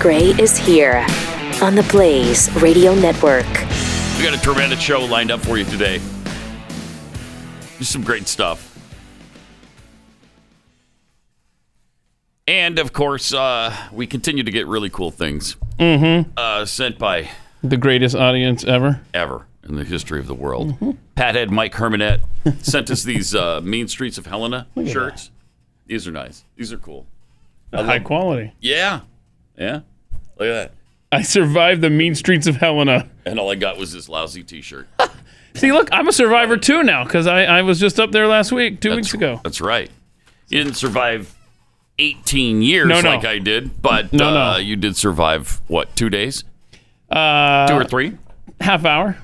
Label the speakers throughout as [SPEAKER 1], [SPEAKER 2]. [SPEAKER 1] Gray is here on the Blaze Radio Network.
[SPEAKER 2] We got a tremendous show lined up for you today. Just some great stuff. And of course, uh, we continue to get really cool things uh, sent by
[SPEAKER 3] The greatest audience ever.
[SPEAKER 2] ever in the history of the world. Mm-hmm. Pathead Mike Hermanette sent us these uh, Mean Streets of Helena shirts. These are nice. These are cool.
[SPEAKER 3] High quality.
[SPEAKER 2] Yeah. Yeah. Look at that.
[SPEAKER 3] I survived the mean streets of Helena.
[SPEAKER 2] And all I got was this lousy t shirt.
[SPEAKER 3] See, look, I'm a survivor too now because I, I was just up there last week, two weeks ago.
[SPEAKER 2] That's right. You didn't survive 18 years
[SPEAKER 3] No, no.
[SPEAKER 2] like I did, but
[SPEAKER 3] No, no.
[SPEAKER 2] uh, you did survive, what, two days?
[SPEAKER 3] Uh,
[SPEAKER 2] Two or three?
[SPEAKER 3] half hour.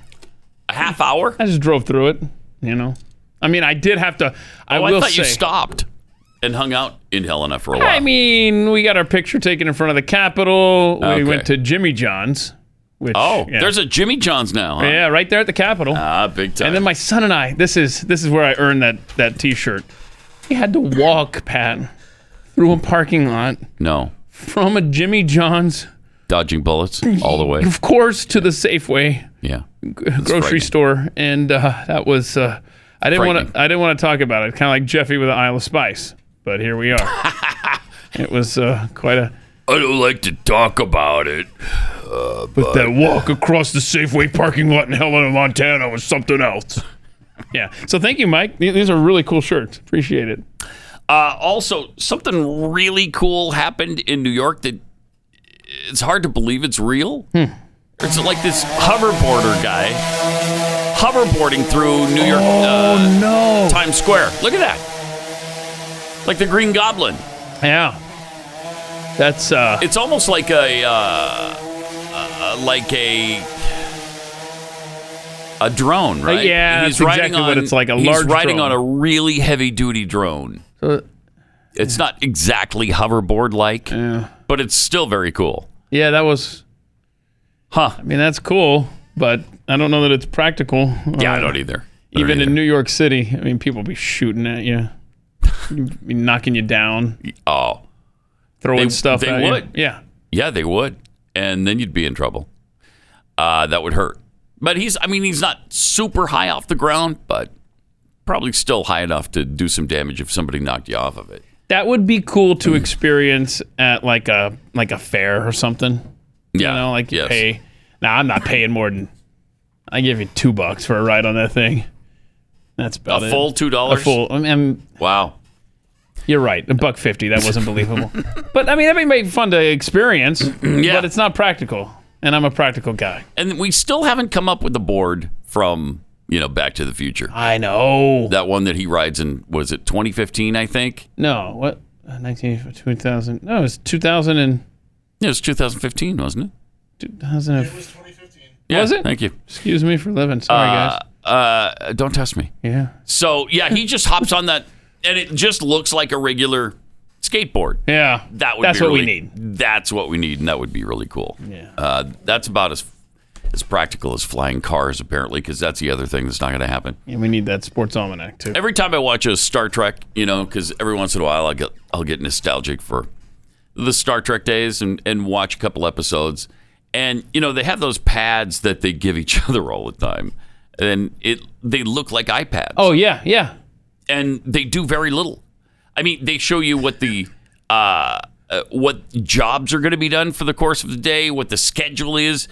[SPEAKER 2] A half hour?
[SPEAKER 3] I just drove through it, you know. I mean, I did have to. I
[SPEAKER 2] Oh, I
[SPEAKER 3] will
[SPEAKER 2] thought
[SPEAKER 3] say.
[SPEAKER 2] you stopped and hung out in Helena for a while.
[SPEAKER 3] I mean, we got our picture taken in front of the Capitol. We
[SPEAKER 2] Okay.
[SPEAKER 3] went to Jimmy John's. Which,
[SPEAKER 2] oh,
[SPEAKER 3] yeah.
[SPEAKER 2] there's a Jimmy John's now, huh?
[SPEAKER 3] yeah, right there at the Capitol.
[SPEAKER 2] Ah, big time.
[SPEAKER 3] And then my son and I, this is this is where I earned that that T-shirt. We had to walk, Pat, through a parking lot
[SPEAKER 2] no.
[SPEAKER 3] from a Jimmy John's,
[SPEAKER 2] Dodging bullets all the way.
[SPEAKER 3] of course, to the Safeway
[SPEAKER 2] Yeah.
[SPEAKER 3] grocery
[SPEAKER 2] frightening.
[SPEAKER 3] store, and uh, that was uh, I didn't want
[SPEAKER 2] Frightening.
[SPEAKER 3] to I didn't want to talk about it. Kind of like Jeffy with the Isle of Spice, but here we are. it was uh, quite a
[SPEAKER 2] I don't like to talk about it.
[SPEAKER 3] but that walk across the Safeway parking lot in Helena, Montana, was something else. yeah. So thank you, Mike. These these are really cool shirts. Appreciate it.
[SPEAKER 2] Uh, also, something really cool happened in New York that it's hard to believe it's real.
[SPEAKER 3] Hmm.
[SPEAKER 2] It's like this hoverboarder guy hoverboarding through New York uh,
[SPEAKER 3] No.
[SPEAKER 2] Times Square. Look at that. Like the Green Goblin.
[SPEAKER 3] Yeah. That's uh
[SPEAKER 2] It's almost like a uh, uh, like a a drone, right?
[SPEAKER 3] Uh, yeah, that's exactly what it's like, a
[SPEAKER 2] he's
[SPEAKER 3] large
[SPEAKER 2] riding
[SPEAKER 3] drone.
[SPEAKER 2] on a really heavy duty drone. it's not exactly hoverboard like, but it's still very cool,
[SPEAKER 3] yeah, that was
[SPEAKER 2] huh?
[SPEAKER 3] I mean that's cool, but I don't know that it's practical.
[SPEAKER 2] Yeah, I
[SPEAKER 3] Uh,
[SPEAKER 2] don't either. I don't
[SPEAKER 3] Even
[SPEAKER 2] either.
[SPEAKER 3] in New York City, I mean people be shooting at you. be knocking you down,
[SPEAKER 2] oh
[SPEAKER 3] throwing
[SPEAKER 2] They-
[SPEAKER 3] stuff
[SPEAKER 2] they
[SPEAKER 3] at you.
[SPEAKER 2] would.
[SPEAKER 3] Yeah.
[SPEAKER 2] yeah, they would, and then you'd be in trouble. Uh, that would hurt. But he's I mean he's not super high off the ground, but probably still high enough to do some damage if somebody knocked you off of it.
[SPEAKER 3] That would be cool to experience at like a like a fair or something.
[SPEAKER 2] Yeah,
[SPEAKER 3] You know, like you
[SPEAKER 2] yes.
[SPEAKER 3] pay. Now I'm not paying more than I give you two bucks for a ride on that thing. That's about
[SPEAKER 2] A
[SPEAKER 3] it.
[SPEAKER 2] full two
[SPEAKER 3] a
[SPEAKER 2] dollars.
[SPEAKER 3] full. I mean,
[SPEAKER 2] Wow.
[SPEAKER 3] You're right. A buck fifty. That wasn't believable. but I mean, that may be fun to experience.
[SPEAKER 2] Yeah.
[SPEAKER 3] But it's not practical. And I'm a practical guy.
[SPEAKER 2] And we still haven't come up with a board from you know Back to the Future.
[SPEAKER 3] I know.
[SPEAKER 2] That one that he rides in was it 2015? I think
[SPEAKER 3] No. What? Uh, 19, 2000. No, it's 2000 and
[SPEAKER 2] it was 2015, wasn't it?
[SPEAKER 3] 2000. and-
[SPEAKER 2] Yeah,
[SPEAKER 3] Was it?
[SPEAKER 2] Thank you.
[SPEAKER 3] excuse me for living. Sorry, guys.
[SPEAKER 2] Uh, don't test me.
[SPEAKER 3] Yeah.
[SPEAKER 2] So yeah, he just hops on that, and it just looks like a regular skateboard.
[SPEAKER 3] Yeah.
[SPEAKER 2] That would
[SPEAKER 3] That's
[SPEAKER 2] be
[SPEAKER 3] what we
[SPEAKER 2] really-
[SPEAKER 3] need.
[SPEAKER 2] That's what we need, and that would be really cool. Yeah. Uh, that's about as as practical as flying cars, apparently, because that's the other thing that's not going to happen.
[SPEAKER 3] And we need that sports almanac too.
[SPEAKER 2] every time I watch a Star Trek, you know, because every once in a while I get I'll get nostalgic for the Star Trek days and and watch a couple episodes, and you know they have those pads that they give each other all the time, and it they look like iPads,
[SPEAKER 3] Oh yeah, yeah.
[SPEAKER 2] and they do very little. I mean, they show you what the uh, uh, what jobs are going to be done for the course of the day, what the schedule is.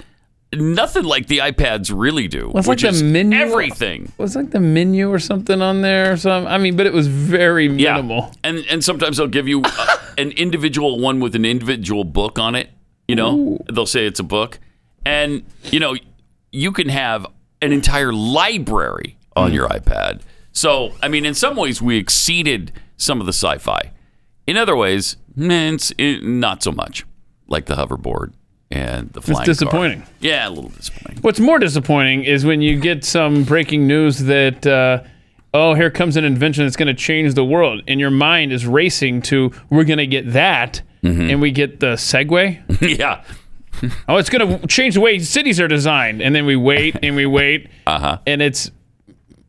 [SPEAKER 2] Nothing like the iPads really do,
[SPEAKER 3] it's
[SPEAKER 2] which
[SPEAKER 3] like the
[SPEAKER 2] is
[SPEAKER 3] menu-
[SPEAKER 2] everything.
[SPEAKER 3] Was like the menu or something on there or something. I mean, but it was very minimal.
[SPEAKER 2] And and sometimes they'll give you uh, an individual one with an individual book on it. You know, they'll say it's a book, and you know, you can have an entire library
[SPEAKER 3] Mm.
[SPEAKER 2] on your iPad. So I mean, in some ways, we exceeded some of the sci-fi. In other ways, meh, it's it, not so much, like the hoverboard and the flying. car.
[SPEAKER 3] disappointing.
[SPEAKER 2] Yeah, a little disappointing.
[SPEAKER 3] What's more disappointing is when you get some breaking news that, uh, oh, here comes an invention that's going to change the world, and your mind is racing to, we're going to get that,
[SPEAKER 2] Mm-hmm.
[SPEAKER 3] and we get the Segway.
[SPEAKER 2] yeah,
[SPEAKER 3] oh, it's going to change the way cities are designed, and then we wait and we wait, uh-huh. and it's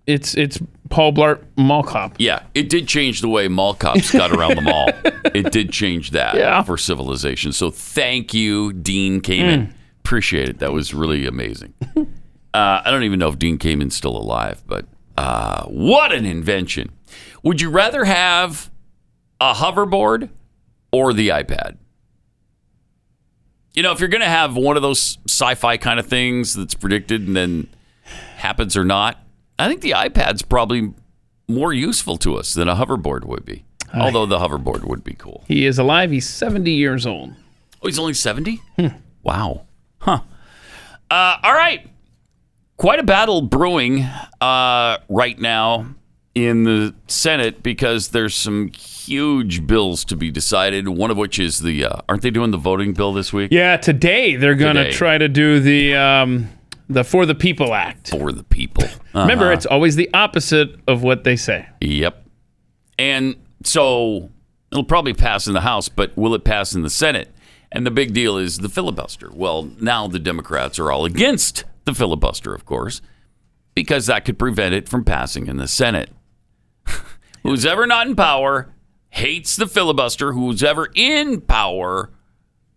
[SPEAKER 3] It's it's Paul Blart Mall Cop.
[SPEAKER 2] Yeah, it did change the way mall cops got around the mall. It did change that
[SPEAKER 3] Yeah.
[SPEAKER 2] for civilization. So thank you, Dean Kamen. Appreciate it. That was really amazing. Uh, I don't even know if Dean Kamen's still alive, but uh, what an invention. Would you rather have a hoverboard or the iPad? You know, if you're going to have one of those sci fi kind of things that's predicted and then happens or not, I think the iPad's probably more useful to us than a hoverboard would be. Although the hoverboard would be cool.
[SPEAKER 3] He is alive. He's 70 years old.
[SPEAKER 2] Oh, he's only 70? Wow. Huh. Uh, all right. Quite a battle brewing uh, right now in the Senate because there's some huge bills to be decided. One of which is the, uh, aren't they doing the voting bill this week?
[SPEAKER 3] Yeah, today they're gonna
[SPEAKER 2] Today.
[SPEAKER 3] try to do the um, the For the People Act.
[SPEAKER 2] For the people. Uh,
[SPEAKER 3] Remember, it's always the opposite of what they say.
[SPEAKER 2] yep. And so it'll probably pass in the House, but will it pass in the Senate? And the big deal is the filibuster. Well, now the Democrats are all against the filibuster, of course, because that could prevent it from passing in the Senate. who's ever not in power hates the filibuster. Who's ever in power,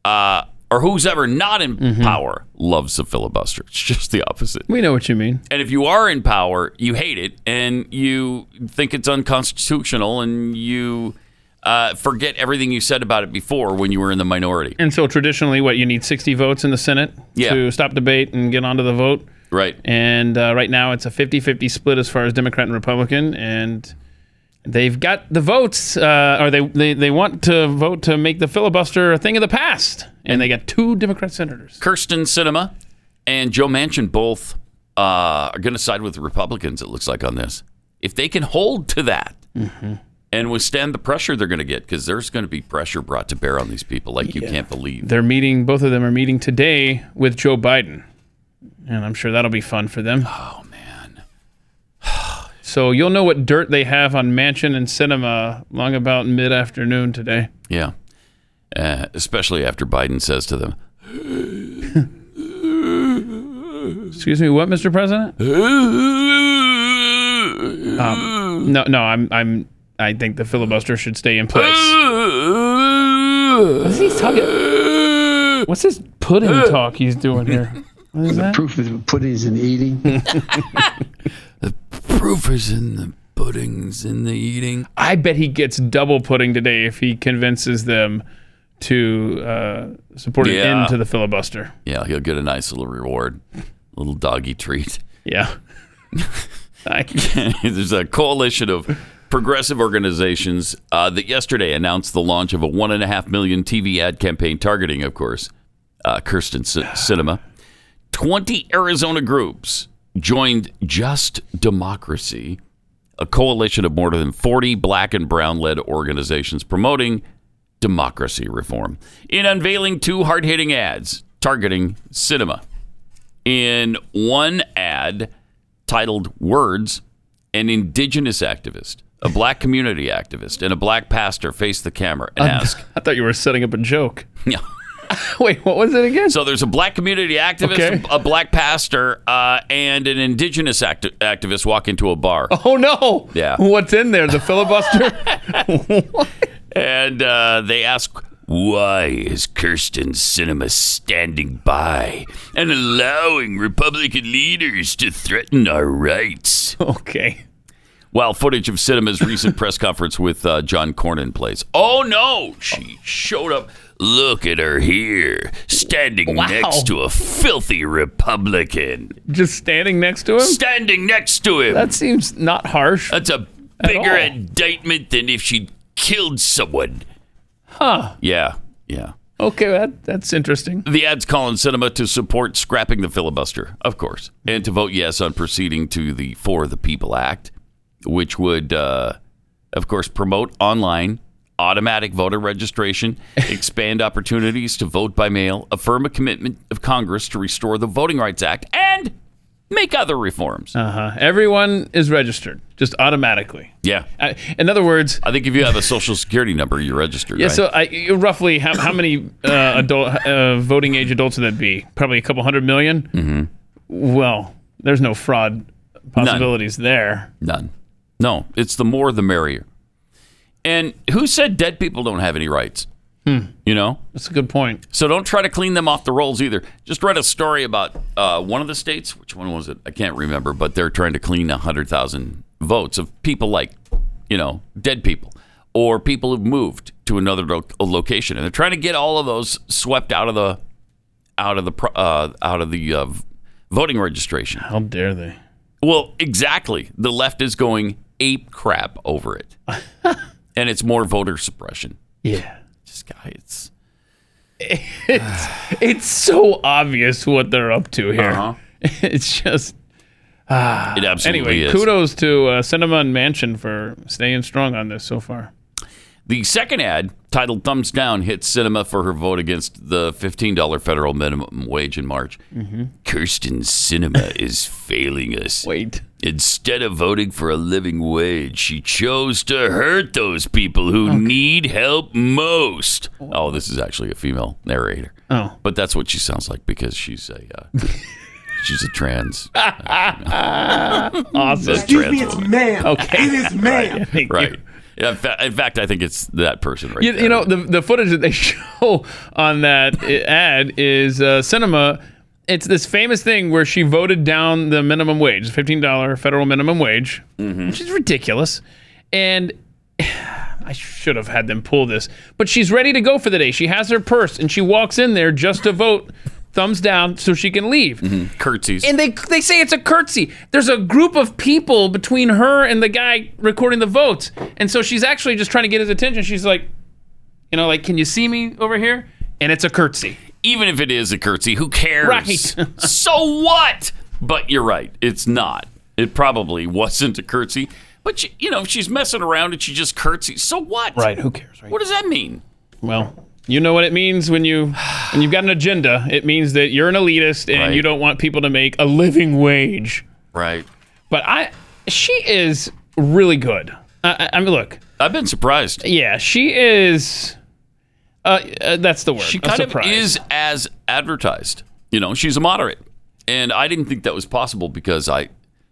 [SPEAKER 2] uh, or who's ever not in power loves the filibuster. It's just the opposite.
[SPEAKER 3] We know what you mean.
[SPEAKER 2] And if you are in power, you hate it and you think it's unconstitutional and you uh, forget everything you said about it before when you were in the minority.
[SPEAKER 3] And so traditionally, what you need 60 votes in the Senate
[SPEAKER 2] Yeah.
[SPEAKER 3] to stop debate and get onto the vote.
[SPEAKER 2] Right.
[SPEAKER 3] And uh, right now, it's a 50 50 split as far as Democrat and Republican. And they've got the votes, uh, or they, they, they want to vote to make the filibuster a thing of the past. And they got two Democrat senators.
[SPEAKER 2] Kirsten Cinema and Joe Manchin both uh, are going to side with the Republicans, it looks like, on this. If they can hold to that and withstand the pressure they're going to get, because there's going to be pressure brought to bear on these people like you can't believe.
[SPEAKER 3] They're meeting, both of them are meeting today with Joe Biden. And I'm sure that'll be fun for them.
[SPEAKER 2] Oh, man.
[SPEAKER 3] So you'll know what dirt they have on Mansion and Cinema long about mid afternoon today.
[SPEAKER 2] Yeah. Uh, especially after Biden says to them,
[SPEAKER 3] Excuse me, what, Mr. President? No, no, I'm, I'm, I think the filibuster should stay in place. What's he talking? What's this pudding talk he's doing here? What is that?
[SPEAKER 4] Proof of the pudding's in the eating.
[SPEAKER 2] Proof is in the puddings in the eating.
[SPEAKER 3] I bet he gets double pudding today if he convinces them to uh, support an
[SPEAKER 2] Yeah.
[SPEAKER 3] end to the filibuster.
[SPEAKER 2] Yeah, he'll get a nice little reward, little doggy treat.
[SPEAKER 3] Yeah. I,
[SPEAKER 2] There's a coalition of progressive organizations uh, that yesterday announced the launch of a one and a half million TV ad campaign targeting, of course, uh, Kirsten C- Cinema. Twenty Arizona groups joined Just Democracy, a coalition of more than forty Black and Brown-led organizations promoting democracy reform in unveiling two hard-hitting ads targeting cinema. In one ad titled Words, an indigenous activist, a black community activist, and a black pastor face the camera and ask.
[SPEAKER 3] I thought you were setting up a joke.
[SPEAKER 2] Yeah.
[SPEAKER 3] Wait, what was it again?
[SPEAKER 2] So there's a black community activist,
[SPEAKER 3] Okay.
[SPEAKER 2] a black pastor, uh, and an indigenous acti- activist walk into a bar.
[SPEAKER 3] Oh no!
[SPEAKER 2] Yeah.
[SPEAKER 3] What's in there? The filibuster?
[SPEAKER 2] And uh, they ask, why is Kirsten Cinema standing by and allowing Republican leaders to threaten our rights?
[SPEAKER 3] okay.
[SPEAKER 2] While footage of Cinema's recent press conference with uh, John Cornyn plays. Oh no, she showed up. Look at her here, standing
[SPEAKER 3] Wow.
[SPEAKER 2] next to a filthy Republican.
[SPEAKER 3] Just standing next to him?
[SPEAKER 2] Standing next to him.
[SPEAKER 3] That seems not harsh.
[SPEAKER 2] That's a bigger
[SPEAKER 3] all.
[SPEAKER 2] indictment than if she'd killed someone. Huh. Yeah, yeah.
[SPEAKER 3] Okay, that, that's interesting.
[SPEAKER 2] The ads call on cinema to support scrapping the filibuster, of course, and to vote yes on proceeding to the For the People Act, which would, uh, of course, promote online automatic voter registration, expand opportunities to vote by mail, affirm a commitment of Congress to restore the Voting Rights Act, and make other reforms.
[SPEAKER 3] Uh, everyone is registered, just automatically.
[SPEAKER 2] yeah.
[SPEAKER 3] I, in other words,
[SPEAKER 2] I think if you have a social security number, you're registered.
[SPEAKER 3] yeah.
[SPEAKER 2] right?
[SPEAKER 3] So, I, roughly, how, how many uh, adult uh,
[SPEAKER 2] Mm-hmm.
[SPEAKER 3] voting age adults would that be? Probably a couple hundred million? Well, there's no fraud possibilities there.
[SPEAKER 2] None. No, it's the more the merrier. And who said dead people don't have any rights? You know?
[SPEAKER 3] That's a good point.
[SPEAKER 2] So don't try to clean them off the rolls either. Just read a story about uh, one of the states. Which one was it? I can't remember, but they're trying to clean 100,000 votes of people like, you know, dead people or people who've moved to another lo- location. And they're trying to get all of those swept out of the out of the pro- uh, out of the uh, voting registration.
[SPEAKER 3] How dare they?
[SPEAKER 2] Well, exactly. The left is going ape crap over it. and it's more voter suppression.
[SPEAKER 3] Yeah.
[SPEAKER 2] Just guy, it's
[SPEAKER 3] It's so obvious what they're up to here.
[SPEAKER 2] Uh-huh.
[SPEAKER 3] It's just
[SPEAKER 2] it absolutely
[SPEAKER 3] Uh, anyway.
[SPEAKER 2] is.
[SPEAKER 3] Kudos to uh, Cinema and Mansion for staying strong on this so far.
[SPEAKER 2] The second ad, titled Thumbs Down, hits Cinema for her vote against the $15 federal minimum wage in March. Kirsten Cinema is failing us.
[SPEAKER 3] Mm-hmm. Wait.
[SPEAKER 2] Instead of voting for a living wage, she chose to hurt those people who need help most. Oh, this is actually a female narrator.
[SPEAKER 3] Oh.
[SPEAKER 2] But that's what she sounds like because she's a uh, she's a trans. uh,
[SPEAKER 3] Awesome.
[SPEAKER 2] a trans
[SPEAKER 4] It's
[SPEAKER 2] woman.
[SPEAKER 4] ma'am.
[SPEAKER 3] Okay.
[SPEAKER 4] It is ma'am.
[SPEAKER 3] Thank you.
[SPEAKER 2] Right. Yeah, in, fa- in fact, I think it's that person right
[SPEAKER 3] You,
[SPEAKER 2] there.
[SPEAKER 3] you know the the footage that they show on that i- ad is uh, cinema. It's this famous thing where she voted down the minimum wage, fifteen dollar federal minimum wage, which is ridiculous. And I should have had them pull this, but she's ready to go for the day. She has her purse and she walks in there just to vote, thumbs down, so she can leave.
[SPEAKER 2] curtsies.
[SPEAKER 3] And they they say it's a curtsy. There's a group of people between her and the guy recording the votes. And so she's actually just trying to get his attention. She's like, you know, like, can you see me over here? And it's a curtsy.
[SPEAKER 2] even if it is a curtsy, who cares?
[SPEAKER 3] Right.
[SPEAKER 2] so what? But you're right. It's not. It probably wasn't a curtsy. But she, you know, if she's messing around and she just curtsies. So what?
[SPEAKER 3] Who cares? Right.
[SPEAKER 2] What does that mean?
[SPEAKER 3] Well, you know what it means when you when you've got an agenda. It means that you're an elitist and
[SPEAKER 2] Right.
[SPEAKER 3] you don't want people to make a living wage.
[SPEAKER 2] Right.
[SPEAKER 3] But I, she is really good. I, I I mean, look,
[SPEAKER 2] I've been surprised.
[SPEAKER 3] yeah, she is. Uh, uh, that's the word.
[SPEAKER 2] She
[SPEAKER 3] a
[SPEAKER 2] kind of
[SPEAKER 3] surprise.
[SPEAKER 2] is as advertised. You know, she's a moderate, and I didn't think that was possible because I, I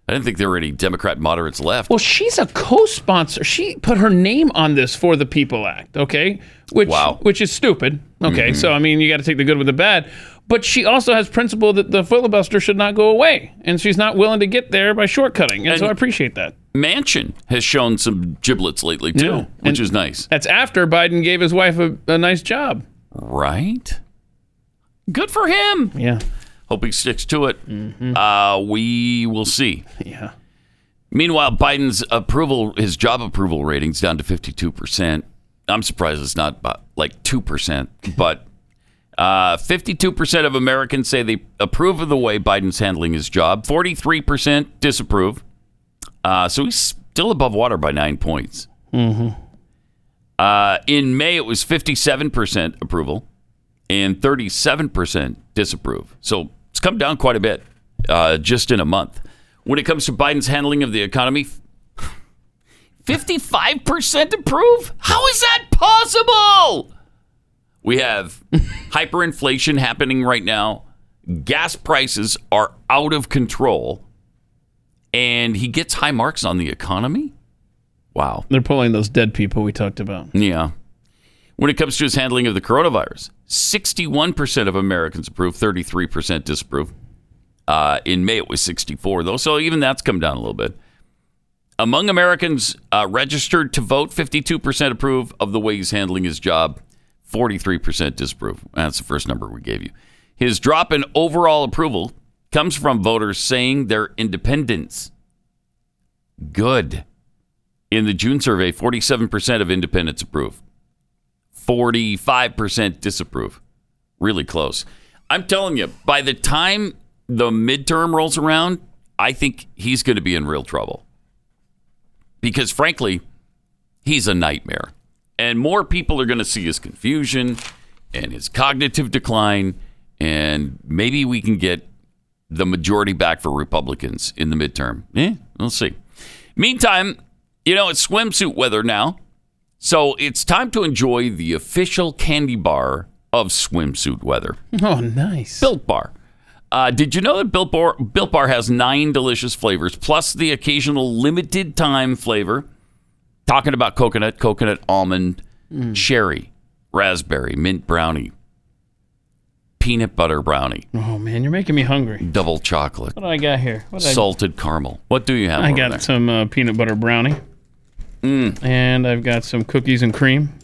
[SPEAKER 2] didn't think there were any Democrat moderates left.
[SPEAKER 3] Well, she's a co-sponsor. She put her name on this for the People Act, okay? Which
[SPEAKER 2] Wow.
[SPEAKER 3] which is stupid. Okay, so I mean, you got to take the good with the bad. But she also has principle that the filibuster should not go away, and she's not willing to get there by shortcutting. And, so I appreciate that.
[SPEAKER 2] Mansion has shown some giblets lately too,
[SPEAKER 3] Yeah.
[SPEAKER 2] which is nice.
[SPEAKER 3] That's after Biden gave his wife a, a nice job.
[SPEAKER 2] Right. Good for him.
[SPEAKER 3] Yeah,
[SPEAKER 2] Hope he sticks to it.
[SPEAKER 3] Mm-hmm.
[SPEAKER 2] Uh, we will see.
[SPEAKER 3] yeah.
[SPEAKER 2] Meanwhile, Biden's approval, his job approval rating's down to 52%. I'm surprised it's not about like 2%, but uh, 52% of Americans say they approve of the way Biden's handling his job, 43% disapprove. Uh, so he's still above water by nine points. Uh, in May, it was 57% approval and 37% disapprove. So it's come down quite a bit uh, just in a month. When it comes to Biden's handling of the economy, 55% approve? How is that possible? We have hyperinflation happening right now. Gas prices are out of control. And he gets high marks on the economy? Wow.
[SPEAKER 3] They're pulling those dead people we talked about.
[SPEAKER 2] Yeah. When it comes to his handling of the coronavirus, 61% of Americans approve, 33% disapprove. Uh, in May, it was 64, though, so even that's come down a little bit. Among Americans uh, registered to vote, 52% approve of the way he's handling his job, 43% disapprove. That's the first number we gave you. His drop in overall approval comes from voters saying their independence. Good. In the June survey, 47% of independents approve, 45% disapprove. Really close. I'm telling you, by the time the midterm rolls around, I think he's going to be in real trouble. Because frankly, he's a nightmare. And more people are going to see his confusion and his cognitive decline. And maybe we can get the majority back for Republicans in the midterm. Eh, we'll see. Meantime, you know, it's swimsuit weather now. So it's time to enjoy the official candy bar of swimsuit weather
[SPEAKER 3] Oh, nice.
[SPEAKER 2] Built Bar. Uh, did you know that Built Bar, Built Bar has nine delicious flavors, plus the occasional limited time flavor? Talking about coconut, coconut almond,
[SPEAKER 3] Mm.
[SPEAKER 2] cherry, raspberry, mint brownie, peanut butter brownie,
[SPEAKER 3] Oh man, you're making me hungry.
[SPEAKER 2] double chocolate,
[SPEAKER 3] What do I got here? What do I,
[SPEAKER 2] salted caramel. What do you have?
[SPEAKER 3] I
[SPEAKER 2] over
[SPEAKER 3] got
[SPEAKER 2] there?
[SPEAKER 3] some uh, peanut butter brownie. And I've got some cookies and cream.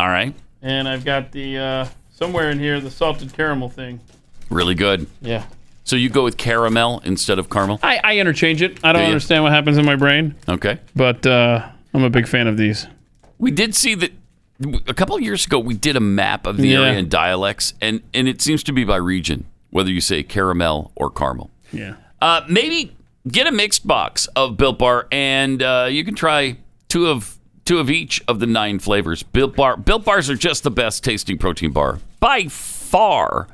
[SPEAKER 2] All right,
[SPEAKER 3] And I've got the uh, somewhere in here the salted caramel thing.
[SPEAKER 2] really good.
[SPEAKER 3] Yeah.
[SPEAKER 2] So you go with caramel instead of caramel.
[SPEAKER 3] I, I interchange it. I don't
[SPEAKER 2] you?
[SPEAKER 3] understand what happens in my brain,
[SPEAKER 2] Okay.
[SPEAKER 3] but uh, I'm a big fan of these.
[SPEAKER 2] We did see that a couple of years ago. We did a map of the
[SPEAKER 3] Yeah.
[SPEAKER 2] area and dialects, and and it seems to be by region whether you say caramel or caramel.
[SPEAKER 3] Yeah.
[SPEAKER 2] Uh, maybe get a mixed box of Built Bar, and uh, you can try two of two of each of the nine flavors. Built Bar Built Bars are just the best tasting protein bar by far,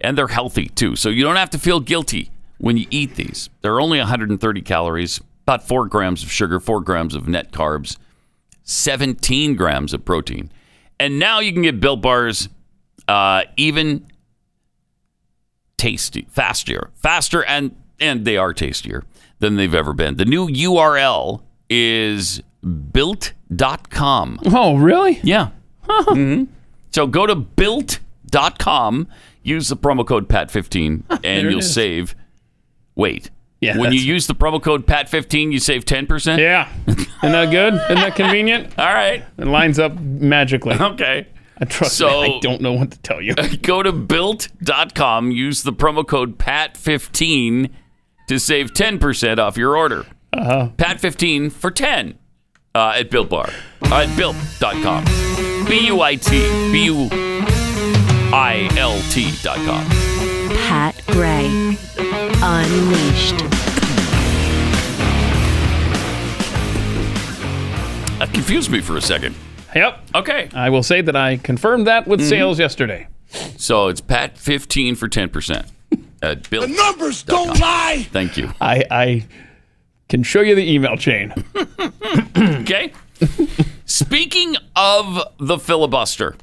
[SPEAKER 2] and they're healthy too. So you don't have to feel guilty when you eat these. They're only 130 calories, about four grams of sugar, four grams of net carbs, 17 grams of protein, and now you can get Built Bars uh, even tasty, faster, faster, and and they are tastier than they've ever been. The new URL is built.com.
[SPEAKER 3] Oh, really?
[SPEAKER 2] Yeah. hmm So go to built.com, use the promo code PAT15, and
[SPEAKER 3] it
[SPEAKER 2] you'll
[SPEAKER 3] is.
[SPEAKER 2] save. Wait.
[SPEAKER 3] Yeah,
[SPEAKER 2] When you
[SPEAKER 3] that's-
[SPEAKER 2] use the promo code PAT15, you save 10%?
[SPEAKER 3] Yeah. Isn't that good? Isn't that convenient?
[SPEAKER 2] All right.
[SPEAKER 3] It lines up magically.
[SPEAKER 2] Okay.
[SPEAKER 3] Trust
[SPEAKER 2] So-
[SPEAKER 3] me, I don't know what to tell you.
[SPEAKER 2] Go to built.com, use the promo code PAT15 to save 10% off your order. PAT15 for 10 uh, at Built Bar. Uh, at built.com. B U I T. B U I L T.com.
[SPEAKER 1] Pat Gray. Unleashed.
[SPEAKER 2] That confused Uh, me for a second.
[SPEAKER 3] yep.
[SPEAKER 2] Okay.
[SPEAKER 3] I will say that I confirmed that with sales yesterday.
[SPEAKER 2] So it's PAT15 for 10% at Built.
[SPEAKER 4] Numbers don't lie.
[SPEAKER 2] Thank you.
[SPEAKER 3] I, I can show you the email chain.
[SPEAKER 2] Okay. Speaking of the filibuster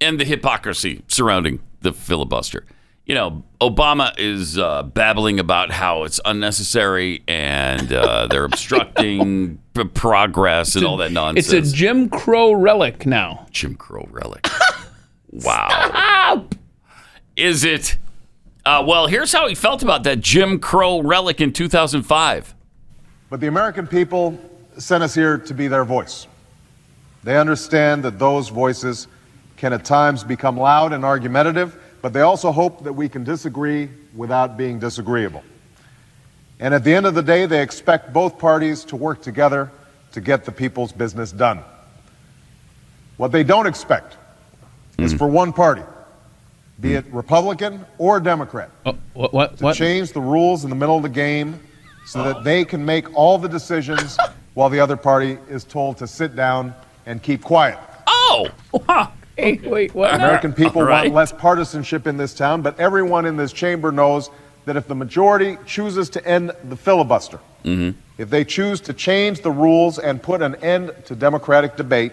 [SPEAKER 2] and the hypocrisy surrounding the filibuster, you know, Obama is uh, babbling about how it's unnecessary and uh, they're obstructing p- progress and all that nonsense.
[SPEAKER 3] It's a Jim Crow relic now.
[SPEAKER 2] Jim Crow relic. wow. Is it? Uh, well, here's how he felt about that Jim Crow relic in 2005.
[SPEAKER 5] But the American people sent us here to be their voice. They understand that those voices can at times become loud and argumentative, but they also hope that we can disagree without being disagreeable. And at the end of the day, they expect both parties to work together to get the people's business done. What they don't expect is for one party, be it Republican or Democrat,
[SPEAKER 3] Oh, what? What?
[SPEAKER 5] to
[SPEAKER 3] what?
[SPEAKER 5] change the rules in the middle of the game so that they can make all the decisions while the other party is told to sit down and keep quiet.
[SPEAKER 2] Oh,
[SPEAKER 3] Hey, wait, what?
[SPEAKER 5] American people
[SPEAKER 2] All right.
[SPEAKER 5] want less partisanship in this town, but everyone in this chamber knows that if the majority chooses to end the filibuster,
[SPEAKER 2] Mm-hmm.
[SPEAKER 5] if they choose to change the rules and put an end to democratic debate,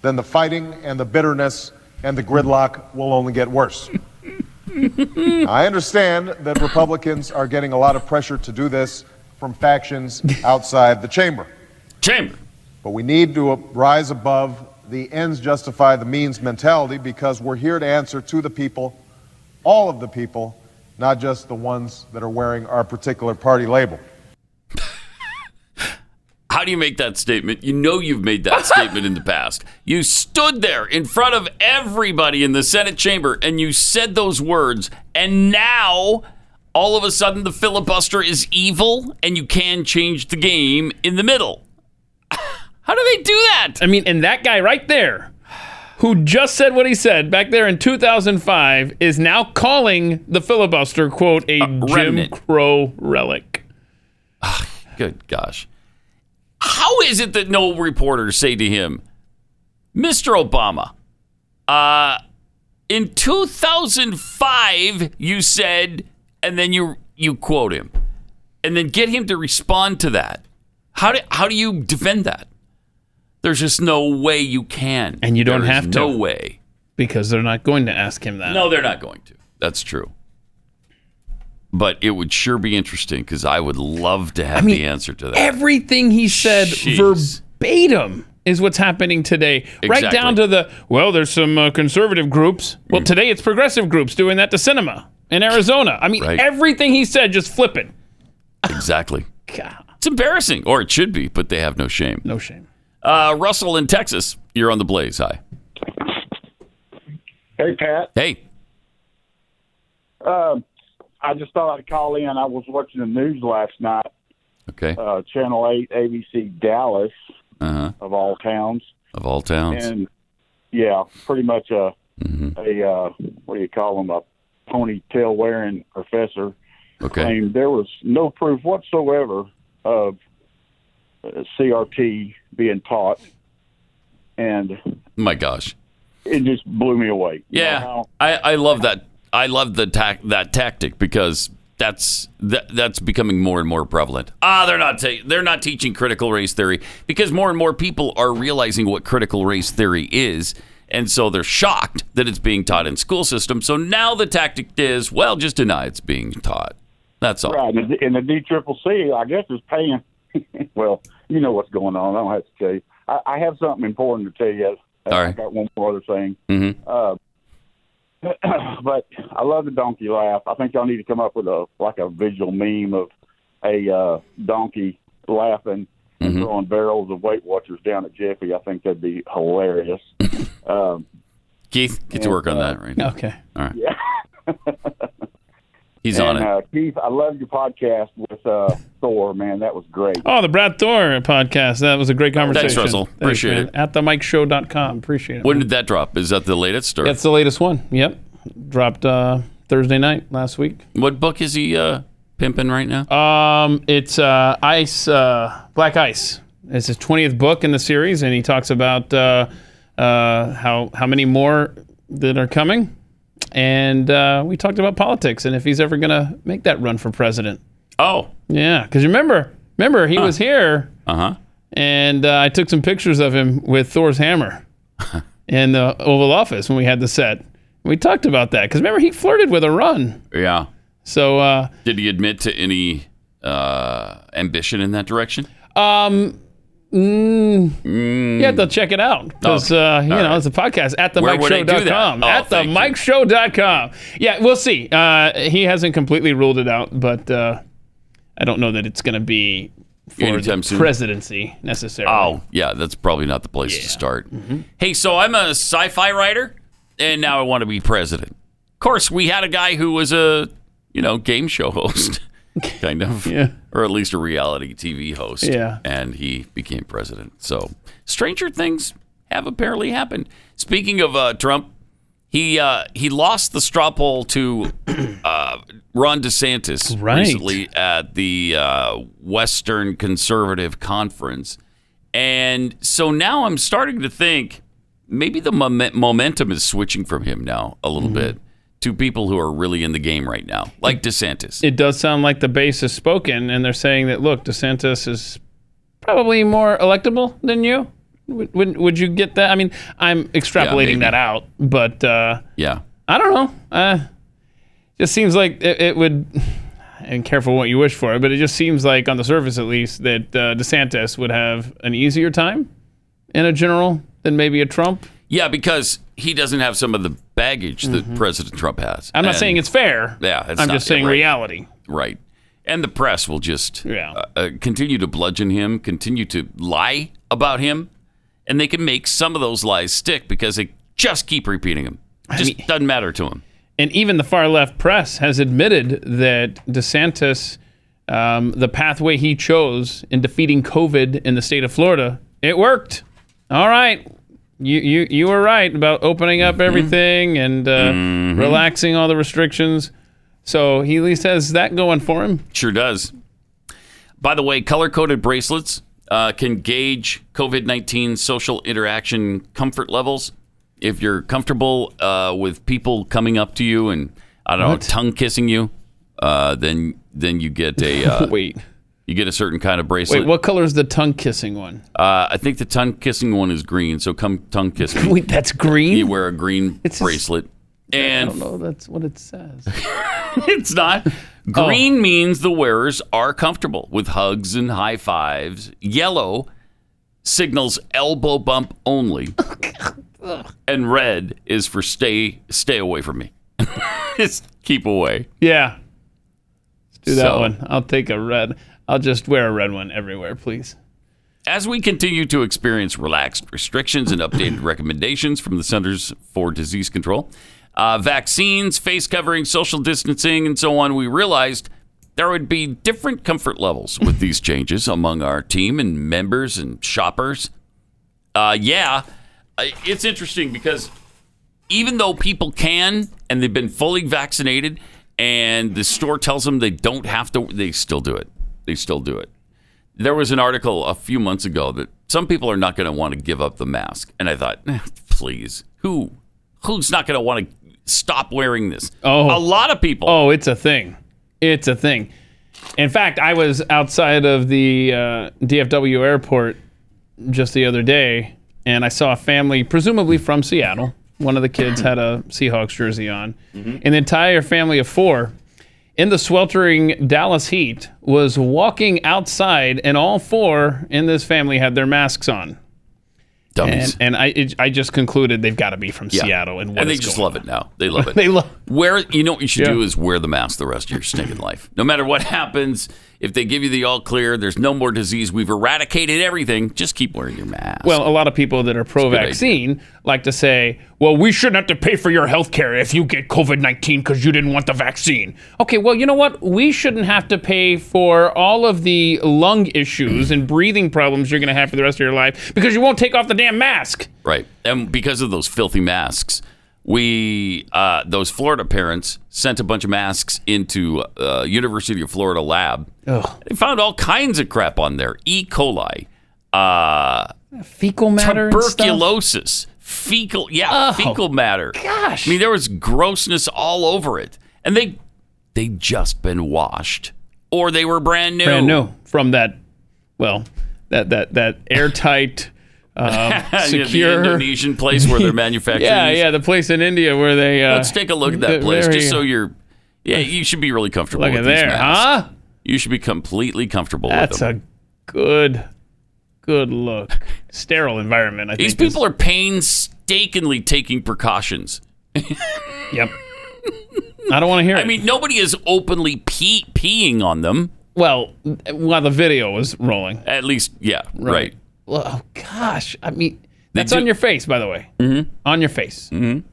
[SPEAKER 5] then the fighting and the bitterness and the gridlock will only get worse. I understand that Republicans are getting a lot of pressure to do this from factions outside the chamber.
[SPEAKER 2] chamber.
[SPEAKER 5] But we need to rise above the ends justify the means mentality because we're here to answer to the people, all of the people, not just the ones that are wearing our particular party label.
[SPEAKER 2] How do you make that statement? You know you've made that statement in the past. You stood there in front of everybody in the Senate chamber and you said those words, and now all of a sudden the filibuster is evil and you can change the game in the middle. How do they do that?
[SPEAKER 3] I mean, and that guy right there, who just said what he said back there in 2005, is now calling the filibuster quote a Jim
[SPEAKER 2] remnant.
[SPEAKER 3] Crow relic.
[SPEAKER 2] Good gosh. How is it that no reporters say to him, Mr. Obama, uh, in 2005, you said, and then you you quote him, and then get him to respond to that. How do how do you defend that? There's just no way you can,
[SPEAKER 3] And you don't
[SPEAKER 2] There is
[SPEAKER 3] have to.
[SPEAKER 2] No way.
[SPEAKER 3] Because they're not going to ask him that.
[SPEAKER 2] No, they're not going to. That's true. but it would sure be interesting because I would love to have the answer to that.
[SPEAKER 3] Everything he said
[SPEAKER 2] Jeez.
[SPEAKER 3] verbatim is what's happening today. Right
[SPEAKER 2] Exactly. Mm.
[SPEAKER 3] down to the, well, there's some uh, conservative groups. Well, today it's progressive groups doing that to cinema in Arizona. I mean,
[SPEAKER 2] Right.
[SPEAKER 3] everything he said just flipping.
[SPEAKER 2] exactly.
[SPEAKER 3] God,
[SPEAKER 2] It's embarrassing, or it should be, but they have no shame.
[SPEAKER 3] no shame.
[SPEAKER 2] Uh, Russell in Texas, you're on the blaze. Hi.
[SPEAKER 4] Hey, Pat.
[SPEAKER 2] Hey.
[SPEAKER 4] Uh, I just thought I'd call in. I was watching the news last night,
[SPEAKER 2] Okay.
[SPEAKER 4] uh, Channel 8, ABC Dallas,
[SPEAKER 2] Uh huh.
[SPEAKER 4] of all towns.
[SPEAKER 2] Of all towns.
[SPEAKER 4] And, yeah, pretty much a,
[SPEAKER 2] Mm-hmm.
[SPEAKER 4] a uh, what do you call him, a ponytail wearing professor
[SPEAKER 2] Okay.
[SPEAKER 4] claimed there was no proof whatsoever of uh, CRT being taught. And
[SPEAKER 2] My gosh.
[SPEAKER 4] it just blew me away. You know
[SPEAKER 2] Yeah.
[SPEAKER 4] how-
[SPEAKER 2] I, I love that. I love the tac that tactic because that's that, that's becoming more and more prevalent. Ah, they're not ta- they're not teaching critical race theory because more and more people are realizing what critical race theory is. And so they're shocked that it's being taught in school systems. So now the tactic is, well, just deny it's being taught. That's all.
[SPEAKER 4] Right, and the, and the D Triple C, I guess, is paying. well, you know what's going on. I don't have to tell you. I, I have something important to tell you.
[SPEAKER 2] All right. Mm-hmm.
[SPEAKER 4] I got one more other thing. Uh, but I love the donkey laugh. I think y'all need to come up with a like a visual meme of a uh, donkey laughing and
[SPEAKER 2] Mm-hmm.
[SPEAKER 4] throwing barrels of Weight Watchers down at Jeffy. I think that'd be hilarious. um,
[SPEAKER 2] Keith, get to work on that right now.
[SPEAKER 3] Okay.
[SPEAKER 2] He's on
[SPEAKER 4] and
[SPEAKER 2] it.
[SPEAKER 4] uh, Keith, I love your podcast with uh, Thor. Man, that was great.
[SPEAKER 3] Oh, the Brad Thor podcast. That was a great conversation.
[SPEAKER 2] Russell. Appreciate
[SPEAKER 3] man.
[SPEAKER 2] it.
[SPEAKER 3] At themikeshow.com. Appreciate it.
[SPEAKER 2] When did that drop? Is that the latest? Or
[SPEAKER 3] That's the latest one. Yep. Dropped uh, Thursday night last week.
[SPEAKER 2] what book is he uh, pimping right now?
[SPEAKER 4] Uh,
[SPEAKER 3] Um, it's uh, Ice, uh, Black Ice. It's his 20th book in the series, and he talks about uh, uh, how, how many more that are coming. And uh, we talked about politics and if he's ever going to make that run for president.
[SPEAKER 2] oh,
[SPEAKER 3] Yeah, because remember, remember he was here,
[SPEAKER 2] uh huh.
[SPEAKER 3] and uh, I took some pictures of him with Thor's hammer in the Oval Office when we had the set. We talked about that because remember he flirted with a run.
[SPEAKER 2] Yeah.
[SPEAKER 3] So uh,
[SPEAKER 2] Did he admit to any uh, ambition in that direction?
[SPEAKER 3] Um, mm, You have to check it out because
[SPEAKER 2] Okay.
[SPEAKER 3] uh, you
[SPEAKER 2] Hmm. Oh. All
[SPEAKER 3] know
[SPEAKER 2] right.
[SPEAKER 3] it's a podcast at
[SPEAKER 2] Where would I do that?
[SPEAKER 3] themikeshow.com.
[SPEAKER 2] Oh,
[SPEAKER 3] at
[SPEAKER 2] thank you.
[SPEAKER 3] themikeshow.com. Yeah, we'll see. Uh, he hasn't completely ruled it out, but uh, I don't know that it's going to be for
[SPEAKER 2] Anytime
[SPEAKER 3] the
[SPEAKER 2] soon.
[SPEAKER 3] presidency necessarily.
[SPEAKER 2] Oh, yeah. That's probably not the place to start.
[SPEAKER 4] Mm-hmm.
[SPEAKER 2] Hey, so I'm a sci fi writer, and now I want to be president. Of course, we had a guy who was a, you know, game show host, kind of.
[SPEAKER 3] Yeah.
[SPEAKER 2] Or at least a reality TV host.
[SPEAKER 3] Yeah.
[SPEAKER 2] And he became president. So, stranger things have apparently happened. Speaking of uh, Trump, he uh, he lost the straw poll to uh, Ron DeSantis
[SPEAKER 3] Right.
[SPEAKER 2] recently at the uh, Western Conservative Conference, and so now I'm starting to think maybe the momen- momentum is switching from him now a little bit to people who are really in the game right now, like DeSantis.
[SPEAKER 3] Mm-hmm. It does sound like the base has spoken, and they're saying that look, DeSantis is probably more electable than you. Would, would, would you get that? I mean, I'm extrapolating
[SPEAKER 2] maybe.
[SPEAKER 3] that out, but. Uh,
[SPEAKER 2] yeah,
[SPEAKER 3] I don't know. Uh, just seems like it, it would. And careful what you wish for, but it just seems like, on the surface at least, that uh, DeSantis would have an easier time in a general than maybe a Trump.
[SPEAKER 2] yeah, because he doesn't have some of the baggage that President Trump has.
[SPEAKER 3] Mm-hmm. I'm not
[SPEAKER 2] And-
[SPEAKER 3] saying it's fair.
[SPEAKER 2] Yeah, it's
[SPEAKER 3] I'm
[SPEAKER 2] not-
[SPEAKER 3] just saying
[SPEAKER 2] yeah, right.
[SPEAKER 3] reality.
[SPEAKER 2] Right. And the press will just
[SPEAKER 3] Yeah.
[SPEAKER 2] uh, uh, continue to bludgeon him, continue to lie about him, and they can make some of those lies stick because they just keep repeating them. Just
[SPEAKER 3] mean-
[SPEAKER 2] doesn't matter to him.
[SPEAKER 3] And even the far left press has admitted that DeSantis, um, the pathway he chose in defeating COVID in the state of Florida, it worked. All right. You, you, you were right about opening up everything and uh, relaxing all the restrictions. So he at least has that going for him.
[SPEAKER 2] Sure does. By the way, color coded bracelets uh, can gauge COVID 19 social interaction comfort levels. If you're comfortable uh, with people coming up to you and, I don't know, tongue kissing you, uh, then then you get a uh,
[SPEAKER 3] Wait.
[SPEAKER 2] you get a certain kind of bracelet.
[SPEAKER 3] Wait, what color is the tongue kissing one?
[SPEAKER 2] Uh, I think the tongue kissing one is green, so come tongue kiss me.
[SPEAKER 3] Oh, Wait, that's green?
[SPEAKER 2] You wear a green
[SPEAKER 3] It's just-
[SPEAKER 2] bracelet.
[SPEAKER 3] I
[SPEAKER 2] And
[SPEAKER 3] don't know. That's what it says.
[SPEAKER 2] it's not. Green means the wearers are comfortable with hugs and high fives. Yellow signals elbow bump only. and red is for stay stay away from me. Just keep away.
[SPEAKER 3] Yeah. Let's do that
[SPEAKER 2] So-
[SPEAKER 3] one. I'll take a red. I'll just wear a red one everywhere, please.
[SPEAKER 2] As we continue to experience relaxed restrictions and updated recommendations from the Centers for Disease Control, uh, vaccines, face covering, social distancing, and so on, we realized there would be different comfort levels with these changes among our team and members and shoppers. Uh, yeah, I- it's interesting because even though people can and they've been fully vaccinated and the store tells them they don't have to, they still do it. They still do it there was an article a few months ago that some people are not going to want to give up the mask, and I thought, "Eh, please, who, who's not going to want to stop wearing this?
[SPEAKER 3] Oh.
[SPEAKER 2] a lot of people.
[SPEAKER 3] Oh, it's a thing. It's a thing. In fact, I was outside of the uh, DFW airport just the other day, and I saw a family, presumably from Seattle. One of the kids had a Seahawks jersey on,
[SPEAKER 2] Mm-hmm.
[SPEAKER 3] and the entire family of four in the sweltering Dallas heat was walking outside, and all four in this family had their masks on.
[SPEAKER 2] Dummies.
[SPEAKER 3] And, and I, it, I just concluded they've got to be from
[SPEAKER 2] Yeah.
[SPEAKER 3] Seattle, and, what
[SPEAKER 2] and they
[SPEAKER 3] is
[SPEAKER 2] just
[SPEAKER 3] going
[SPEAKER 2] love it now. They love it.
[SPEAKER 3] They love-
[SPEAKER 2] Wear you know what you should
[SPEAKER 3] Yeah.
[SPEAKER 2] do is wear the mask the rest of your stinking life. No matter what happens, if they give you the all clear, there's no more disease. We've eradicated everything. Just keep wearing your mask.
[SPEAKER 3] Well, a lot of people that are pro vaccine like to say, well, we shouldn't have to pay for your health care if you get COVID 19 because you didn't want the vaccine. Okay, well, you know what? We shouldn't have to pay for all of the lung issues and breathing problems you're going to have for the rest of your life because you won't take off the damn mask.
[SPEAKER 2] Right. And because of those filthy masks, we uh, those Florida parents sent a bunch of masks into uh, University of Florida lab. They found all kinds of crap on there. E. coli, uh,
[SPEAKER 3] Fecal matter. and stuff? Oh,
[SPEAKER 2] tuberculosis, fecal yeah, fecal matter.
[SPEAKER 3] gosh.
[SPEAKER 2] I mean, there was grossness all over it. And they they just been washed. Or they were brand new.
[SPEAKER 3] Brand new from that, well, that, that, that airtight, um,
[SPEAKER 2] You know,
[SPEAKER 3] secure.
[SPEAKER 2] the Indonesian place where they're manufacturing
[SPEAKER 3] yeah,
[SPEAKER 2] these
[SPEAKER 3] yeah, the place in India where they. Uh,
[SPEAKER 2] Let's take a look at that place,
[SPEAKER 3] very-
[SPEAKER 2] just so you're. Yeah, you should be really comfortable.
[SPEAKER 3] Look
[SPEAKER 2] with
[SPEAKER 3] at
[SPEAKER 2] these
[SPEAKER 3] there,
[SPEAKER 2] masks.
[SPEAKER 3] huh?
[SPEAKER 2] You should be completely comfortable
[SPEAKER 3] That's
[SPEAKER 2] with them.
[SPEAKER 3] a good, good look. Sterile environment. I
[SPEAKER 2] these
[SPEAKER 3] think is-
[SPEAKER 2] people are painstakingly taking precautions.
[SPEAKER 3] Yep. I don't want to hear it.
[SPEAKER 2] I mean, nobody is openly pee- peeing on them.
[SPEAKER 3] well, while the video was rolling.
[SPEAKER 2] At least, yeah, right.
[SPEAKER 3] Well, oh gosh, I mean, that's
[SPEAKER 2] do-
[SPEAKER 3] on your face, by the way. Mm-hmm. On your face.
[SPEAKER 2] And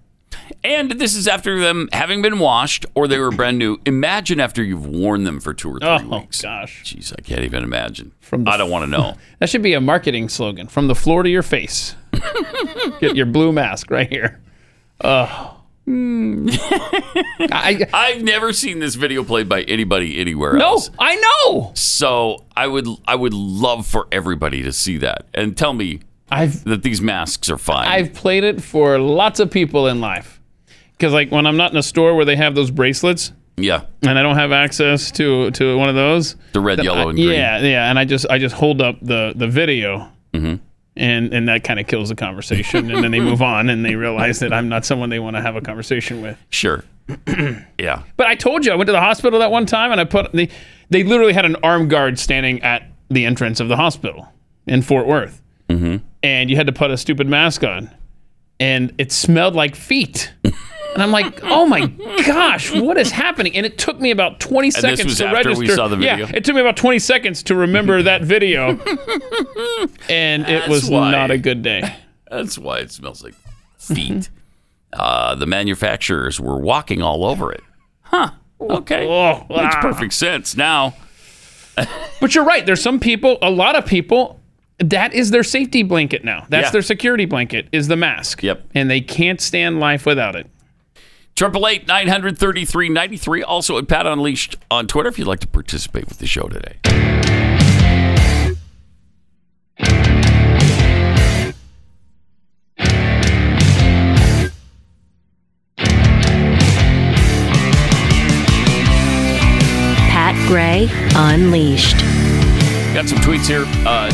[SPEAKER 2] this is after them having been washed or they were brand new. Imagine after you've worn them for two or three
[SPEAKER 3] Oh
[SPEAKER 2] weeks.
[SPEAKER 3] gosh,
[SPEAKER 2] Jeez, I can't even imagine.
[SPEAKER 3] From the
[SPEAKER 2] I don't want to know.
[SPEAKER 3] that should be a marketing slogan: "From the floor to your face." Get your blue mask right here.
[SPEAKER 2] Hmm.
[SPEAKER 3] Oh. I,
[SPEAKER 2] I've never seen this video played by anybody anywhere
[SPEAKER 3] no,
[SPEAKER 2] else.
[SPEAKER 3] I know.
[SPEAKER 2] So I would I would love for everybody to see that and tell me
[SPEAKER 3] I've
[SPEAKER 2] that these masks are fine.
[SPEAKER 3] I've played it for lots of people in life. Because like when I'm not in a store where they have those bracelets
[SPEAKER 2] yeah,
[SPEAKER 3] and I don't have access to to one of those.
[SPEAKER 2] the red,
[SPEAKER 3] then
[SPEAKER 2] yellow,
[SPEAKER 3] I-
[SPEAKER 2] and green.
[SPEAKER 3] Yeah, yeah, and I just I just hold up the the video.
[SPEAKER 2] Mm-hmm.
[SPEAKER 3] And, and that kind of kills the conversation, and then they move on, and they realize that I'm not someone they want to have a conversation with.
[SPEAKER 2] Sure. yeah.
[SPEAKER 3] But I told you I went to the hospital that one time, and I put they they literally had an armed guard standing at the entrance of the hospital in Fort Worth,
[SPEAKER 2] Mm-hmm.
[SPEAKER 3] and you had to put a stupid mask on, and it smelled like feet. And I'm like, oh my gosh, what is happening? And it took me about 20 seconds
[SPEAKER 2] was
[SPEAKER 3] to
[SPEAKER 2] after we
[SPEAKER 3] register.
[SPEAKER 2] saw the video?
[SPEAKER 3] Yeah, it took me about 20 seconds to remember that video, and it was
[SPEAKER 2] why.
[SPEAKER 3] not a good day.
[SPEAKER 2] That's why it smells like
[SPEAKER 3] Mm-hmm.
[SPEAKER 2] feet. uh, the manufacturers were walking all over it. Huh. Okay.
[SPEAKER 3] Oh,
[SPEAKER 2] Makes
[SPEAKER 3] ah.
[SPEAKER 2] perfect sense now.
[SPEAKER 3] But you're right. There's some people, a lot of people, that is their safety blanket now. That's
[SPEAKER 2] Yeah.
[SPEAKER 3] their security blanket is the mask.
[SPEAKER 2] Yep.
[SPEAKER 3] And they can't stand life without it.
[SPEAKER 2] Triple eight nine hundred thirty three ninety three. Also at Pat Unleashed on Twitter if you'd like to participate with the show today.
[SPEAKER 1] Pat Gray Unleashed.
[SPEAKER 2] Got some tweets here. Uh,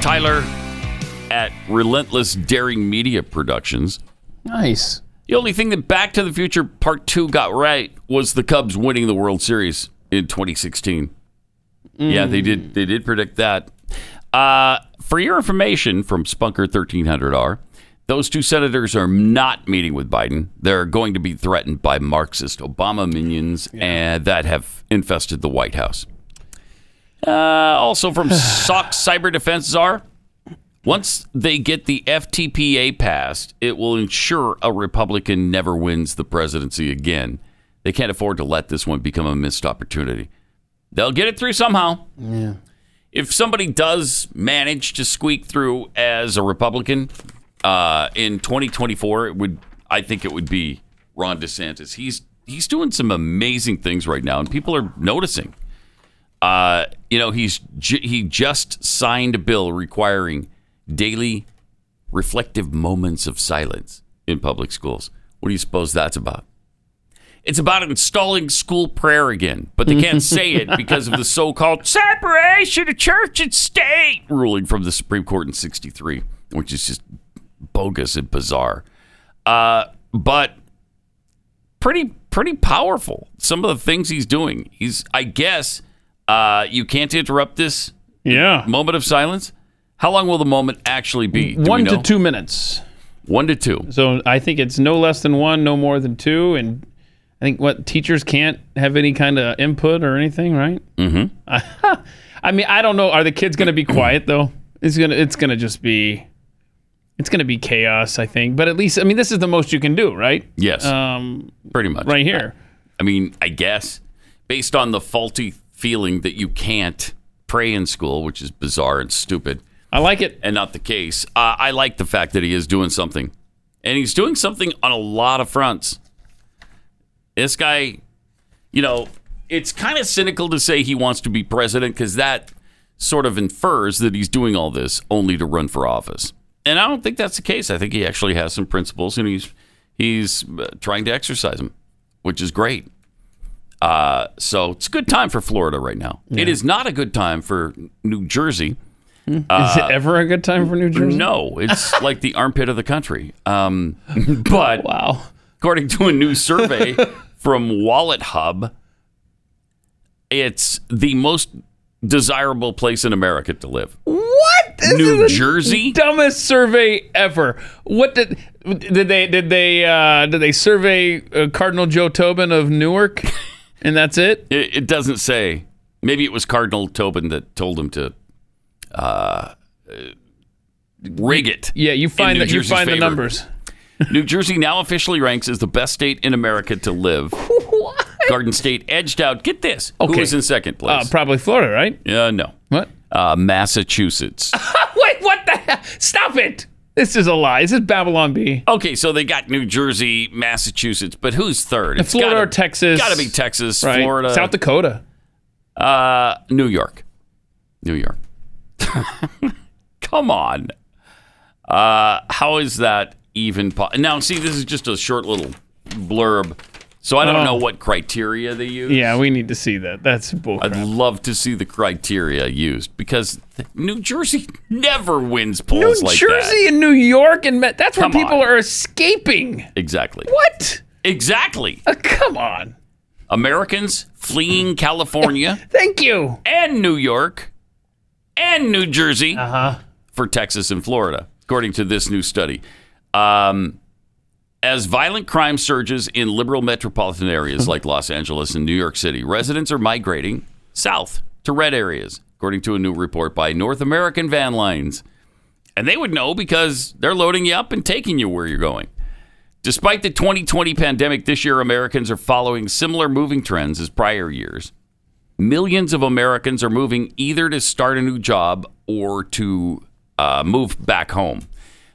[SPEAKER 2] Tyler at Relentless Daring Media Productions
[SPEAKER 3] Nice.
[SPEAKER 2] The only thing that Back to the Future Part 2 got right was the Cubs winning the World Series in 2016. Yeah, they did they did predict that. Uh, for your information from Spunker 1300R, those two senators are not meeting with Biden. They're going to be threatened by Marxist Obama minions and that have infested the White House. Uh, also from Sock Cyber Defense Czar, once they get the FTPA passed, it will ensure a Republican never wins the presidency again. They can't afford to let this one become a missed opportunity. They'll get it through somehow. If somebody does manage to squeak through as a Republican uh, in 2024, it would I think it would be Ron DeSantis. He's he's doing some amazing things right now, and people are noticing. Uh, you know, he's ju- he just signed a bill requiring daily reflective moments of silence in public schools. What do you suppose that's about? It's about installing school prayer again, but they can't say it because of the so-called separation of church and state ruling from the Supreme Court in '63, which is just bogus and bizarre. Uh, but pretty pretty powerful. Some of the things he's doing. He's I guess uh, you can't interrupt this
[SPEAKER 3] Yeah.
[SPEAKER 2] moment of silence. How long will the moment actually be? Do we
[SPEAKER 3] One to
[SPEAKER 2] know?
[SPEAKER 3] two minutes.
[SPEAKER 2] One to two.
[SPEAKER 3] So I think it's no less than one, no more than two, and I think what teachers can't have any kind of input or anything, right? Mm-hmm. I mean, I don't know. Are the kids going to be quiet though? It's gonna it's gonna just be it's gonna be chaos, I think. But at least I mean, this is the most you can do, right?
[SPEAKER 2] Yes,
[SPEAKER 3] Um,
[SPEAKER 2] pretty much.
[SPEAKER 3] right here.
[SPEAKER 2] I mean, I guess based on the faulty feeling that you can't pray in school, which is bizarre and stupid
[SPEAKER 3] I like it.
[SPEAKER 2] and not the case. Uh, I like the fact that he is doing something, and he's doing something on a lot of fronts. This guy, you know, it's kind of cynical to say he wants to be president because that sort of infers that he's doing all this only to run for office. And I don't think that's the case. I think he actually has some principles, and he's he's uh, trying to exercise them, which is great. Uh, so it's a good time for Florida right now. It is not a good time for New Jersey.
[SPEAKER 3] Is it ever a good time for New Jersey?
[SPEAKER 2] Uh, No, it's like the armpit of the country. Um, but
[SPEAKER 3] Wow.
[SPEAKER 2] according to a new survey from Wallet Hub, it's the most desirable place in America to live.
[SPEAKER 3] What? This
[SPEAKER 2] New
[SPEAKER 3] the
[SPEAKER 2] Jersey?
[SPEAKER 3] Dumbest survey ever. What did did they did they uh, did they survey uh, Cardinal Joe Tobin of Newark, and that's it?
[SPEAKER 2] It, it doesn't say. Maybe it was Cardinal Tobin that told him to uh, rig it.
[SPEAKER 3] Yeah, you find
[SPEAKER 2] New
[SPEAKER 3] that you
[SPEAKER 2] Jersey's
[SPEAKER 3] find the
[SPEAKER 2] favor.
[SPEAKER 3] numbers.
[SPEAKER 2] New Jersey now officially ranks as the best state in America to live. Garden State edged out. Get this. Who
[SPEAKER 3] Okay.
[SPEAKER 2] was in second
[SPEAKER 3] Uh,
[SPEAKER 2] place?
[SPEAKER 3] probably Florida, right?
[SPEAKER 2] uh, no.
[SPEAKER 3] What?
[SPEAKER 2] Uh, Massachusetts.
[SPEAKER 3] Wait, what the hell? Stop it! This is a lie. This is Babylon B.
[SPEAKER 2] Okay, so they got New Jersey, Massachusetts, but who's third? It's
[SPEAKER 3] Florida
[SPEAKER 2] gotta,
[SPEAKER 3] or Texas?
[SPEAKER 2] Got to be Texas,
[SPEAKER 3] Right.
[SPEAKER 2] Florida,
[SPEAKER 3] South Dakota.
[SPEAKER 2] uh, New York, New York. Come on, uh, how is that even? Po- now, see, this is just a short little blurb, so I don't
[SPEAKER 3] Oh.
[SPEAKER 2] know what criteria they use.
[SPEAKER 3] Yeah, we need to see that. That's
[SPEAKER 2] I'd
[SPEAKER 3] bullcrap.
[SPEAKER 2] love to see the criteria used because th- New Jersey never wins
[SPEAKER 3] New
[SPEAKER 2] polls like
[SPEAKER 3] Jersey and New York, and Ma- that's where
[SPEAKER 2] Come
[SPEAKER 3] people
[SPEAKER 2] on.
[SPEAKER 3] are escaping.
[SPEAKER 2] that. Exactly.
[SPEAKER 3] What?
[SPEAKER 2] Exactly.
[SPEAKER 3] Uh, come on.
[SPEAKER 2] Americans fleeing California.
[SPEAKER 3] Thank you.
[SPEAKER 2] and New York and New Jersey for Texas and Florida, according to this new study. Um, as violent crime surges in liberal metropolitan areas like Los Angeles and New York City, residents are migrating south to red areas, according to a new report by North American Van Lines. And they would know because they're loading you up and taking you where you're going. Despite the 2020 pandemic, this year Americans are following similar moving trends as prior years. Millions of Americans are moving either to start a new job or to uh, move back home.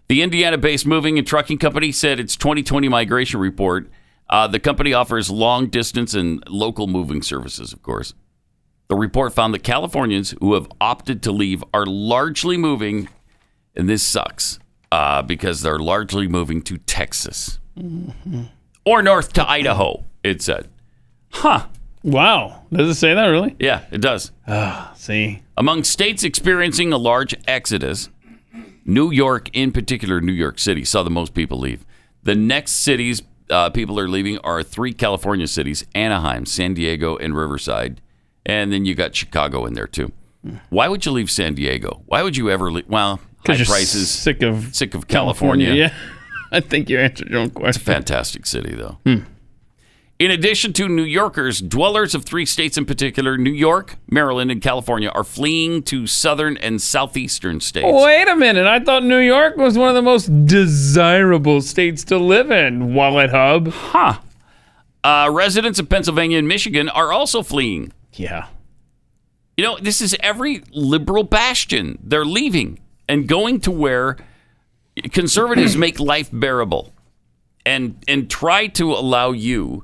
[SPEAKER 2] The Indiana based moving and trucking company said its 2020 migration report. Uh, the company offers long distance and local moving services, of course. The report found that Californians who have opted to leave are largely moving, and this sucks uh, because they're largely moving to Texas or north to Idaho, it said. Huh.
[SPEAKER 3] Wow. Does it say that really?
[SPEAKER 2] Yeah, it does.
[SPEAKER 3] See.
[SPEAKER 2] Among states experiencing a large exodus, New York, in particular, New York City, saw the most people leave. The next cities uh, people are leaving are three California cities Anaheim, San Diego, and Riverside. And then you got Chicago in there too. Why would you leave San Diego? Why would you ever leave? Well, high
[SPEAKER 3] you're
[SPEAKER 2] prices.
[SPEAKER 3] sick of
[SPEAKER 2] sick of California.
[SPEAKER 3] Yeah, I think you answered your own question.
[SPEAKER 2] Fantastic city, though. In addition to New Yorkers, dwellers of three states in particular, New York, Maryland, and California, are fleeing to southern and southeastern states.
[SPEAKER 3] Wait a minute. I thought New York was one of the most desirable states to live in. Wallet hub.
[SPEAKER 2] Huh. Uh, residents of Pennsylvania and Michigan are also fleeing.
[SPEAKER 3] Yeah.
[SPEAKER 2] You know, this is every liberal bastion. They're leaving and going to where conservatives make life bearable and and try to allow you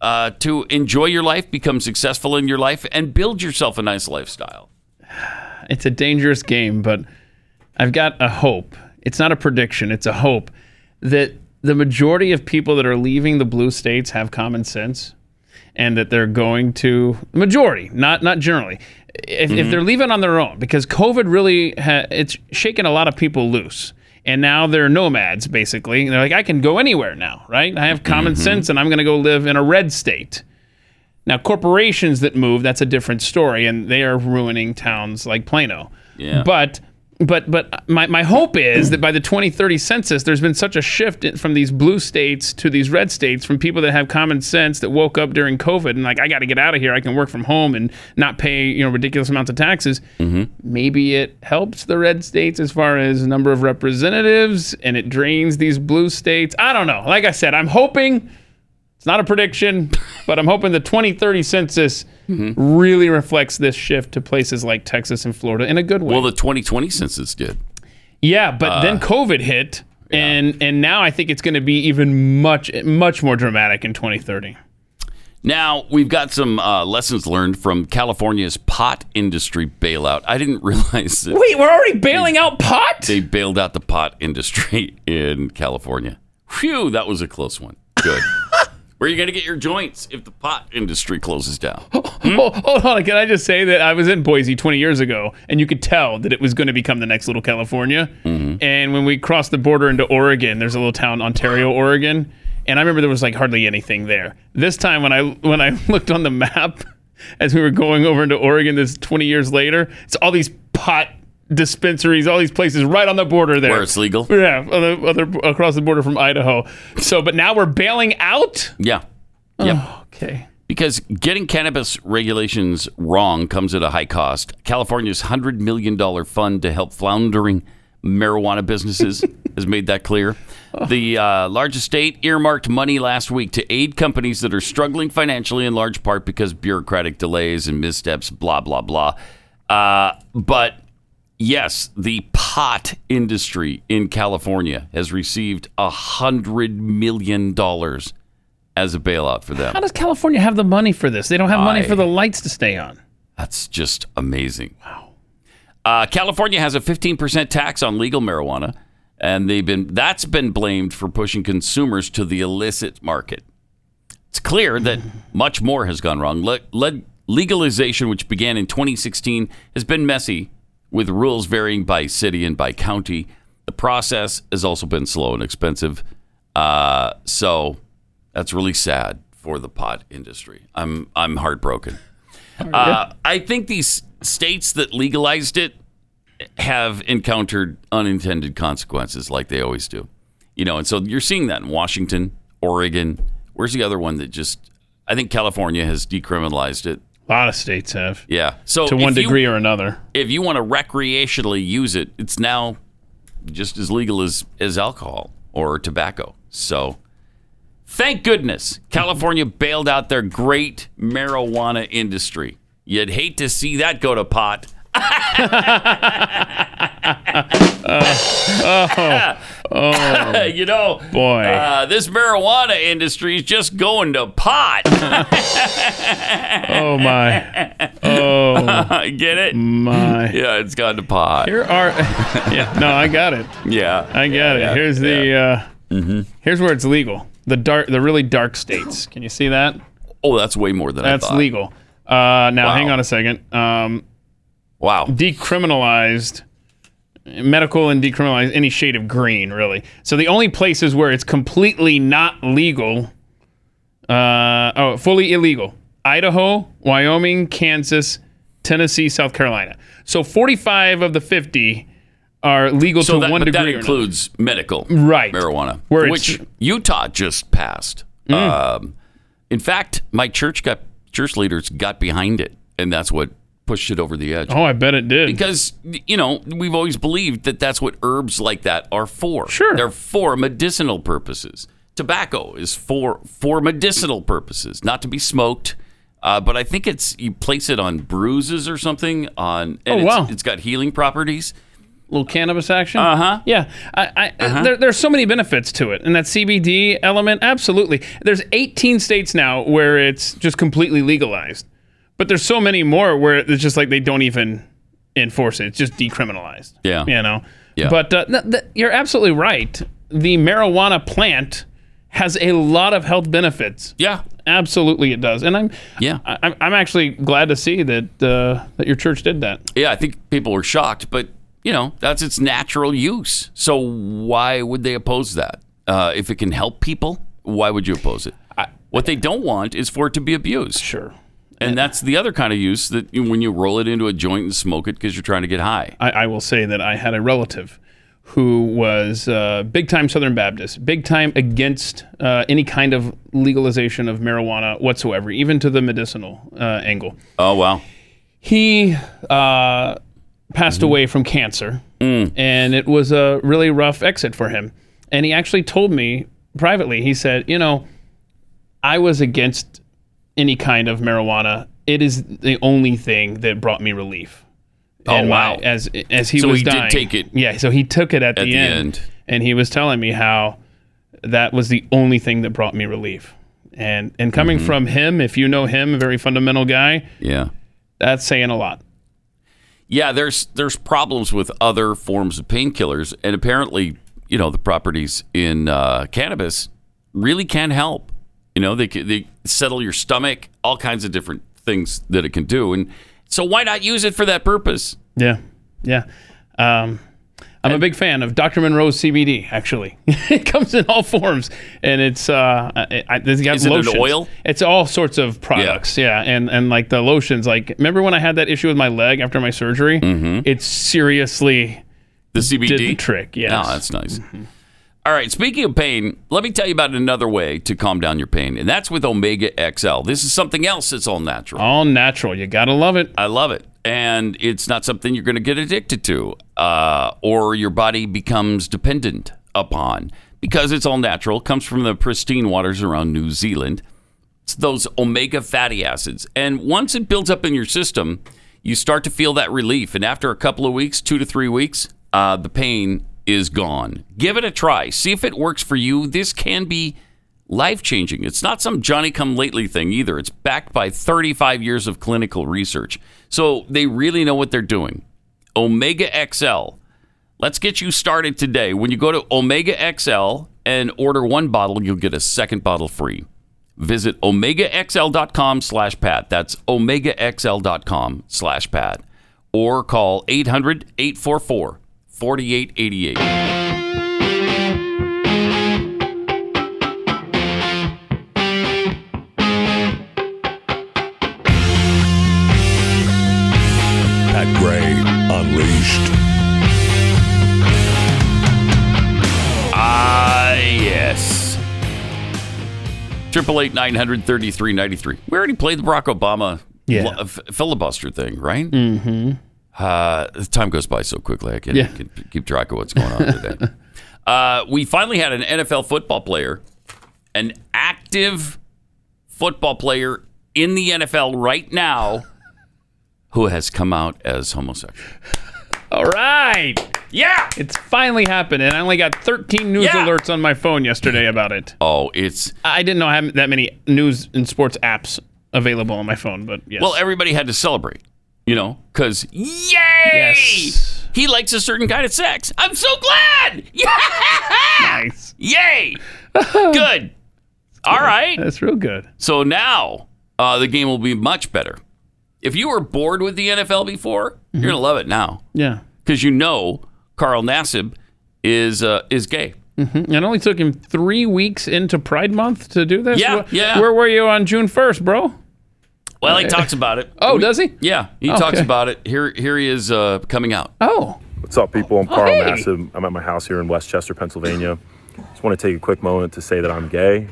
[SPEAKER 2] uh, to enjoy your life, become successful in your life, and build yourself a nice lifestyle.
[SPEAKER 3] It's a dangerous game, but I've got a hope. It's not a prediction, it's a hope that the majority of people that are leaving the blue states have common sense and that they're going to the majority, not not generally. If, if they're leaving on their own, because COVID really ha, it's shaken a lot of people loose, and now they're nomads basically. And they're like, I can go anywhere now, right? I have common sense, and I'm going to go live in a red state. Now, corporations that move, that's a different story, and they are ruining towns like Plano.
[SPEAKER 2] Yeah.
[SPEAKER 3] But but but my, my hope is that by the 2030 census, there's been such a shift in- from these blue states to these red states from people that have common sense that woke up during COVID and like I got to get out of here. I can work from home and not pay you know ridiculous amounts of taxes. Maybe it helps the red states as far as number of representatives, and it drains these blue states. I don't know. Like I said, I'm hoping. It's not a prediction, but I'm hoping the 2030 census really reflects this shift to places like Texas and Florida in a good way.
[SPEAKER 2] Well, the 2020 census did.
[SPEAKER 3] yeah, but then COVID hit, and and now I think it's going to be even much much more dramatic in 2030.
[SPEAKER 2] Now, we've got some uh, lessons learned from California's pot industry bailout. I didn't realize that
[SPEAKER 3] Wait, we're already bailing out pot.
[SPEAKER 2] they bailed out the pot industry in California. Phew, that was a close one. Good. Where are you going to get your joints if the pot industry closes down?
[SPEAKER 3] Oh, hold on, can I just say that I was in Boise 20 years ago, and you could tell that it was going to become the next little California.
[SPEAKER 2] Mm-hmm.
[SPEAKER 3] And when we crossed the border into Oregon, there's a little town, Ontario, Oregon, and I remember there was like hardly anything there. This time, when I when I looked on the map as we were going over into Oregon, this 20 years later, it's all these pot dispensaries, all these places right on the border there.
[SPEAKER 2] Where it's legal?
[SPEAKER 3] yeah, other, other, across the border from Idaho. So, but now we're bailing out.
[SPEAKER 2] Yeah. Yeah.
[SPEAKER 3] Okay.
[SPEAKER 2] Because getting cannabis regulations wrong comes at a high cost. California's $100 million fund to help floundering marijuana businesses has made that clear. The uh, largest state earmarked money last week to aid companies that are struggling financially in large part because bureaucratic delays and missteps, blah, blah, blah. Uh, but yes, the pot industry in California has received $100 million as a bailout for them.
[SPEAKER 3] How does California have the money for this? They don't have money for the lights to stay on.
[SPEAKER 2] That's just amazing. Wow. Uh, California has a 15% tax on legal marijuana, and they've been that's been blamed for pushing consumers to the illicit market. It's clear that much more has gone wrong. Le- le- legalization, which began in 2016, has been messy, with rules varying by city and by county. The process has also been slow and expensive. Uh, so that's really sad for the pot industry. I'm I'm heartbroken. Uh, I think these states that legalized it have encountered unintended consequences, like they always do. You know, and so you're seeing that in Washington, Oregon. Where's the other one that just? I think California has decriminalized it.
[SPEAKER 3] A lot of states have,
[SPEAKER 2] Yeah. So
[SPEAKER 3] to one
[SPEAKER 2] Oh, if you-
[SPEAKER 3] degree or another.
[SPEAKER 2] if you want to recreationally use it, it's now just as legal as, as alcohol or tobacco. So thank goodness California bailed out their great marijuana industry. You'd hate to see that go to pot. you know,
[SPEAKER 3] Oh. Boy.
[SPEAKER 2] uh, this marijuana industry is just going to pot.
[SPEAKER 3] oh my, Oh
[SPEAKER 2] Get it?
[SPEAKER 3] my.
[SPEAKER 2] Yeah, it's gone to pot.
[SPEAKER 3] Mm. Here are, yeah. No, I got it.
[SPEAKER 2] Yeah.
[SPEAKER 3] I got it.
[SPEAKER 2] yeah, Mm-hmm.
[SPEAKER 3] here's the. Uh, Here's where it's legal. The dark, the really dark states. Can you see that?
[SPEAKER 2] Oh, that's way more than I
[SPEAKER 3] That's
[SPEAKER 2] thought.
[SPEAKER 3] legal. Uh, now,
[SPEAKER 2] Wow.
[SPEAKER 3] hang on a second. Um,
[SPEAKER 2] Wow.
[SPEAKER 3] decriminalized medical and decriminalize any shade of green, really. So the only places where it's completely not legal, uh, oh, fully illegal: Idaho, Wyoming, Kansas, Tennessee, South Carolina. So 45 of the 50 are legal
[SPEAKER 2] So
[SPEAKER 3] to
[SPEAKER 2] that,
[SPEAKER 3] one
[SPEAKER 2] but
[SPEAKER 3] degree.
[SPEAKER 2] that
[SPEAKER 3] or another.
[SPEAKER 2] includes medical
[SPEAKER 3] Right.
[SPEAKER 2] marijuana,
[SPEAKER 3] Where it's- Mm.
[SPEAKER 2] which Utah just passed. Um, in fact, my church got church leaders got behind it, and that's what pushed it over the edge.
[SPEAKER 3] Oh, I bet it did.
[SPEAKER 2] Because you know we've always believed that that's what herbs like that are for.
[SPEAKER 3] Sure.
[SPEAKER 2] they're for medicinal purposes. Tobacco is for for medicinal purposes, not to be smoked. Uh, but I think it's you place it on bruises or something on. And
[SPEAKER 3] Oh,
[SPEAKER 2] it's-
[SPEAKER 3] wow.
[SPEAKER 2] it's got healing properties.
[SPEAKER 3] little cannabis action.
[SPEAKER 2] Uh-huh.
[SPEAKER 3] Uh huh. Yeah. I, I, There, there's so many benefits to it, and that CBD element, absolutely. There's 18 states now where it's just completely legalized, but there's so many more where it's just like they don't even enforce it. It's just decriminalized.
[SPEAKER 2] Yeah.
[SPEAKER 3] You know.
[SPEAKER 2] Yeah.
[SPEAKER 3] But uh, th- th- you're absolutely right. The marijuana plant has a lot of health benefits.
[SPEAKER 2] Yeah,
[SPEAKER 3] Absolutely, it does, and I'm
[SPEAKER 2] Yeah.
[SPEAKER 3] I, I'm- I'm actually glad to see that uh, that your church did that.
[SPEAKER 2] Yeah, I think people were shocked, but you know that's its natural use. So why would they oppose that? Uh, if it can help people, why would you oppose it? what they don't want is for it to be abused,
[SPEAKER 3] Sure.
[SPEAKER 2] and that's the other kind of use that you, when you roll it into a joint and smoke it because you're trying to get high.
[SPEAKER 3] I, I will say that I had a relative who was uh, big time Southern Baptist, big time against uh, any kind of legalization of marijuana whatsoever, even to the medicinal uh, angle.
[SPEAKER 2] Oh wow,
[SPEAKER 3] He uh,
[SPEAKER 2] Mm-hmm.
[SPEAKER 3] passed away from cancer,
[SPEAKER 2] Mm.
[SPEAKER 3] and it was a really rough exit for him. And he actually told me privately, he said, You know, I was against any kind of marijuana. It is the only thing that brought me relief.
[SPEAKER 2] Oh,
[SPEAKER 3] And my-
[SPEAKER 2] wow.
[SPEAKER 3] as as he
[SPEAKER 2] So
[SPEAKER 3] was
[SPEAKER 2] he did
[SPEAKER 3] dying.
[SPEAKER 2] take it
[SPEAKER 3] Yeah, so he took it at,
[SPEAKER 2] at
[SPEAKER 3] the,
[SPEAKER 2] the
[SPEAKER 3] end,
[SPEAKER 2] end.
[SPEAKER 3] and he was telling me how that was the only thing that brought me relief. And
[SPEAKER 2] Mm-hmm.
[SPEAKER 3] and coming from him, if you know him, a very fundamental guy,
[SPEAKER 2] yeah,
[SPEAKER 3] that's saying a lot.
[SPEAKER 2] yeah. There's there's problems with other forms of painkillers, and apparently, you know, the properties in uh, cannabis really can help. You know, they c- they settle your stomach, all kinds of different things that it can do, and so why not use it for that purpose?
[SPEAKER 3] Yeah, yeah. Um, I'm a big fan of Dr. Monroe's CBD. Actually, it comes in all forms, and it's uh, I, I, it's got
[SPEAKER 2] Is it an
[SPEAKER 3] lotions.
[SPEAKER 2] oil?
[SPEAKER 3] It's all sorts of products. Yeah. and and like the lotions. Like, remember when I had that issue with my leg after my surgery?
[SPEAKER 2] Mm-hmm.
[SPEAKER 3] It seriously
[SPEAKER 2] The CBD
[SPEAKER 3] did the trick. Yes.
[SPEAKER 2] No, that's nice. All right. Speaking of pain, let me tell you about another way to calm down your pain, and that's with Omega XL. This is something else that's all natural.
[SPEAKER 3] all natural. You gotta love it.
[SPEAKER 2] I love it. And it's not something you're going to get addicted to uh, or your body becomes dependent upon because it's all natural, comes from the pristine waters around New Zealand. It's those omega fatty acids. And once it builds up in your system, you start to feel that relief. And after a couple of weeks, two to three weeks, uh, the pain is gone. Give it a try. See if it works for you. This can be life changing. It's not some Johnny come lately thing either. It's backed by 35 years of clinical research. So they really know what they're doing. Omega XL. Let's get you started today. When you go to Omega XL and order one bottle, you'll get a second bottle free. Visit omegaxl.com slash Pat. That's omegaxl.com slash Pat. Or call 800 844 4888.
[SPEAKER 6] Pat Gray Unleashed.
[SPEAKER 2] Ah, yes. Triple eight nine hundred thirty three ninety three. We already played the Barack Obama
[SPEAKER 3] Yeah.
[SPEAKER 2] lo- f- filibuster thing, right? Mm-hmm. Uh, the time goes by so quickly. I can't
[SPEAKER 3] Yeah.
[SPEAKER 2] can keep track of what's going on today. uh, we finally had an NFL football player, an active football player in the NFL right now, who has come out as homosexual.
[SPEAKER 3] All right,
[SPEAKER 2] Yeah.
[SPEAKER 3] it's finally happened, and I only got 13 news
[SPEAKER 2] Yeah.
[SPEAKER 3] alerts on my phone yesterday about it.
[SPEAKER 2] Oh, it's
[SPEAKER 3] I didn't know I had that many news and sports apps available on my phone, but yes.
[SPEAKER 2] Well, everybody had to celebrate, you know, because yay!
[SPEAKER 3] Yes.
[SPEAKER 2] He likes a certain kind of sex. I'm so glad! Yeah!
[SPEAKER 3] nice.
[SPEAKER 2] Yay! Good. All right.
[SPEAKER 3] That's real good.
[SPEAKER 2] So now uh, the game will be much better. If you were bored with the NFL before, you're going to love it now
[SPEAKER 3] Yeah.
[SPEAKER 2] because you know Carl Nassib is uh, is gay.
[SPEAKER 3] It only took him three weeks into Pride Month to do this.
[SPEAKER 2] Yeah,
[SPEAKER 3] Wh-
[SPEAKER 2] yeah.
[SPEAKER 3] Where were you on June first, bro?
[SPEAKER 2] Well, he talks about it.
[SPEAKER 3] Oh, does he?
[SPEAKER 2] Yeah, he talks
[SPEAKER 3] Okay.
[SPEAKER 2] about it. Here, here he is uh, coming out.
[SPEAKER 3] Oh,
[SPEAKER 7] What's up, people? I'm Carl
[SPEAKER 3] hey.
[SPEAKER 7] Nassib. I'm at my house here in Westchester, Pennsylvania. Just want to take a quick moment to say that I'm gay.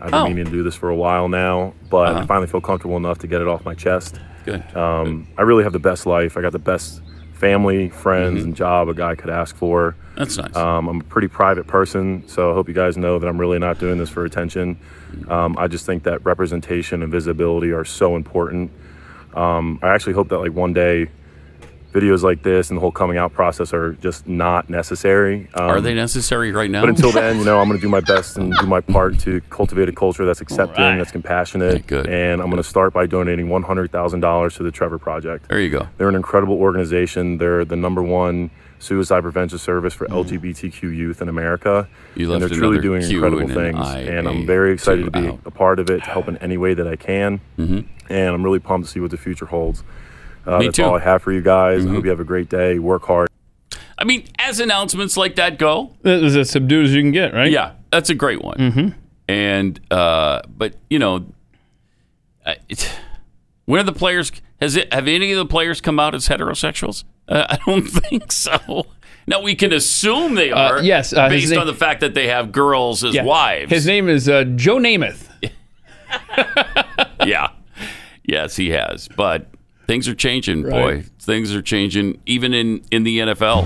[SPEAKER 7] I've been
[SPEAKER 2] Oh. Uh-huh.
[SPEAKER 7] meaning to do this for a while now, but I finally feel comfortable enough to get it off my chest.
[SPEAKER 2] Good.
[SPEAKER 7] Um, I really have the best life. I got the best family, friends,
[SPEAKER 2] Mm-hmm.
[SPEAKER 7] and job a guy could ask for.
[SPEAKER 2] That's nice.
[SPEAKER 3] Uh,
[SPEAKER 7] Um, I'm a pretty private person, so I hope you guys know that I'm really not doing this for attention. Um, I just think that representation and visibility are so important. Um, I actually hope that like one day, videos like this and the whole coming out process are just not necessary. Um,
[SPEAKER 2] Are they necessary right now?
[SPEAKER 7] But until then, you know, I'm going to do my best and do my part to cultivate a culture that's accepting,
[SPEAKER 3] right.
[SPEAKER 7] that's compassionate,
[SPEAKER 2] good.
[SPEAKER 7] and I'm going to start by donating $100,000 to the Trevor Project.
[SPEAKER 2] there you go.
[SPEAKER 7] They're an incredible organization. They're the number one suicide prevention service for LGBTQ youth in America.
[SPEAKER 2] Mm-hmm. You
[SPEAKER 7] and
[SPEAKER 2] left
[SPEAKER 7] they're truly
[SPEAKER 2] another
[SPEAKER 7] doing
[SPEAKER 2] Q
[SPEAKER 7] incredible
[SPEAKER 2] and an
[SPEAKER 7] things.
[SPEAKER 2] I
[SPEAKER 7] and
[SPEAKER 2] A
[SPEAKER 7] I'm very excited to be
[SPEAKER 2] out.
[SPEAKER 7] a part of it, to help in any way that I can. And I'm really pumped to see what the future holds. Uh,
[SPEAKER 2] Mm-hmm. Me
[SPEAKER 7] that's
[SPEAKER 2] too. Mm-hmm.
[SPEAKER 7] all I have for you guys. I hope you have a great day. Work hard.
[SPEAKER 2] I mean, as announcements like that go,
[SPEAKER 3] that is as subdued as you can get, right?
[SPEAKER 2] yeah, that's a great one.
[SPEAKER 3] Mm-hmm.
[SPEAKER 2] And uh, but you know, I- it's, when are the players? Has it? Have any of the players come out as heterosexuals? Uh, I don't think so. Now we can assume they are.
[SPEAKER 3] yes, uh, his
[SPEAKER 2] based
[SPEAKER 3] name-
[SPEAKER 2] on the fact that they have girls as
[SPEAKER 3] Yeah.
[SPEAKER 2] wives.
[SPEAKER 3] His name is uh, Joe Namath.
[SPEAKER 2] yeah. Yes, he has. But things are changing, boy.
[SPEAKER 3] Right.
[SPEAKER 2] Things are changing, even in, in the NFL.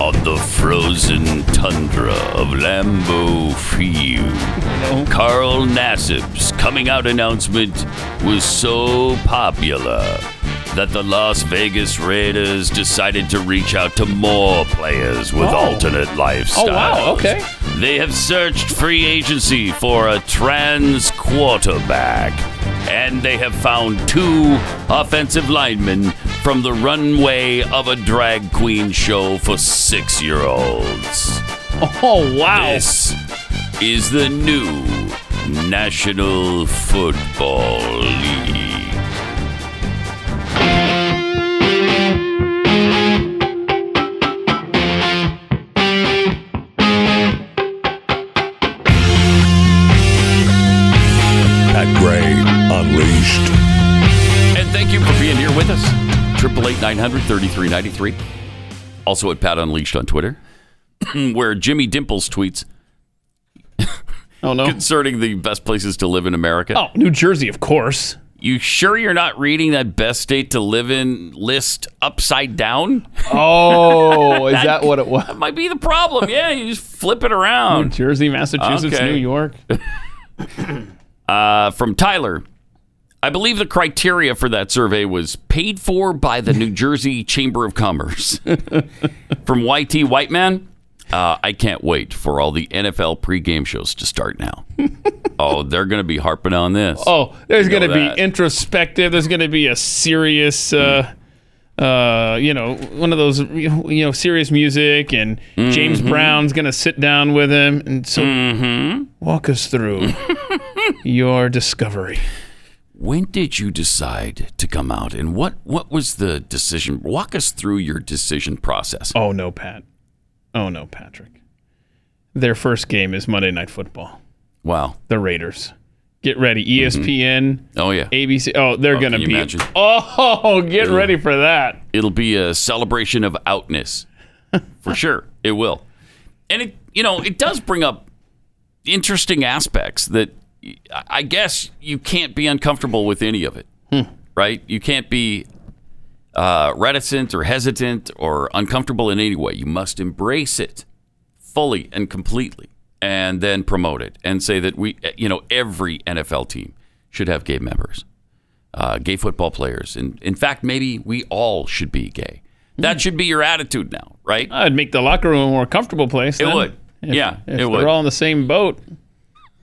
[SPEAKER 2] On the frozen tundra of Lambeau Field, Carl Nassib's coming out announcement was so popular that the Las Vegas Raiders decided to reach out to more players with
[SPEAKER 3] Oh.
[SPEAKER 2] alternate lifestyles.
[SPEAKER 3] Oh, wow, okay.
[SPEAKER 2] They have searched free agency for a trans quarterback, and they have found two offensive linemen from the runway of a drag queen show for six year olds.
[SPEAKER 3] Oh wow!
[SPEAKER 2] This is the new National Football League.
[SPEAKER 6] Pat Gray Unleashed.
[SPEAKER 2] And thank you for being here with us. 888-900-3393. Also at Pat Unleashed on Twitter, where Jimmy Dimples tweets
[SPEAKER 3] Oh no!
[SPEAKER 2] concerning the best places to live in America.
[SPEAKER 3] Oh, New Jersey, of course.
[SPEAKER 2] You sure you're not reading that best state to live in list upside down?
[SPEAKER 3] Oh, is that what it was?
[SPEAKER 2] That might be the problem. Yeah, you just flip it around.
[SPEAKER 3] New Jersey, Massachusetts,
[SPEAKER 2] Okay.
[SPEAKER 3] New York.
[SPEAKER 2] Uh, from Tyler. I believe the criteria for that survey was paid for by the New Jersey Chamber of Commerce. from YT White Man. Uh, I can't wait for all the NFL pregame shows to start now. oh, they're going to be harping on this.
[SPEAKER 3] Oh, there's
[SPEAKER 2] know
[SPEAKER 3] going to
[SPEAKER 2] that.
[SPEAKER 3] be introspective. There's going to be a serious, uh, uh, you know, one of those, you know, serious music. And James
[SPEAKER 2] Mm-hmm.
[SPEAKER 3] Brown's going to sit down with him. And so, walk us through your discovery.
[SPEAKER 2] When did you decide to come out, and what what was the decision? Walk us through your decision process.
[SPEAKER 3] Oh no, Pat. Oh no, Patrick. Their first game is Monday Night Football.
[SPEAKER 2] Wow.
[SPEAKER 3] The Raiders. Get ready, E ESPN,
[SPEAKER 2] Mm-hmm. Oh yeah.
[SPEAKER 3] ABC. Oh, they're going to
[SPEAKER 2] can you
[SPEAKER 3] be.
[SPEAKER 2] imagine?
[SPEAKER 3] Oh, get ready for that.
[SPEAKER 2] it'll be a celebration of outness for sure it will and it you know it does bring up interesting aspects that y- i guess you can't be uncomfortable with any of it right you can't be uh, reticent or hesitant or uncomfortable in any way you must embrace it fully and completely and then promote it and say that we you know every nfl team should have gay members uh, gay football players. And in fact, maybe we all should be gay.
[SPEAKER 3] Hmm.
[SPEAKER 2] That should be your attitude now, right?
[SPEAKER 3] I'd make the locker room a more comfortable place.
[SPEAKER 2] It
[SPEAKER 3] then.
[SPEAKER 2] would. yeah,
[SPEAKER 3] Uh, If
[SPEAKER 2] it
[SPEAKER 3] they're
[SPEAKER 2] would.
[SPEAKER 3] all in the same boat.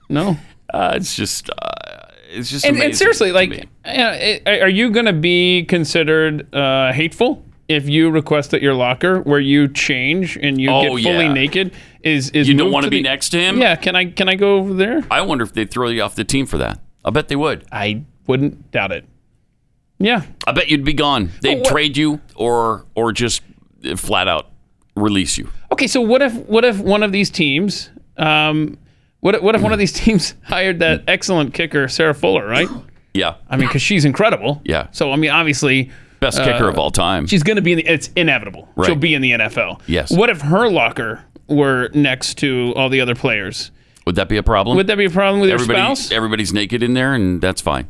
[SPEAKER 3] No.
[SPEAKER 2] uh, it's just, uh, it's just.
[SPEAKER 3] And, and
[SPEAKER 2] amazing
[SPEAKER 3] seriously,
[SPEAKER 2] to
[SPEAKER 3] like,
[SPEAKER 2] me.
[SPEAKER 3] you know, it- are you going to be considered uh, hateful if you request at your locker where you change and you
[SPEAKER 2] Oh,
[SPEAKER 3] get fully
[SPEAKER 2] yeah.
[SPEAKER 3] naked? Is is
[SPEAKER 2] you don't
[SPEAKER 3] moved
[SPEAKER 2] want to be
[SPEAKER 3] the-
[SPEAKER 2] next to him.
[SPEAKER 3] Yeah. Can I can I go over there?
[SPEAKER 2] I wonder if they'd throw you off the team for that. I bet they would.
[SPEAKER 3] I wouldn't doubt it. Yeah.
[SPEAKER 2] I bet you'd be gone. They'd
[SPEAKER 3] what-
[SPEAKER 2] trade you or or just flat out release you.
[SPEAKER 3] Okay, so what if what if one of these teams, um, what if- what if one of these teams hired that excellent kicker Sarah Fuller, right?
[SPEAKER 2] Yeah.
[SPEAKER 3] I mean, because she's incredible.
[SPEAKER 2] Yeah.
[SPEAKER 3] So I mean, obviously,
[SPEAKER 2] Best kicker of all time.
[SPEAKER 3] Uh, she's going to be in the. It's inevitable.
[SPEAKER 2] Right.
[SPEAKER 3] She'll be in the NFL.
[SPEAKER 2] Yes.
[SPEAKER 3] What if her locker were next to all the other players?
[SPEAKER 2] Would that be a problem?
[SPEAKER 3] Would that be a problem with
[SPEAKER 2] Everybody,
[SPEAKER 3] your spouse?
[SPEAKER 2] everybody's naked in there, and that's fine.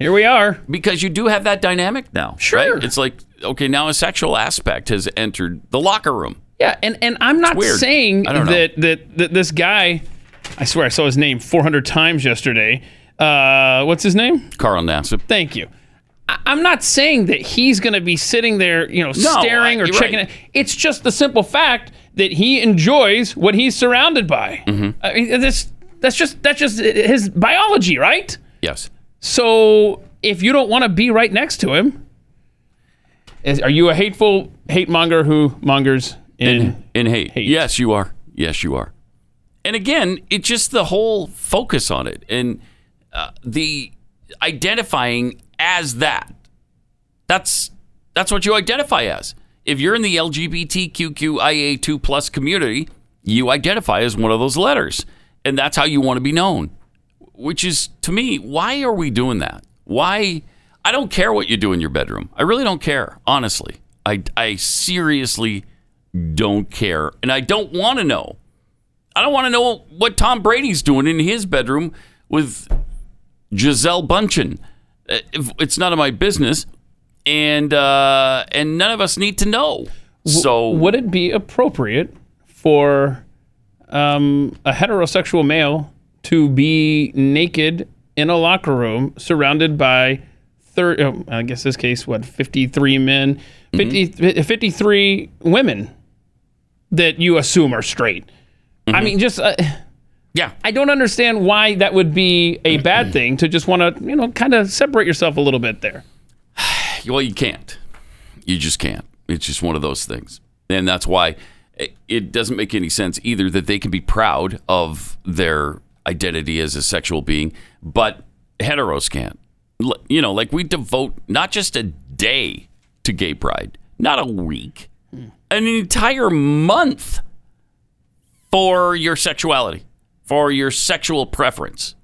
[SPEAKER 3] Here we are.
[SPEAKER 2] because you do have that dynamic now.
[SPEAKER 3] Sure.
[SPEAKER 2] right? It's like, okay, now a sexual aspect has entered the locker room.
[SPEAKER 3] Yeah, and, and I'm not
[SPEAKER 2] weird.
[SPEAKER 3] saying
[SPEAKER 2] I don't know.
[SPEAKER 3] that, that that this guy, I swear I saw his name 400 times yesterday. Uh, what's his name?
[SPEAKER 2] Carl Nassib.
[SPEAKER 3] Thank you. I, I'm not saying that he's going to be sitting there, you know, staring
[SPEAKER 2] I-
[SPEAKER 3] or
[SPEAKER 2] you're
[SPEAKER 3] checking
[SPEAKER 2] right.
[SPEAKER 3] it. It's just the simple fact that he enjoys what he's surrounded by.
[SPEAKER 2] Mm-hmm.
[SPEAKER 3] I mean, that's that's just that's just his biology, right?
[SPEAKER 2] Yes.
[SPEAKER 3] So if you don't want to be right next to him, is, are you a hateful hate monger who mongers in?
[SPEAKER 2] In, in hate. Yes, you are. Yes, you are. And again, it's just the whole focus on it and uh, the identifying as that. That's that's what you identify as. If you're in the LGBTQIA2 plus community, you identify as one of those letters, and that's how you want to be known. Which is to me, why are we doing that? Why? I don't care what you do in your bedroom. I really don't care, honestly. I I seriously don't care, and I don't want to know. I don't want to know what Tom Brady's doing in his bedroom with Giselle Bundchen. Uh, if- It's none of my business, and uh, and none of us need to know. So
[SPEAKER 3] Would it be appropriate for um, a heterosexual male to be naked in a locker room surrounded by third? Oh, I guess this case what fifty three men,
[SPEAKER 2] Mm-hmm.
[SPEAKER 3] 50, 53 women that you assume are straight.
[SPEAKER 2] Mm-hmm.
[SPEAKER 3] I mean, just. Uh,
[SPEAKER 2] yeah,
[SPEAKER 3] I don't understand why that would be a bad thing to just want to, you know, kind of separate yourself a little bit there.
[SPEAKER 2] well, you can't. You just can't. It's just one of those things, and that's why it- it doesn't make any sense either that they can be proud of their identity as a sexual being, but heteros can't. L- You know, like we devote not just a day to gay pride, not a week, an entire month for your sexuality, for your sexual preference.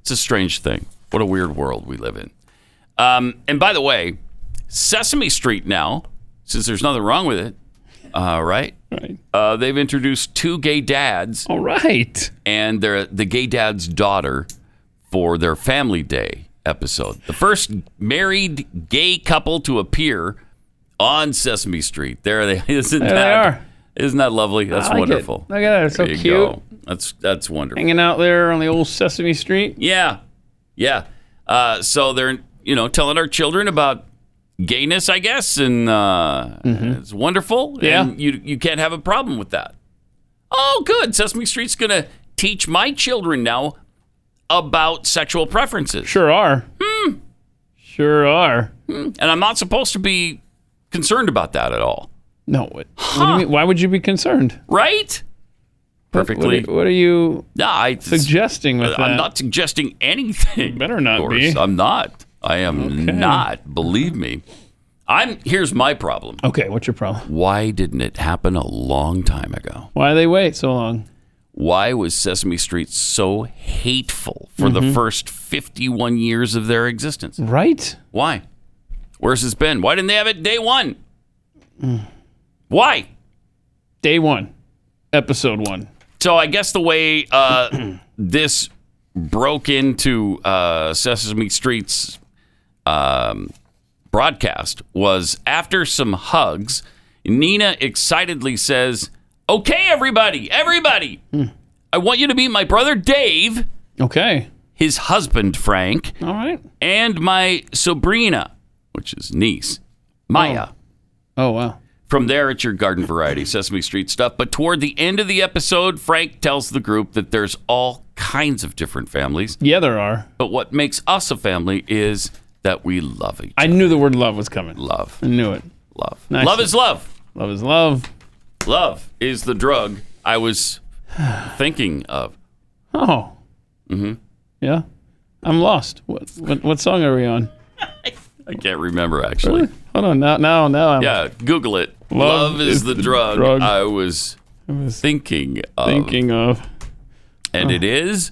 [SPEAKER 2] It's a strange thing. What a weird world we live in. Um, and by the way, Sesame Street now, since there's nothing wrong with it, uh, right?
[SPEAKER 3] Right.
[SPEAKER 2] Uh, they've introduced two gay dads
[SPEAKER 3] All right.
[SPEAKER 2] and their the gay dad's daughter for their family day episode. The first married gay couple to appear on Sesame Street. There they isn't
[SPEAKER 3] they
[SPEAKER 2] that
[SPEAKER 3] are.
[SPEAKER 2] isn't that lovely? That's
[SPEAKER 3] I like it.
[SPEAKER 2] wonderfful.
[SPEAKER 3] Look at that. It's so
[SPEAKER 2] There you
[SPEAKER 3] cute.
[SPEAKER 2] go. That's that's wonderful.
[SPEAKER 3] Hanging out there on the old Sesame Street.
[SPEAKER 2] Yeah, yeah. Uh, so they're you know telling our children about gayness, I guess, and uh, it's wonderful.
[SPEAKER 3] Mm-hmm. Yeah.
[SPEAKER 2] and you you can't have a problem with that. Oh, good. Sesame Street's gonna teach my children now about sexual preferences,
[SPEAKER 3] Sure are. Sure are.
[SPEAKER 2] and I'm not supposed to be concerned about that at all,
[SPEAKER 3] No. What, what do you mean? Why would you be concerned?
[SPEAKER 2] right?
[SPEAKER 3] What- what
[SPEAKER 2] Perfectly.
[SPEAKER 3] are- What, are you
[SPEAKER 2] No, I
[SPEAKER 3] suggesting with that?
[SPEAKER 2] I'm not suggesting anything.
[SPEAKER 3] better not
[SPEAKER 2] of course.
[SPEAKER 3] be.
[SPEAKER 2] I'm not. I am not. Believe me. I'm. Here's my problem.
[SPEAKER 3] Okay. What's your problem?
[SPEAKER 2] why didn't it happen a long time ago?
[SPEAKER 3] Why they wait so long?
[SPEAKER 2] Why was Sesame Street so hateful for
[SPEAKER 3] Mm-hmm.
[SPEAKER 2] the first 51 years of their existence?
[SPEAKER 3] Right.
[SPEAKER 2] Why? Where's this been? Why didn't they have it day one?
[SPEAKER 3] Mm.
[SPEAKER 2] Why?
[SPEAKER 3] Day one, episode one.
[SPEAKER 2] So I guess the way uh, this broke into uh, Sesame Street's um, broadcast was after some hugs, Nina excitedly says, "Okay, everybody, everybody, I want you to meet my brother Dave,
[SPEAKER 3] Okay.
[SPEAKER 2] his husband Frank,
[SPEAKER 3] All right.
[SPEAKER 2] and my Sabrina, which is niece, Maya."
[SPEAKER 3] Oh wow.
[SPEAKER 2] From there, it's your garden variety Sesame Street stuff. But toward the end of the episode, Frank tells the group that there's all kinds of different families.
[SPEAKER 3] Yeah, there are.
[SPEAKER 2] But what makes us a family is that we love each
[SPEAKER 3] I knew the word love was coming.
[SPEAKER 2] Love.
[SPEAKER 3] I knew it.
[SPEAKER 2] Love.
[SPEAKER 3] Nice.
[SPEAKER 2] Love is love.
[SPEAKER 3] Love is love.
[SPEAKER 2] Love is the drug I was thinking of.
[SPEAKER 3] Oh. Mm-hmm. Yeah. I'm lost. What, what what song are we on?
[SPEAKER 2] I can't remember, actually.
[SPEAKER 3] Hold on, now, now, now. I'm
[SPEAKER 2] Yeah, Google it. Love,
[SPEAKER 3] Love
[SPEAKER 2] is, the, drug,
[SPEAKER 3] drug
[SPEAKER 2] I was thinking of.
[SPEAKER 3] thinking of.
[SPEAKER 2] And it is.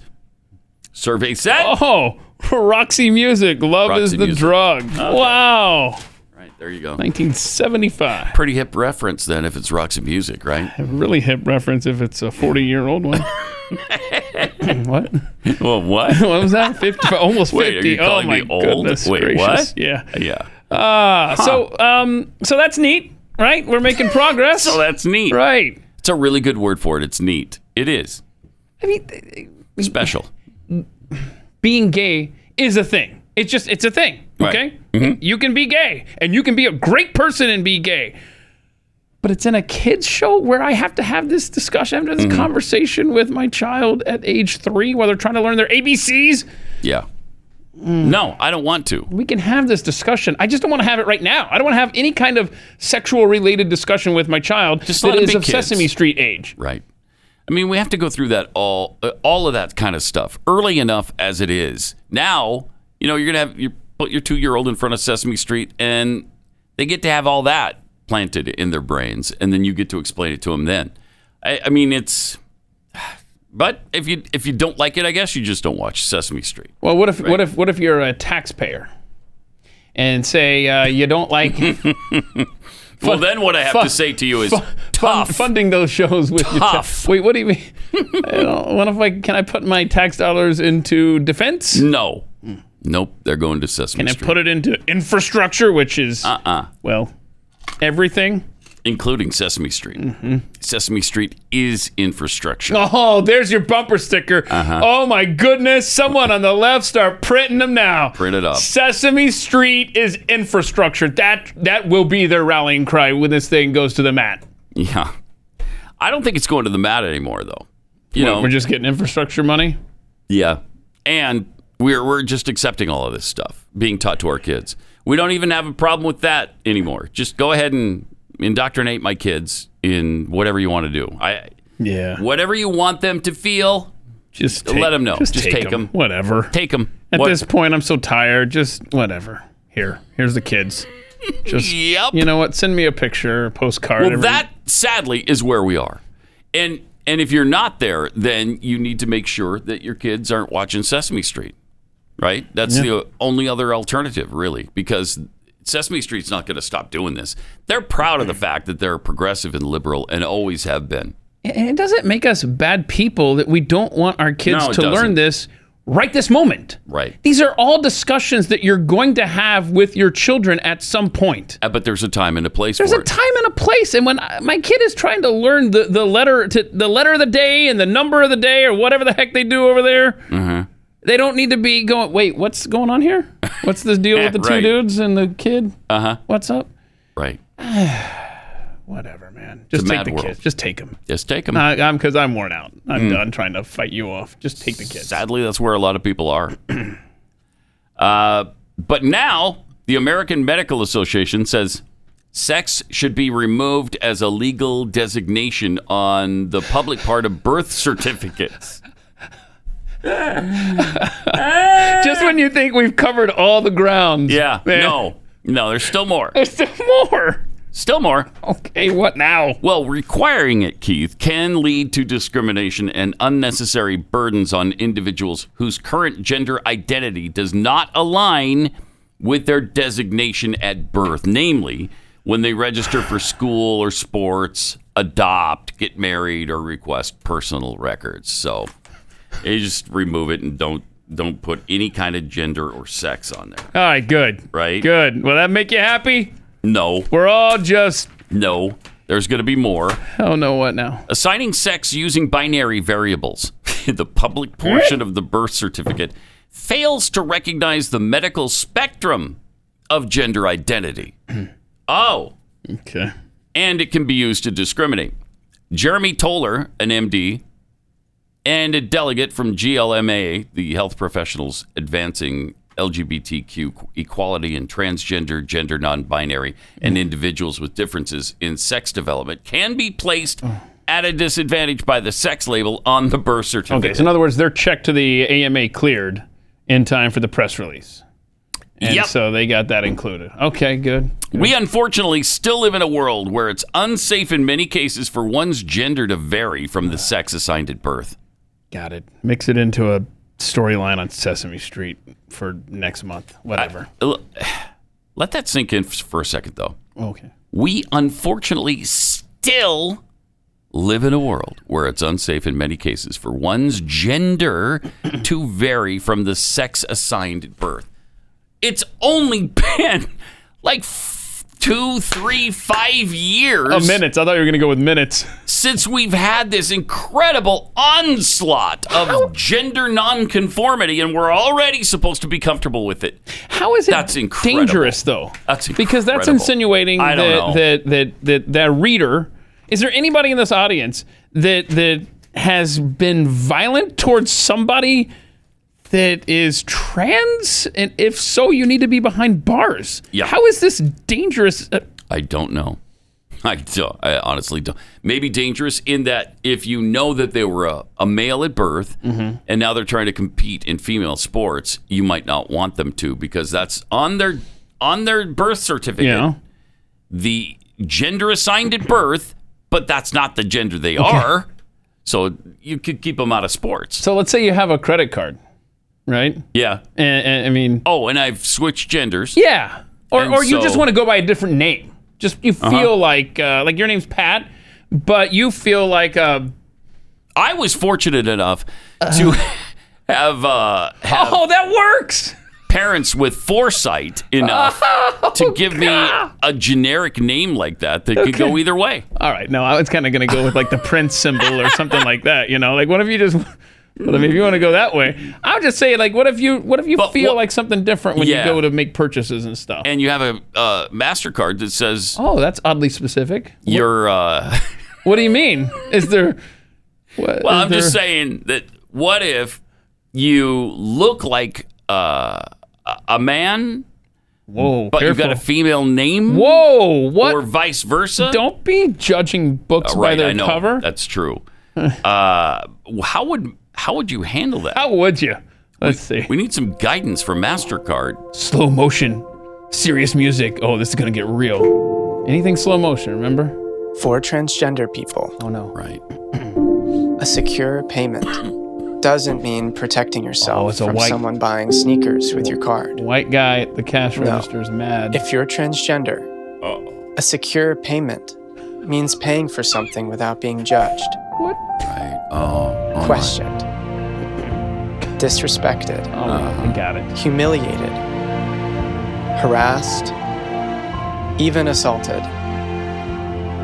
[SPEAKER 2] Survey said.
[SPEAKER 3] Oh, Roxy Music. Love is
[SPEAKER 2] Roxy
[SPEAKER 3] the
[SPEAKER 2] Music.
[SPEAKER 3] drug. Wow.
[SPEAKER 2] Right, there you go.
[SPEAKER 3] 1975.
[SPEAKER 2] Pretty hip reference then if it's Roxy Music, right?
[SPEAKER 3] Really hip reference if it's a 40 year old one. what?
[SPEAKER 2] well, what?
[SPEAKER 3] What was that? 50, almost 50.
[SPEAKER 2] Wait, are you
[SPEAKER 3] oh
[SPEAKER 2] calling
[SPEAKER 3] my
[SPEAKER 2] me old?
[SPEAKER 3] goodness
[SPEAKER 2] Wait,
[SPEAKER 3] gracious.
[SPEAKER 2] what?
[SPEAKER 3] Yeah.
[SPEAKER 2] Yeah.
[SPEAKER 3] Uh, So, um, so that's neat, right? We're making progress,
[SPEAKER 2] So Oh, that's neat.
[SPEAKER 3] right?
[SPEAKER 2] It's a really good word for it. It's neat. It is
[SPEAKER 3] I mean, th- th-
[SPEAKER 2] special.
[SPEAKER 3] being gay is a thing. It's just it's a thing.
[SPEAKER 2] Right. Mm-hmm.
[SPEAKER 3] Okay, you can be gay, and you can be a great person and be gay. But it's in a kids show where I have to have this discussion, have
[SPEAKER 2] Mm-hmm.
[SPEAKER 3] this conversation with my child at age three while they're trying to learn their ABCs.
[SPEAKER 2] Yeah.
[SPEAKER 3] Mm.
[SPEAKER 2] No, I don't want to.
[SPEAKER 3] We can have this discussion. I just don't want to have it right now. I don't want to have any kind of sexual related discussion with my child
[SPEAKER 2] Just let
[SPEAKER 3] that
[SPEAKER 2] them
[SPEAKER 3] is
[SPEAKER 2] be
[SPEAKER 3] of
[SPEAKER 2] kids.
[SPEAKER 3] Sesame Street age.
[SPEAKER 2] Right. I mean, we have to go through that all uh, all of that kind of stuff early enough as it is. Now, you know, you're gonna have you put your two year old in front of Sesame Street, and they get to have all that planted in their brains, and then you get to explain it to them. Then, I, I mean, it's. But if you if you don't like it, I guess you just don't watch Sesame Street.
[SPEAKER 3] Well, what if what if what if you're a taxpayer, and say uh, you don't like
[SPEAKER 2] well, then what I have
[SPEAKER 3] fun-
[SPEAKER 2] to say to you is
[SPEAKER 3] fu- fun-
[SPEAKER 2] tough.
[SPEAKER 3] funding those shows with your
[SPEAKER 2] Tough.
[SPEAKER 3] tax. Wait, what do you mean? I don't, what if I can I put my tax dollars into defense?
[SPEAKER 2] No, nope, they're going to Sesame
[SPEAKER 3] Hmm. Can I
[SPEAKER 2] Street,
[SPEAKER 3] put it into infrastructure, which is
[SPEAKER 2] Uh-uh.
[SPEAKER 3] well everything?
[SPEAKER 2] including Sesame Street.
[SPEAKER 3] Mm-hmm.
[SPEAKER 2] Sesame Street is infrastructure.
[SPEAKER 3] Oh, there's your bumper sticker.
[SPEAKER 2] Uh-huh.
[SPEAKER 3] Oh my goodness! Someone on the left start printing them now.
[SPEAKER 2] Print it up.
[SPEAKER 3] Sesame Street is infrastructure. That that will be their rallying cry when this thing goes to the mat.
[SPEAKER 2] Yeah. I don't think it's going to the mat anymore, though. You know,
[SPEAKER 3] We're just getting infrastructure money.
[SPEAKER 2] yeah. And we're, we're just accepting all of this stuff being taught to our kids. We don't even have a problem with that anymore. Just go ahead and indoctrinate my kids in whatever you want to do. I
[SPEAKER 3] Yeah.
[SPEAKER 2] Whatever you want them to feel,
[SPEAKER 3] Just
[SPEAKER 2] Let 'em know. Just take 'em.
[SPEAKER 3] Whatever.
[SPEAKER 2] take them.
[SPEAKER 3] At this point, I'm so tired. Just whatever. Here, here's the kids. Just
[SPEAKER 2] Yep.
[SPEAKER 3] you know what? Send me a picture, a postcard.
[SPEAKER 2] Well,
[SPEAKER 3] every-
[SPEAKER 2] that sadly is where we are, and and if you're not there, then you need to make sure that your kids aren't watching Sesame Street, right? That's the only other alternative, really, because Sesame Street's not going to stop doing this. They're proud of the fact that they're progressive and liberal, and always have been.
[SPEAKER 3] and it doesn't make us bad people that we don't want our kids
[SPEAKER 2] No, it
[SPEAKER 3] to
[SPEAKER 2] doesn't.
[SPEAKER 3] learn this right this moment.
[SPEAKER 2] Right.
[SPEAKER 3] These are all discussions that you're going to have with your children at some point.
[SPEAKER 2] Uh, But there's a time and a place
[SPEAKER 3] There's
[SPEAKER 2] for
[SPEAKER 3] a
[SPEAKER 2] it.
[SPEAKER 3] time and a place, and when I, my kid is trying to learn the, the letter to the letter of the day and the number of the day or whatever the heck they do over there,
[SPEAKER 2] Mm-hmm.
[SPEAKER 3] they don't need to be going. Wait, what's going on here? What's the deal with the two
[SPEAKER 2] Right. Uh-huh.
[SPEAKER 3] dudes and the kid? Uh huh. What's up?
[SPEAKER 2] Right.
[SPEAKER 3] Whatever, man. Just
[SPEAKER 2] a
[SPEAKER 3] take
[SPEAKER 2] mad
[SPEAKER 3] the
[SPEAKER 2] world. Mm.
[SPEAKER 3] kids. Just take them.
[SPEAKER 2] Just take them.
[SPEAKER 3] I, I'm because I'm worn out. I'm done trying to fight you off. Just take the kids.
[SPEAKER 2] Sadly, that's where a lot of people are. uh, but now, the American Medical Association says sex should be removed as a legal designation on the public part of birth certificates.
[SPEAKER 3] Just when you think we've covered all the ground.
[SPEAKER 2] Yeah,
[SPEAKER 3] man.
[SPEAKER 2] no, no, there's still more.
[SPEAKER 3] There's still more.
[SPEAKER 2] Still more.
[SPEAKER 3] Okay, what now?
[SPEAKER 2] Well, requiring it, Keith, can lead to discrimination and unnecessary burdens on individuals whose current gender identity does not align with their designation at birth, namely when they register for school or sports, adopt, get married, or request personal records. So you just remove it and don't don't put any kind of gender or sex on there.
[SPEAKER 3] All right, good.
[SPEAKER 2] Right.
[SPEAKER 3] Good. Will that make you happy?
[SPEAKER 2] No,
[SPEAKER 3] We're all just
[SPEAKER 2] no. There's going to be more.
[SPEAKER 3] I don't know Oh, what now.
[SPEAKER 2] Assigning sex using binary variables, the public portion of the birth certificate, fails to recognize the medical spectrum of gender identity. oh,
[SPEAKER 3] Okay.
[SPEAKER 2] and it can be used to discriminate. Jeremy Toller, an MD, and a delegate from GLMA, the Health Professionals Advancing LGBTQ Equality and Transgender, Gender Non Binary, and Individuals with Differences in Sex Development, can be placed at a disadvantage by the sex label on the birth certificate.
[SPEAKER 3] Okay. So in other words, they're checked to the AMA cleared in time for the press release. And
[SPEAKER 2] Yep.
[SPEAKER 3] so they got that included. Okay, good.
[SPEAKER 2] We unfortunately still live in a world where it's unsafe in many cases for one's gender to vary from the sex assigned at birth.
[SPEAKER 3] Got it. Mix it into a storyline on Sesame Street for next month. Whatever.
[SPEAKER 2] L- Let that sink in for a second, though.
[SPEAKER 3] okay.
[SPEAKER 2] We unfortunately still live in a world where it's unsafe in many cases for one's gender to vary from the sex assigned at birth. It's only been like f- two, three, five years
[SPEAKER 3] Oh, minutes. I thought you were gonna go with minutes.
[SPEAKER 2] since we've had this incredible onslaught of gender nonconformity, and we're already supposed to be comfortable with it.
[SPEAKER 3] How is it
[SPEAKER 2] That's incredible.
[SPEAKER 3] dangerous though?
[SPEAKER 2] That's
[SPEAKER 3] because that's
[SPEAKER 2] incredible.
[SPEAKER 3] insinuating
[SPEAKER 2] I don't know.
[SPEAKER 3] that, that that that that reader is there anybody in this audience that that has been violent towards somebody that is trans and if so you need to be behind bars.
[SPEAKER 2] Yeah.
[SPEAKER 3] How is this dangerous? Uh,
[SPEAKER 2] I don't know. I don't. I honestly don't. Maybe dangerous in that if you know that they were a, a male at birth and now they're trying to compete in female sports, you might not want them to because that's on their on their birth certificate.
[SPEAKER 3] you know.
[SPEAKER 2] The gender assigned at birth, but that's not the gender they are. So you could keep them out of sports.
[SPEAKER 3] So let's say you have a credit card, right?
[SPEAKER 2] Yeah.
[SPEAKER 3] And, and I mean,
[SPEAKER 2] Oh, and I've switched genders.
[SPEAKER 3] yeah. Or,
[SPEAKER 2] And
[SPEAKER 3] or you just
[SPEAKER 2] so- Uh-huh.
[SPEAKER 3] want to go by a different name. Just you feel like uh, like your name's Pat, but you feel like uh,
[SPEAKER 2] I was fortunate enough to have uh, have
[SPEAKER 3] oh that works.
[SPEAKER 2] parents with foresight enough
[SPEAKER 3] Oh,
[SPEAKER 2] to give me a generic name like that that could go either way.
[SPEAKER 3] All right, no, I was kind of gonna go with like the Prince symbol or something like that. You know, like what if you just well, I mean, if you want to go that way, I'm just saying like what if you what if you
[SPEAKER 2] But
[SPEAKER 3] feel
[SPEAKER 2] what-
[SPEAKER 3] like something different when
[SPEAKER 2] Yeah.
[SPEAKER 3] you go to make purchases and stuff.
[SPEAKER 2] And you have a uh, Mastercard that says
[SPEAKER 3] oh, that's oddly specific.
[SPEAKER 2] you're. Uh,
[SPEAKER 3] What do you mean? Is there? What,
[SPEAKER 2] well,
[SPEAKER 3] is
[SPEAKER 2] I'm just
[SPEAKER 3] there-
[SPEAKER 2] saying that what if you look like uh, a- a man,
[SPEAKER 3] Whoa,
[SPEAKER 2] but you've got a
[SPEAKER 3] careful.
[SPEAKER 2] female name,
[SPEAKER 3] Whoa, what?
[SPEAKER 2] or vice versa?
[SPEAKER 3] Don't be judging books
[SPEAKER 2] Uh, right,
[SPEAKER 3] by their
[SPEAKER 2] I know
[SPEAKER 3] cover.
[SPEAKER 2] that's true. uh, how would how would you handle that?
[SPEAKER 3] How would you? Let's see.
[SPEAKER 2] we need some guidance from Mastercard.
[SPEAKER 3] slow motion, serious music. Oh, this is gonna get real. Anything slow motion, remember?
[SPEAKER 8] For transgender people,
[SPEAKER 3] Oh no.
[SPEAKER 2] Right.
[SPEAKER 8] a secure payment doesn't mean protecting
[SPEAKER 3] Oh,
[SPEAKER 8] yourself
[SPEAKER 3] it's a
[SPEAKER 8] from
[SPEAKER 3] white-
[SPEAKER 8] someone buying sneakers with your card.
[SPEAKER 3] White guy at the cash register is mad.
[SPEAKER 8] If you're transgender, a secure payment means paying for something without being judged,
[SPEAKER 2] Right. Oh. oh my.
[SPEAKER 8] questioned, disrespected,
[SPEAKER 3] oh,
[SPEAKER 2] Uh.
[SPEAKER 3] we got it.
[SPEAKER 8] humiliated, harassed, even assaulted.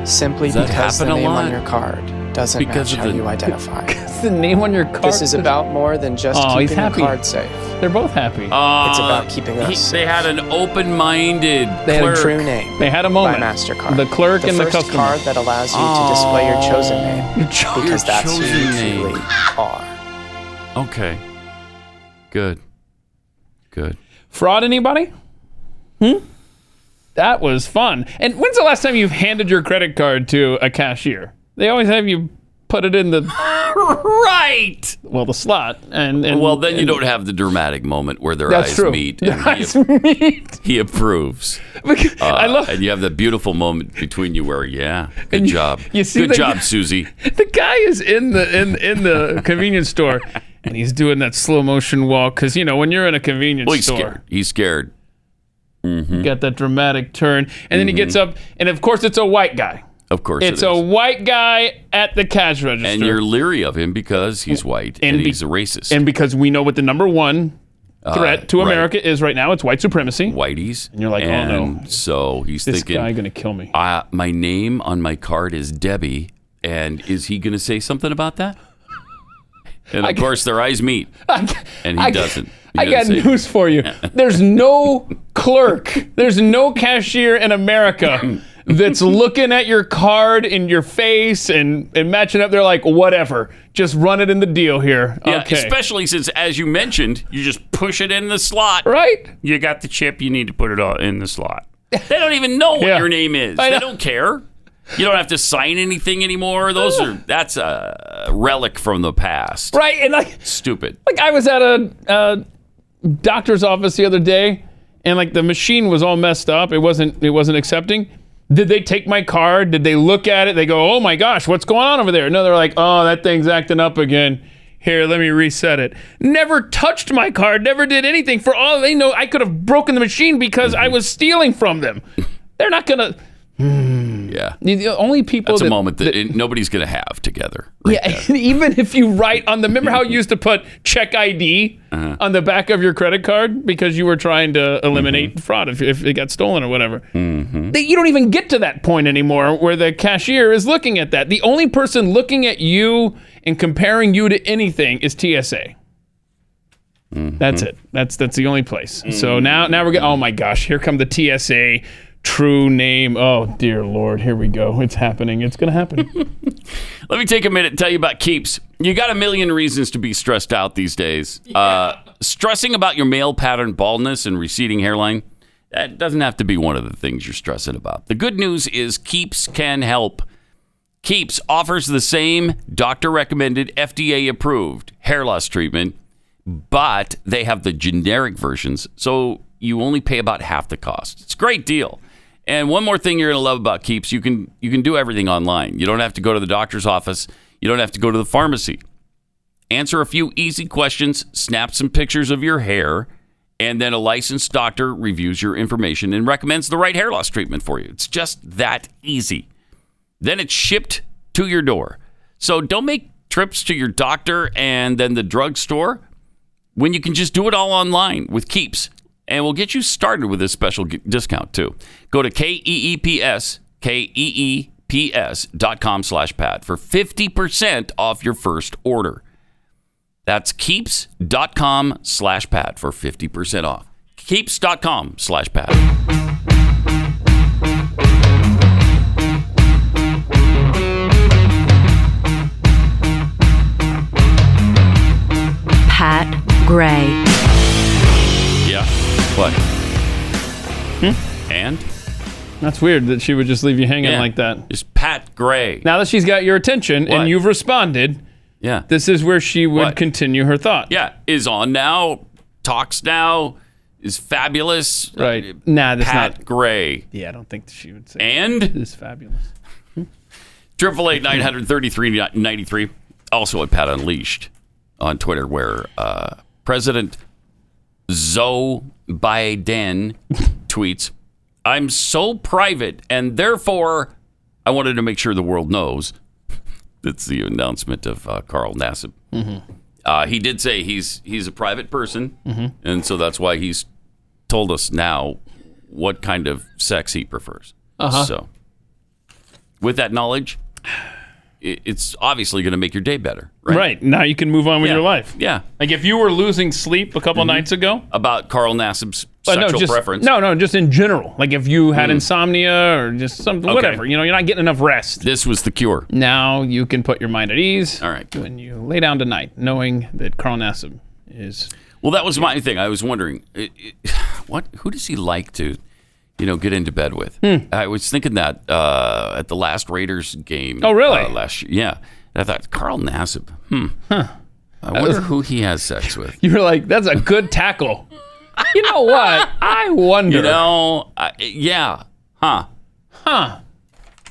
[SPEAKER 8] Simply
[SPEAKER 2] Does that
[SPEAKER 8] because the
[SPEAKER 2] happen a
[SPEAKER 8] name
[SPEAKER 2] lot?
[SPEAKER 8] on your card doesn't
[SPEAKER 2] Because
[SPEAKER 8] match
[SPEAKER 2] of
[SPEAKER 8] how
[SPEAKER 2] the-
[SPEAKER 8] you identify.
[SPEAKER 3] It's the name on your card.
[SPEAKER 8] this is about more than just
[SPEAKER 3] Oh, he's
[SPEAKER 8] keeping your
[SPEAKER 3] happy.
[SPEAKER 8] card safe.
[SPEAKER 3] They're both happy.
[SPEAKER 2] Uh,
[SPEAKER 8] It's about keeping us safe.
[SPEAKER 2] They had an open-minded
[SPEAKER 8] They had
[SPEAKER 2] clerk.
[SPEAKER 8] a true name.
[SPEAKER 3] they had a
[SPEAKER 8] by
[SPEAKER 3] moment.
[SPEAKER 8] MasterCard.
[SPEAKER 3] The clerk and the
[SPEAKER 8] first
[SPEAKER 3] customer.
[SPEAKER 8] card that allows you to display your chosen name because that's who
[SPEAKER 2] chosen
[SPEAKER 8] you
[SPEAKER 2] name.
[SPEAKER 8] truly are.
[SPEAKER 2] Okay. Good. Good.
[SPEAKER 3] Fraud anybody? Hmm? That was fun. And when's the last time you've handed your credit card to a cashier? They always have you put it in the
[SPEAKER 2] Right.
[SPEAKER 3] well the slot and, and
[SPEAKER 2] Well, then you
[SPEAKER 3] and-
[SPEAKER 2] don't have the dramatic moment where their
[SPEAKER 3] That's
[SPEAKER 2] eyes
[SPEAKER 3] true.
[SPEAKER 2] meet
[SPEAKER 3] Their
[SPEAKER 2] and
[SPEAKER 3] eyes
[SPEAKER 2] he,
[SPEAKER 3] meet.
[SPEAKER 2] he approves.
[SPEAKER 3] Because- I
[SPEAKER 2] Uh,
[SPEAKER 3] love
[SPEAKER 2] and you have that beautiful moment between you where, yeah, good
[SPEAKER 3] And you-
[SPEAKER 2] job.
[SPEAKER 3] you see
[SPEAKER 2] good
[SPEAKER 3] the-
[SPEAKER 2] job, Susie.
[SPEAKER 3] the guy is in the in in the convenience store and he's doing that slow motion walk because you know when you're in a convenience
[SPEAKER 2] Well, he's
[SPEAKER 3] store
[SPEAKER 2] scared. He's scared.
[SPEAKER 3] you got that dramatic turn and then he gets up and of course it's a white guy
[SPEAKER 2] Mm-hmm. Of course
[SPEAKER 3] it's
[SPEAKER 2] it
[SPEAKER 3] a
[SPEAKER 2] is.
[SPEAKER 3] white guy at the cash register
[SPEAKER 2] and you're leery of him because he's white and,
[SPEAKER 3] And be-
[SPEAKER 2] he's a racist.
[SPEAKER 3] and because we know what the number one threat to
[SPEAKER 2] Uh, right.
[SPEAKER 3] america is right now it's white supremacy
[SPEAKER 2] Whiteys. And
[SPEAKER 3] you're like, oh, no.
[SPEAKER 2] So he's
[SPEAKER 3] this
[SPEAKER 2] thinking,
[SPEAKER 3] guy gonna kill me
[SPEAKER 2] uh, my name on my card is Debbie, and is he going to say something about that? And of
[SPEAKER 3] I-
[SPEAKER 2] course, their eyes meet, and he
[SPEAKER 3] I-
[SPEAKER 2] doesn't. He
[SPEAKER 3] I got
[SPEAKER 2] doesn't say-
[SPEAKER 3] news for you. There's no clerk, there's no cashier in America that's looking at your card in your face and, and matching up. They're like, whatever, just run it in the deal here.
[SPEAKER 2] Yeah,
[SPEAKER 3] okay.
[SPEAKER 2] especially since, as you mentioned, you just push it in the slot.
[SPEAKER 3] right?
[SPEAKER 2] You got the chip. You need to put it all in the slot. They don't even know what
[SPEAKER 3] Yeah.
[SPEAKER 2] your name is.
[SPEAKER 3] I
[SPEAKER 2] They
[SPEAKER 3] know.
[SPEAKER 2] don't care. You don't have to sign anything anymore. Those are that's a relic from the past.
[SPEAKER 3] Right. And like,
[SPEAKER 2] Stupid.
[SPEAKER 3] like I was at a, uh doctor's office the other day, and like the machine was all messed up. It wasn't it wasn't accepting. Did they take my card? Did they look at it? They go, "Oh my gosh, what's going on over there?" No, they're like, "Oh, that thing's acting up again." Here, let me reset it. Never touched my card, never did anything. For all they know, I could have broken the machine because I was stealing from them. They're not going to
[SPEAKER 2] Yeah.
[SPEAKER 3] the only people
[SPEAKER 2] That's
[SPEAKER 3] that,
[SPEAKER 2] a moment that, it- nobody's going to have together.
[SPEAKER 3] yeah, even if you write on the remember how you used to put check ID on the back of your credit card because you were trying to eliminate fraud if, if it got stolen or whatever. They- you don't even get to that point anymore where the cashier is looking at that. The only person looking at you and comparing you to anything is TSA. That's it. That's that's the only place. So now now we're going oh my gosh, here come the TSA true name. Oh dear lord, here we go. It's happening. It's going to happen.
[SPEAKER 2] Let me take a minute and tell you about Keeps. You got a million reasons to be stressed out these days. Uh, stressing about your male pattern baldness and receding hairline, that doesn't have to be one of the things you're stressing about. The good news is Keeps can help. Keeps offers the same doctor recommended, FDA approved hair loss treatment, but they have the generic versions, so you only pay about half the cost. It's a great deal. And one more thing you're going to love about Keeps, you can you can do everything online. You don't have to go to the doctor's office, you don't have to go to the pharmacy. Answer a few easy questions, snap some pictures of your hair, and then a licensed doctor reviews your information and recommends the right hair loss treatment for you. It's just that easy. Then it's shipped to your door. So don't make trips to your doctor and then the drugstore when you can just do it all online with Keeps. And we'll get you started with this special g- discount too. Go to E K-E-E-P-S, E K-E-E-P-S dot com slash Pat for 50% off your first order. That's keeps.com slash Pat for 50% off. Keeps.com slash Pat.
[SPEAKER 1] Pat Gray.
[SPEAKER 2] Yeah. What? Hmm? And?
[SPEAKER 3] That's weird that she would just leave you hanging
[SPEAKER 2] Yeah.
[SPEAKER 3] like that.
[SPEAKER 2] Just Pat Gray.
[SPEAKER 3] Now that she's got your attention
[SPEAKER 2] What?
[SPEAKER 3] and you've responded,
[SPEAKER 2] yeah.
[SPEAKER 3] this is where she would
[SPEAKER 2] What?
[SPEAKER 3] continue her thought.
[SPEAKER 2] yeah, is on now, talks now, is fabulous.
[SPEAKER 3] Right.
[SPEAKER 2] Uh,
[SPEAKER 3] Nah, that's
[SPEAKER 2] Pat
[SPEAKER 3] not.
[SPEAKER 2] Gray.
[SPEAKER 3] Yeah, I don't think she would say
[SPEAKER 2] And
[SPEAKER 3] this is fabulous.
[SPEAKER 2] triple eight nine hundred thirty three ninety three. Also at Pat Unleashed on Twitter, where uh, President Zoe Biden tweets, "I'm so private, and therefore, I wanted to make sure the world knows." That's the announcement of uh, Carl Nassib. Uh, he did say he's he's a private person, and so that's why he's told us now what kind of sex he prefers. So, with that knowledge, i- it's obviously going to make your day better, right?
[SPEAKER 3] Right. Now you can move on with
[SPEAKER 2] Yeah.
[SPEAKER 3] your life.
[SPEAKER 2] Yeah.
[SPEAKER 3] Like if you were losing sleep a couple nights ago.
[SPEAKER 2] About Carl Nassib's
[SPEAKER 3] but
[SPEAKER 2] sexual
[SPEAKER 3] no, just,
[SPEAKER 2] preference. Mm.
[SPEAKER 3] No, no, just in general. Like if you had insomnia or just something, whatever. You know, you're not getting enough rest.
[SPEAKER 2] This was the cure.
[SPEAKER 3] Now you can put your mind at ease.
[SPEAKER 2] All right, good.
[SPEAKER 3] When you lay down tonight, knowing that Carl Nassib is
[SPEAKER 2] Well, that was my thing. I was wondering, it, it, what? Who does he like to, you know, get into bed with?
[SPEAKER 3] Hmm.
[SPEAKER 2] I was thinking that uh, at the last Raiders game.
[SPEAKER 3] Oh, really?
[SPEAKER 2] uh, last year, yeah. And I thought Carl Nassib. Hmm. I wonder
[SPEAKER 3] Uh,
[SPEAKER 2] who he has sex with.
[SPEAKER 3] You're like, that's a good tackle. You know what? I wonder.
[SPEAKER 2] You know, I, yeah, huh, huh.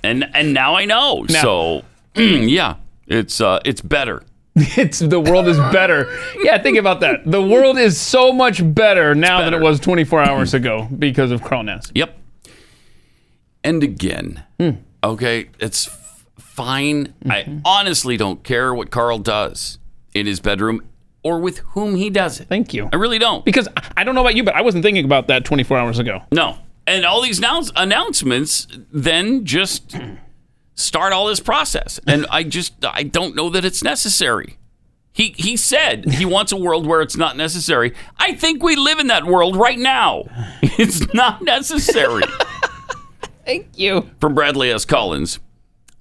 [SPEAKER 2] And and now I know. So yeah, it's uh, it's better.
[SPEAKER 3] It's the world is better. Yeah, think about that. The world is so much better now than it
[SPEAKER 2] better.
[SPEAKER 3] was 24 hours ago because of Carl Nassib.
[SPEAKER 2] Yep. And again, okay, it's f- fine. I honestly don't care what Carl does in his bedroom or with whom he does it.
[SPEAKER 3] Thank you.
[SPEAKER 2] I really don't.
[SPEAKER 3] Because I- I don't know about you, but I wasn't thinking about that 24 hours ago.
[SPEAKER 2] No. And all these announce- announcements then just start all this process. And I just I don't know that it's necessary. He he said he wants a world where it's not necessary. I think we live in that world right now. It's not necessary.
[SPEAKER 3] Thank you.
[SPEAKER 2] From Bradley S. Collins,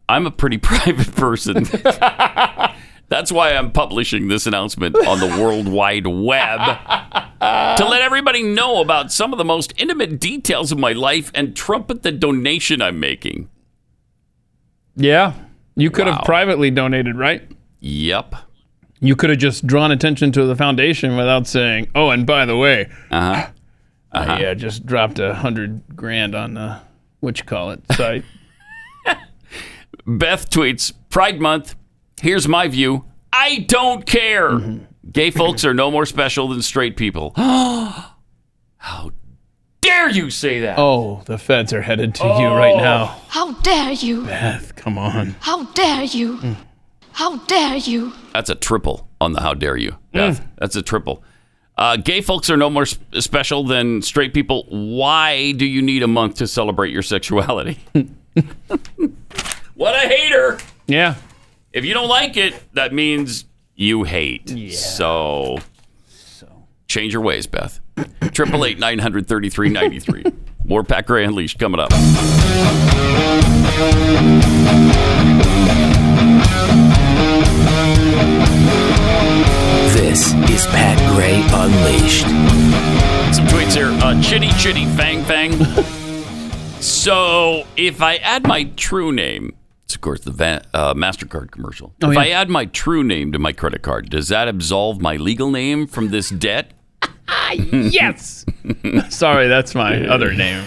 [SPEAKER 2] I'm a pretty private person. That's why I'm publishing this announcement on the World Wide Web to let everybody know about some of the most intimate details of my life and trumpet the donation I'm making.
[SPEAKER 3] Yeah. You could
[SPEAKER 2] Wow.
[SPEAKER 3] have privately donated, right?
[SPEAKER 2] Yep. Uh-huh.
[SPEAKER 3] You could have just drawn attention to the foundation without saying, oh, and by the way, Uh, yeah, just dropped a hundred grand on the what you call it site.
[SPEAKER 2] Beth tweets Pride Month. Here's my view. I don't care. Gay folks are no more special than straight people. How dare you say that?
[SPEAKER 3] oh, the feds are headed to you right now.
[SPEAKER 9] How dare you!
[SPEAKER 3] Beth, come on.
[SPEAKER 9] How dare you! How dare you!
[SPEAKER 2] That's a triple on the how dare you. Beth. That's a triple. Uh, gay folks are no more sp- special than straight people. Why do you need a month to celebrate your sexuality? what a hater.
[SPEAKER 3] Yeah.
[SPEAKER 2] If you don't like it, that means you hate. So, change your ways, Beth. Triple eight nine hundred thirty three ninety three. More Pat Gray Unleashed coming up.
[SPEAKER 10] This is Pat Gray Unleashed.
[SPEAKER 2] Some tweets here. Uh, chitty chitty fang fang. so if I add my true name, it's of course the Van, uh, Mastercard commercial. if I add my true name to my credit card, does that absolve my legal name from this debt?
[SPEAKER 3] Yes. Sorry, that's my other name.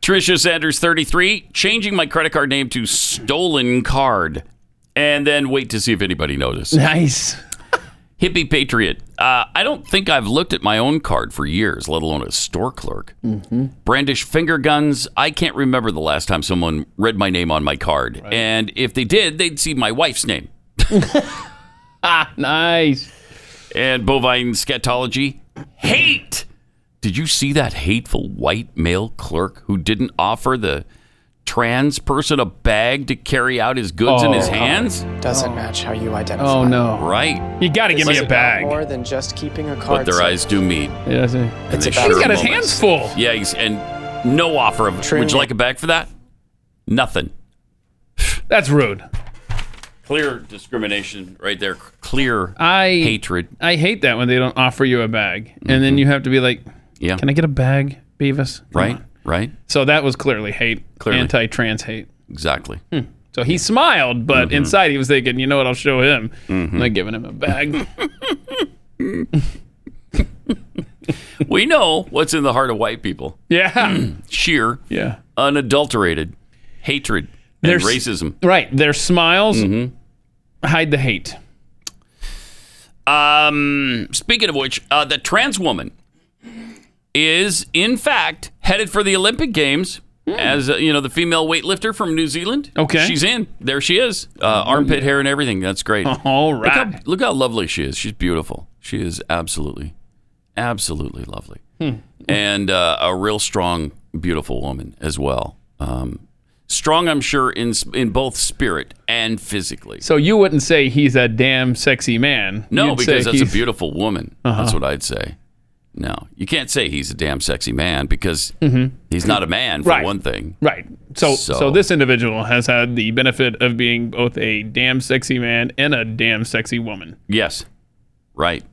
[SPEAKER 2] Trisha Sanders, 33, changing my credit card name to Stolen Card. And then wait to see if anybody noticed.
[SPEAKER 3] Nice.
[SPEAKER 2] Hippie Patriot, uh, I don't think I've looked at my own card for years, let alone a store clerk.
[SPEAKER 3] Mm-hmm.
[SPEAKER 2] Brandish finger guns, I can't remember the last time someone read my name on my card. And if they did, they'd see my wife's name.
[SPEAKER 3] Ah, Nice.
[SPEAKER 2] And bovine scatology, hate. Did you see that hateful white male clerk who didn't offer the trans person a bag to carry out his goods in his
[SPEAKER 3] Oh.
[SPEAKER 2] hands?
[SPEAKER 8] Doesn't match how you identify.
[SPEAKER 3] Oh no.
[SPEAKER 2] Right.
[SPEAKER 3] You gotta give
[SPEAKER 8] This
[SPEAKER 3] me
[SPEAKER 8] is
[SPEAKER 3] a
[SPEAKER 8] about
[SPEAKER 3] bag.
[SPEAKER 8] More than just keeping a card.
[SPEAKER 2] But their
[SPEAKER 8] safe.
[SPEAKER 2] eyes do meet.
[SPEAKER 3] Yeah, see.
[SPEAKER 8] It's
[SPEAKER 2] they
[SPEAKER 8] about
[SPEAKER 2] sure
[SPEAKER 3] He's got
[SPEAKER 2] moments.
[SPEAKER 3] his hands full.
[SPEAKER 2] Yeah, he's, and no offer of.
[SPEAKER 8] True.
[SPEAKER 2] Would you like a bag for that? Nothing.
[SPEAKER 3] That's rude.
[SPEAKER 2] Clear discrimination right there. Clear
[SPEAKER 3] I
[SPEAKER 2] hatred. Mm-hmm.
[SPEAKER 3] I hate that when they don't offer you a bag, and then you have to be like,
[SPEAKER 2] Yeah.
[SPEAKER 3] "Can I get a bag, Beavis?" Come
[SPEAKER 2] right.
[SPEAKER 3] on.
[SPEAKER 2] Right.
[SPEAKER 3] So that was clearly hate,
[SPEAKER 2] Clearly.
[SPEAKER 3] anti-trans hate.
[SPEAKER 2] Exactly.
[SPEAKER 3] So he smiled, but
[SPEAKER 2] Mm-hmm.
[SPEAKER 3] inside he was thinking, "You know what? I'll show him." I'm not giving him a bag.
[SPEAKER 2] we know what's in the heart of white people:
[SPEAKER 3] yeah,
[SPEAKER 2] sheer,
[SPEAKER 3] yeah.
[SPEAKER 2] unadulterated hatred and
[SPEAKER 3] There's-
[SPEAKER 2] racism. Mm-hmm.
[SPEAKER 3] Right. Their smiles hide the hate.
[SPEAKER 2] Um, speaking of which, uh, the trans woman is in fact headed for the Olympic Games as uh, you know the female weightlifter from New Zealand.
[SPEAKER 3] Hmm. Okay.
[SPEAKER 2] she's in. There she is, uh, armpit hair and everything. That's great.
[SPEAKER 3] All
[SPEAKER 2] Look how,
[SPEAKER 3] right.
[SPEAKER 2] look how lovely she is. She's beautiful. She is absolutely, absolutely lovely,
[SPEAKER 3] Hmm.
[SPEAKER 2] and uh, a real strong, beautiful woman as well. Um, strong, I'm sure, in s- in both spirit and physically.
[SPEAKER 3] So you wouldn't say he's a damn sexy man.
[SPEAKER 2] No,
[SPEAKER 3] You'd
[SPEAKER 2] because
[SPEAKER 3] say
[SPEAKER 2] that's a
[SPEAKER 3] he's- Uh-huh.
[SPEAKER 2] beautiful woman. That's what I'd say. No, you can't say he's a damn sexy man because he's not a man for
[SPEAKER 3] Mm-hmm. Right.
[SPEAKER 2] one thing.
[SPEAKER 3] Right. So,
[SPEAKER 2] So-
[SPEAKER 3] so this individual has had the benefit of being both a damn sexy man and a damn sexy woman.
[SPEAKER 2] Yes, right,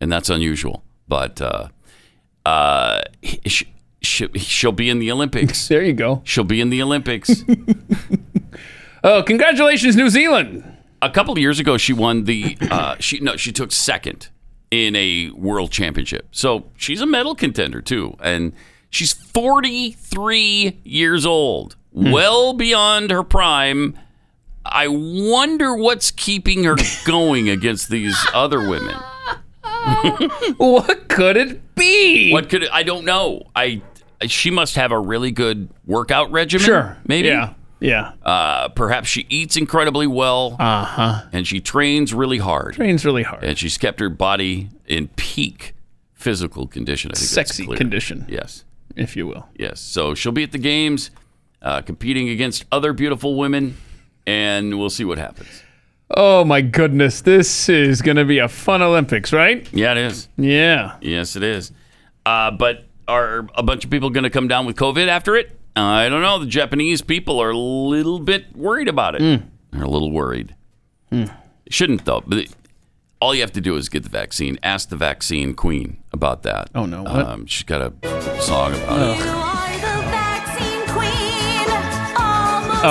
[SPEAKER 2] and that's unusual. But uh, uh, he- she, she, she'll be in the Olympics.
[SPEAKER 3] There you go.
[SPEAKER 2] She'll be in the Olympics.
[SPEAKER 3] Oh, congratulations, New Zealand.
[SPEAKER 2] a couple of years ago, she won the. Uh, she no, she took second in a world championship. So she's a medal contender too, and she's 43 years old,
[SPEAKER 3] Hmm.
[SPEAKER 2] well beyond her prime. I wonder what's keeping her going against these other women.
[SPEAKER 3] What could it be?
[SPEAKER 2] What could I don't know. I she must have a really good workout regimen.
[SPEAKER 3] Sure.
[SPEAKER 2] maybe.
[SPEAKER 3] Yeah. Yeah.
[SPEAKER 2] Uh, perhaps she eats incredibly well. Uh
[SPEAKER 3] Uh-huh.
[SPEAKER 2] huh. And she trains really hard.
[SPEAKER 3] Trains really hard.
[SPEAKER 2] and she's kept her body in peak physical condition. I think that's
[SPEAKER 3] Sexy
[SPEAKER 2] clear.
[SPEAKER 3] condition,
[SPEAKER 2] Yes,
[SPEAKER 3] if you will.
[SPEAKER 2] yes. So she'll be at the games, uh, competing against other beautiful women, and we'll see what happens.
[SPEAKER 3] Oh my goodness, this is going to be a fun Olympics, right?
[SPEAKER 2] Yeah, it is.
[SPEAKER 3] Yeah.
[SPEAKER 2] Yes, it is. Uh, but are a bunch of people going to come down with COVID after it? I don't know. The Japanese people are a little bit worried about it.
[SPEAKER 3] Hmm.
[SPEAKER 2] They're a little worried. Shouldn't though. But all you have to do is get the vaccine. Ask the vaccine queen about that.
[SPEAKER 3] Oh, no, what?
[SPEAKER 2] Um, she's got a song about it.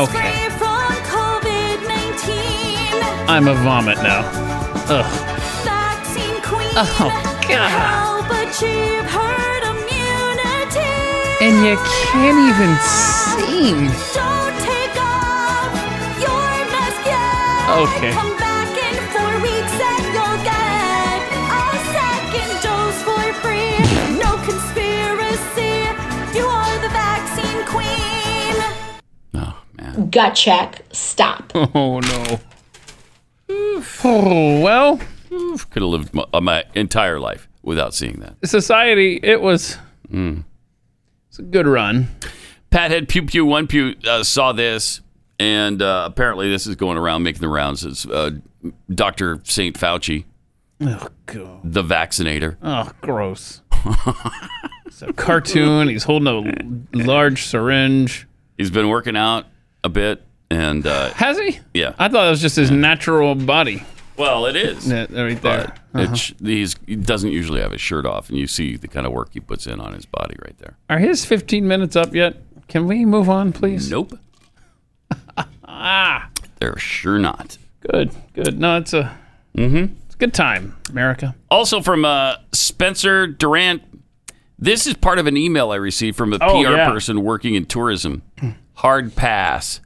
[SPEAKER 3] Okay. I'm a vomit now.
[SPEAKER 9] Oh, God.
[SPEAKER 3] and you can't even sing. Okay.
[SPEAKER 2] Oh,
[SPEAKER 11] Gut check. Stop.
[SPEAKER 3] Oh no. Oh well.
[SPEAKER 2] Could have lived my, uh, my entire life without seeing that.
[SPEAKER 3] Society, it was
[SPEAKER 2] Mm.
[SPEAKER 3] it's a good run.
[SPEAKER 2] Pathead Pew Pew One Pew uh, saw this, and uh, apparently this is going around making the rounds. It's uh, Dr. St. Fauci,
[SPEAKER 3] Oh god.
[SPEAKER 2] the vaccinator.
[SPEAKER 3] Oh, gross. it's a cartoon. He's holding a l- large syringe.
[SPEAKER 2] He's been working out a bit, and uh,
[SPEAKER 3] Has he?
[SPEAKER 2] yeah,
[SPEAKER 3] I thought it was just his natural body.
[SPEAKER 2] Well, it is.
[SPEAKER 3] Yeah, right there. Uh-huh.
[SPEAKER 2] It's, he's, he doesn't usually have his shirt off, and you see the kind of work he puts in on his body right there.
[SPEAKER 3] Are his 15 minutes up yet? Can we move on, please?
[SPEAKER 2] Nope.
[SPEAKER 3] ah,
[SPEAKER 2] They're sure not.
[SPEAKER 3] good, good. No, it's a,
[SPEAKER 2] Mm-hmm.
[SPEAKER 3] it's a good time, America.
[SPEAKER 2] Also from uh, Spencer Durant, this is part of an email I received from a
[SPEAKER 3] Oh,
[SPEAKER 2] PR
[SPEAKER 3] yeah.
[SPEAKER 2] person working in tourism. Hard pass,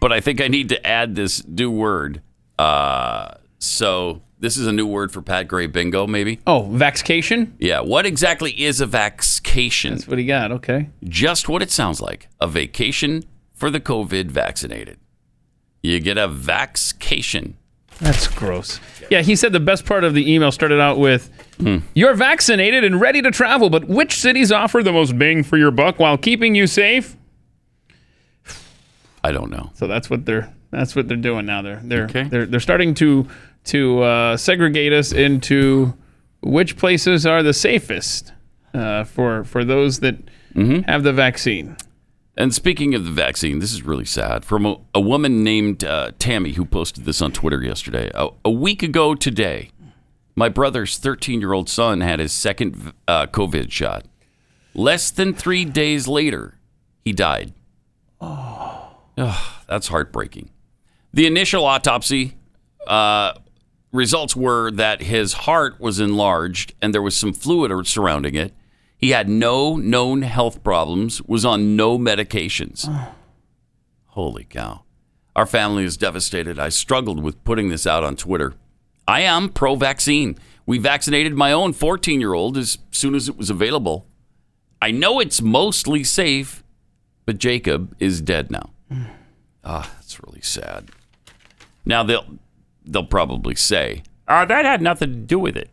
[SPEAKER 2] but I think I need to add this new word. Uh, so this is a new word for Pat Gray Bingo, maybe.
[SPEAKER 3] Oh, vaxcation?
[SPEAKER 2] Yeah. What exactly is a vaxcation?
[SPEAKER 3] What do you got? Okay.
[SPEAKER 2] just what it sounds like a vacation for the COVID vaccinated. You get a vaxcation.
[SPEAKER 3] That's gross. Yeah, he said the best part of the email started out with You're vaccinated and ready to travel, but which cities offer the most bang for your buck while keeping you safe?
[SPEAKER 2] I don't know.
[SPEAKER 3] So that's what they're that's what they're doing now. They're they're they're, they're starting to to uh, segregate us into which places are the safest uh, for for those that have the vaccine.
[SPEAKER 2] And speaking of the vaccine, this is really sad. From a, a woman named uh, Tammy who posted this on Twitter yesterday. A, a week ago today, my brother's 13 year old son had his second uh, COVID shot. Less than three days later, he died. Ugh, that's heartbreaking. The initial autopsy uh, results were that his heart was enlarged and there was some fluid surrounding it. He had no known health problems, was on no medications. Holy cow. Our family is devastated. I struggled with putting this out on Twitter. I am pro vaccine. We vaccinated my own 14 year old as soon as it was available. I know it's mostly safe, but Jacob is dead now. Ah, that's really sad. Now they'll they'll probably say, "Ah, that had nothing to do with it."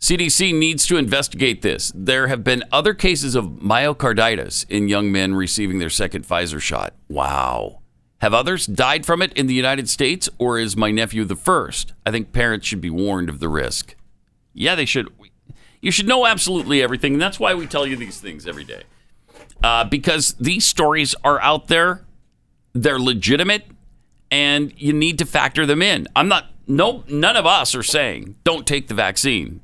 [SPEAKER 2] CDC needs to investigate this. There have been other cases of myocarditis in young men receiving their second Pfizer shot. Wow. Have others died from it in the United States, or is my nephew the first? I think parents should be warned of the risk. Yeah, they should. You should know absolutely everything, and that's why we tell you these things every day. Uh, because these stories are out there, they're legitimate, and you need to factor them in. I'm not. No, none of us are saying don't take the vaccine.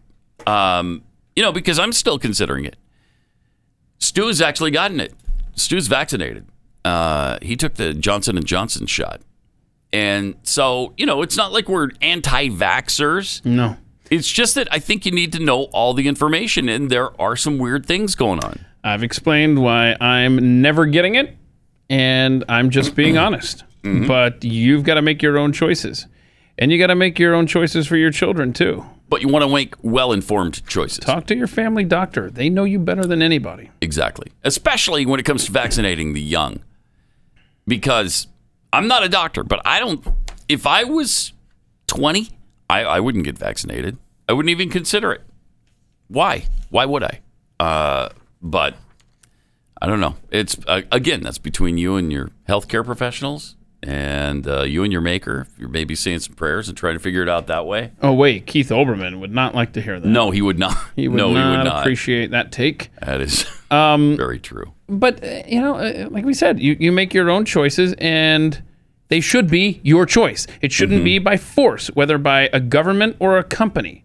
[SPEAKER 2] Um, you know, because I'm still considering it. Stu's actually gotten it. Stu's vaccinated. Uh, he took the Johnson and Johnson shot, and so you know, it's not like we're anti-vaxxers.
[SPEAKER 3] No.
[SPEAKER 2] It's just that I think you need to know all the information, and there are some weird things going on.
[SPEAKER 3] I've explained why I'm never getting it, and I'm just being honest.
[SPEAKER 2] Mm-hmm.
[SPEAKER 3] But you've got to make your own choices, and you got to make your own choices for your children too.
[SPEAKER 2] But you want to make well informed choices.
[SPEAKER 3] Talk to your family doctor; they know you better than anybody.
[SPEAKER 2] Exactly. Especially when it comes to vaccinating the young. Because I'm not a doctor, but I don't, if I was 20, I, I wouldn't get vaccinated. I wouldn't even consider it. Why? Why would I? Uh, but I don't know. It's, uh, again, that's between you and your healthcare professionals and uh, you and your maker. If You're maybe saying some prayers and trying to figure it out that way.
[SPEAKER 3] Oh wait, Keith Olbermann would not like to hear that.
[SPEAKER 2] No, he would not.
[SPEAKER 3] he would
[SPEAKER 2] no,
[SPEAKER 3] not Um,
[SPEAKER 2] he would not.
[SPEAKER 3] appreciate that take.
[SPEAKER 2] that is very true.
[SPEAKER 3] But uh, you know, uh, like we said, you, you make your own choices, and they should be your choice. It
[SPEAKER 2] Mm-hmm.
[SPEAKER 3] shouldn't be by force, whether by a government or a company.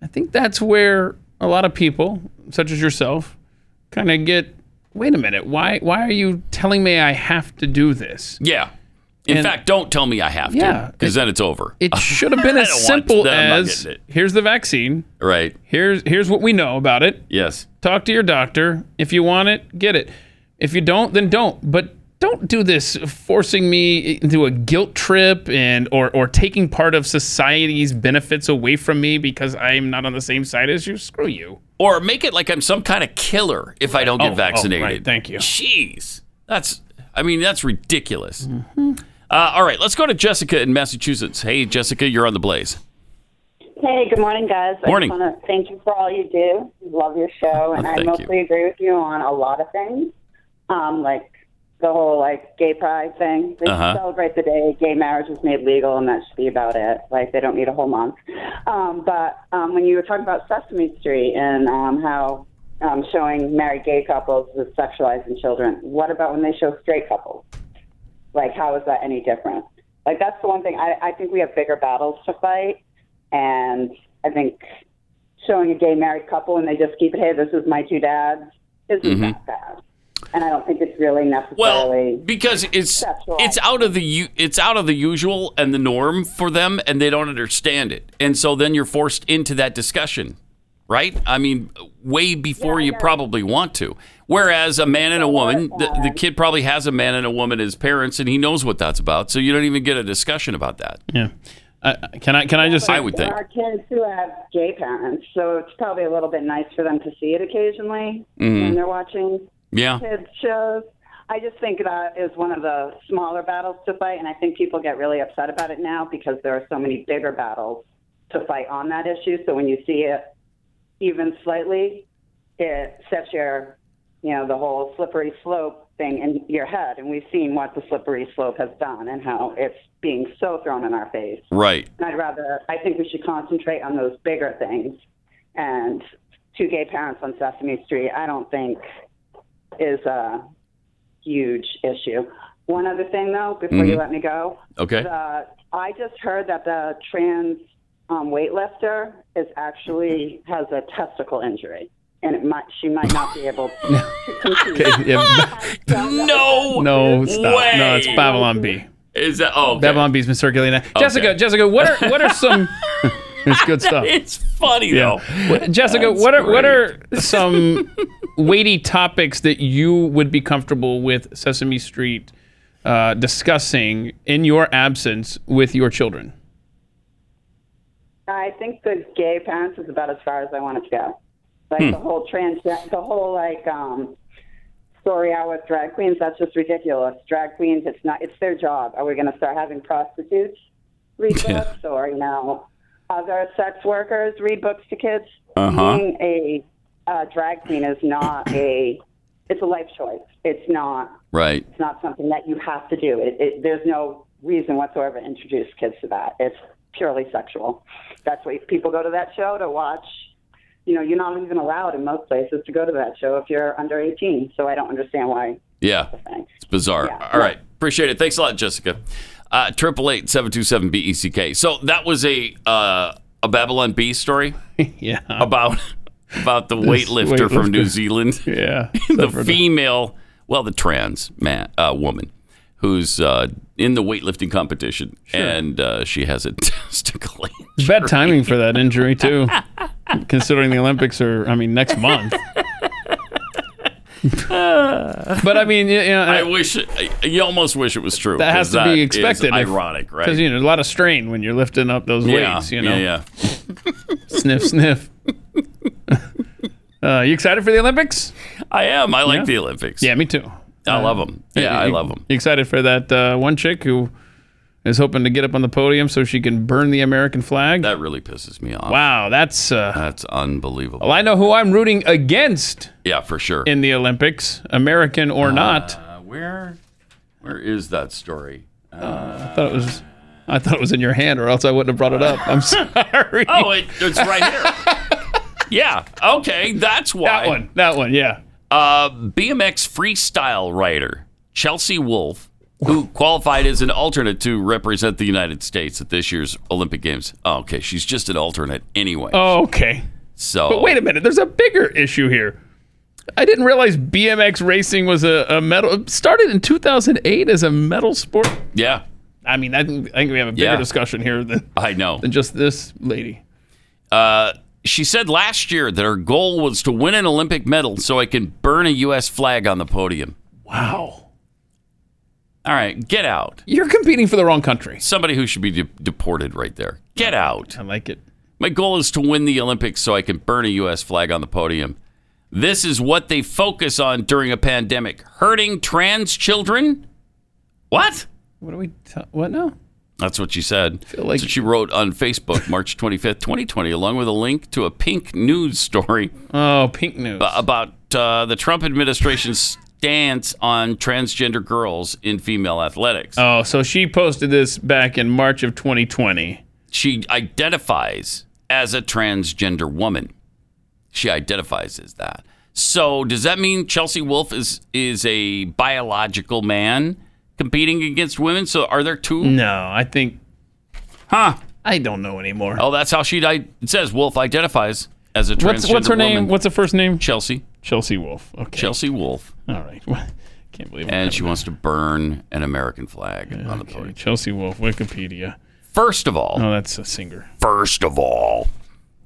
[SPEAKER 3] I think that's where a lot of people, such as yourself, kind of get. Wait a minute. Why? Why are you telling me I have to do this?
[SPEAKER 2] Yeah. In
[SPEAKER 3] And-
[SPEAKER 2] fact, don't tell me I have
[SPEAKER 3] Yeah,
[SPEAKER 2] to, because then it's over.
[SPEAKER 3] It should have been
[SPEAKER 2] I
[SPEAKER 3] as
[SPEAKER 2] don't want-
[SPEAKER 3] simple
[SPEAKER 2] then I'm not
[SPEAKER 3] as
[SPEAKER 2] getting it.
[SPEAKER 3] here's the vaccine.
[SPEAKER 2] Right.
[SPEAKER 3] Here's here's what we know about it.
[SPEAKER 2] Yes.
[SPEAKER 3] Talk to your doctor. If you want it, get it. If you don't, then don't. But don't do this forcing me into a guilt trip and or or taking part of society's benefits away from me because I'm not on the same side as you. Screw you.
[SPEAKER 2] Or make it like I'm some kind of killer if I don't
[SPEAKER 3] Oh,
[SPEAKER 2] get
[SPEAKER 3] oh,
[SPEAKER 2] vaccinated.
[SPEAKER 3] right. Thank you.
[SPEAKER 2] Jeez. That's, I mean, that's ridiculous.
[SPEAKER 3] Mm-hmm.
[SPEAKER 2] Uh, all right, let's go to Jessica in Massachusetts. Hey, Jessica, you're on the blaze.
[SPEAKER 11] Hey, good morning, guys.
[SPEAKER 2] Morning. Oh,
[SPEAKER 11] I just want to thank you for all you do. Love your show, and I
[SPEAKER 2] Thank
[SPEAKER 11] mostly agree with you on a lot of things, um, like the whole like gay pride thing. They should
[SPEAKER 12] Uh-huh.
[SPEAKER 11] celebrate the day gay marriage was made legal, and that should be about it. Like they don't need a whole month. Um, but um, when you were talking about Sesame Street and um, how um, showing married gay couples is sexualizing children, what about when they show straight couples? Like, how is that any different? Like, that's the one thing I, I think we have bigger battles to fight. And I think showing a gay married couple and they just keep it, hey, this is my two dads, isn't that bad. And I don't think it's really necessarily.
[SPEAKER 2] because it's it's out of the u- it's out of the usual and the norm for them and they don't understand it and so then you're forced into that discussion right i mean way before you probably want to whereas a man and a woman the, the kid probably has a man and a woman as parents and he knows what that's about so you don't even get a discussion about that
[SPEAKER 3] yeah uh, can i can i just
[SPEAKER 2] i would
[SPEAKER 11] There
[SPEAKER 2] think
[SPEAKER 11] are kids who have gay parents, so it's probably a little bit nice for them to see it occasionally
[SPEAKER 2] Mhm.
[SPEAKER 11] when they're watching
[SPEAKER 2] Yeah.
[SPEAKER 11] kids shows. I just think that is one of the smaller battles to fight, and I think people get really upset about it now because there are so many bigger battles to fight on that issue. So when you see it even slightly, it sets your, you know, the whole slippery slope thing in your head. And we've seen what the slippery slope has done and how it's being so thrown in our face.
[SPEAKER 2] right
[SPEAKER 11] And I'd rather, I think we should concentrate on those bigger things. And two gay parents on Sesame Street, I don't think is a huge issue. One other thing, though, before you
[SPEAKER 2] Mhm.
[SPEAKER 11] let me go.
[SPEAKER 2] Okay.
[SPEAKER 11] The, I just heard that the trans um, weightlifter is actually has a testicle injury, and it might, she might not be able to compete.
[SPEAKER 3] Okay, yeah.
[SPEAKER 2] no
[SPEAKER 3] No, stop. No, it's
[SPEAKER 2] way.
[SPEAKER 3] Babylon B.
[SPEAKER 2] Is that oh okay.
[SPEAKER 3] Babylon B's been circulating that.
[SPEAKER 2] Okay.
[SPEAKER 3] Jessica, Jessica, what are what are some? it's good stuff.
[SPEAKER 2] it's funny though
[SPEAKER 3] What- Jessica,
[SPEAKER 2] That's
[SPEAKER 3] what are what are some weighty topics that you would be comfortable with Sesame Street uh, discussing in your absence with your children?
[SPEAKER 11] I think the gay parents is about as far as I want it to go. Like
[SPEAKER 3] Hmm.
[SPEAKER 11] the whole trans, the whole like um, story hour with drag queens. That's just ridiculous. Drag queens, it's not, it's their job. Are we going to start having prostitutes read
[SPEAKER 13] Yeah.
[SPEAKER 11] books, or you know, other sex workers read books to kids?
[SPEAKER 13] Uh-huh.
[SPEAKER 11] Being a uh, drag queen is not a, it's a life choice. It's not
[SPEAKER 2] right
[SPEAKER 11] it's not something that you have to do. It, it, there's no reason whatsoever to introduce kids to that. It's purely sexual. That's why people go to that show to watch. You know, you're not even allowed in most places to go to that show if you're under 18. So I don't understand why.
[SPEAKER 2] Yeah. It's bizarre. All right. Appreciate it. Thanks a lot, Jessica. Uh, Triple eight seven two seven B E C K. So that was a uh, a Babylon B story.
[SPEAKER 3] yeah.
[SPEAKER 2] About about the
[SPEAKER 3] This
[SPEAKER 2] weightlifter,
[SPEAKER 3] weightlifter.
[SPEAKER 2] from New Zealand.
[SPEAKER 3] Yeah.
[SPEAKER 2] the female, well, the trans man uh, woman who's uh, in the weightlifting competition, and uh, she has a testicle.
[SPEAKER 3] It's bad timing for that injury too, considering the Olympics are I mean next month. but I mean, you you know,
[SPEAKER 2] I wish I, you almost wish it was true.
[SPEAKER 3] that has
[SPEAKER 2] 'cause
[SPEAKER 3] to be
[SPEAKER 2] is
[SPEAKER 3] expected. if-
[SPEAKER 2] Ironic, right?
[SPEAKER 3] Because you know, a lot of strain when you're lifting up those
[SPEAKER 2] Yeah,
[SPEAKER 3] weights. You know,
[SPEAKER 2] yeah,
[SPEAKER 3] sniff, sniff. uh, you excited for the Olympics?
[SPEAKER 2] I am. I like the Olympics.
[SPEAKER 3] Yeah, me too.
[SPEAKER 2] I love 'em. Yeah, I
[SPEAKER 3] you-
[SPEAKER 2] love 'em.
[SPEAKER 3] You excited for that uh, one chick who is hoping to get up on the podium so she can burn the American flag?
[SPEAKER 2] That really pisses me off.
[SPEAKER 3] Wow, that's uh,
[SPEAKER 2] that's unbelievable.
[SPEAKER 3] Well, I know who I'm rooting against
[SPEAKER 2] Yeah, for sure.
[SPEAKER 3] in the Olympics, American or not.
[SPEAKER 2] Uh, where, where is that story?
[SPEAKER 3] I thought it was. I thought it was in your hand, or else I wouldn't have brought it up. I'm sorry.
[SPEAKER 2] Oh, it, it's right here. yeah. Okay, that's why. That one.
[SPEAKER 3] That one. Yeah.
[SPEAKER 2] Uh, BMX freestyle rider Chelsea Wolf, who qualified as an alternate to represent the United States at this year's Olympic Games. Oh, okay, she's just an alternate anyway.
[SPEAKER 3] Oh, okay.
[SPEAKER 2] So,
[SPEAKER 3] But wait a minute, there's a bigger issue here. I didn't realize BMX racing was a, a medal. It started in 2008 as a medal sport.
[SPEAKER 2] yeah,
[SPEAKER 3] I mean, I think, I think we have a bigger
[SPEAKER 2] Yeah.
[SPEAKER 3] discussion here than
[SPEAKER 2] I know.
[SPEAKER 3] than just this lady.
[SPEAKER 2] Uh, she said last year that her goal was to win an Olympic medal so I can burn a U.S. flag on the podium.
[SPEAKER 3] Wow,
[SPEAKER 2] All right, get out.
[SPEAKER 3] you're competing for the wrong country.
[SPEAKER 2] Somebody who should be de- deported right there. Get out.
[SPEAKER 3] I like it.
[SPEAKER 2] My goal is to win the Olympics so I can burn a U.S. flag on the podium. This is what they focus on during a pandemic hurting trans children? What?
[SPEAKER 3] What are we? ta- what now?
[SPEAKER 2] That's what she said.
[SPEAKER 3] like-
[SPEAKER 2] That's what she wrote on Facebook March 25th, 2020, along with a link to a pink news story
[SPEAKER 3] Oh, pink news.
[SPEAKER 2] ab- about uh, the Trump administration's stance on transgender girls in female athletics.
[SPEAKER 3] Oh, so she posted this back in March of 2020.
[SPEAKER 2] She identifies as a transgender woman. She identifies as that. So does that mean Chelsea Wolf is is a biological man competing against women? So are there two?
[SPEAKER 3] No, I think
[SPEAKER 2] Huh.
[SPEAKER 3] I don't know anymore.
[SPEAKER 2] Oh, that's how she di- it says Wolf identifies as a transgender
[SPEAKER 3] what's what's her
[SPEAKER 2] woman.
[SPEAKER 3] name? What's her first name?
[SPEAKER 2] Chelsea.
[SPEAKER 3] Chelsea Wolf. Okay.
[SPEAKER 2] Chelsea Wolf.
[SPEAKER 3] All right. Can't believe it.
[SPEAKER 2] And she wants to burn an American flag on the podium.
[SPEAKER 3] Chelsea Wolf, Wikipedia.
[SPEAKER 2] First of all,
[SPEAKER 3] Oh, that's a singer.
[SPEAKER 2] first of all,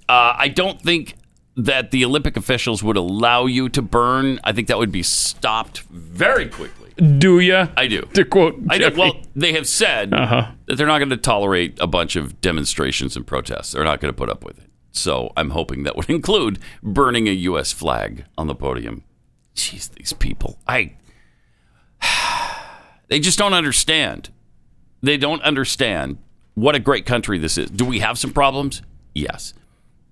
[SPEAKER 2] uh, I don't think that the Olympic officials would allow you to burn. I think that would be stopped very quickly.
[SPEAKER 3] Do ya?
[SPEAKER 2] I do.
[SPEAKER 3] To quote
[SPEAKER 2] I do.
[SPEAKER 3] Jeffy.
[SPEAKER 2] Well, they have said
[SPEAKER 3] Uh-huh.
[SPEAKER 2] that they're not going to tolerate a bunch of demonstrations and protests. They're not going to put up with it. So I'm hoping that would include burning a U.S. flag on the podium. Jeez, these people. I. They just don't understand. They don't understand what a great country this is. Do we have some problems? Yes.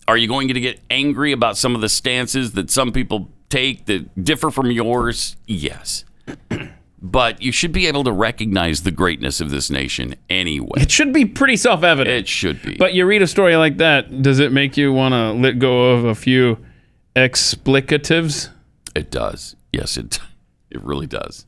[SPEAKER 2] Are you going to get angry about some of the stances that some people take that differ from yours? Yes. But you should be able to recognize the greatness of this nation anyway.
[SPEAKER 3] It should be pretty self-evident.
[SPEAKER 2] It should be.
[SPEAKER 3] But you read a story like that, does it make you want to let go of a few explicatives?
[SPEAKER 2] It does. Yes, it it really does.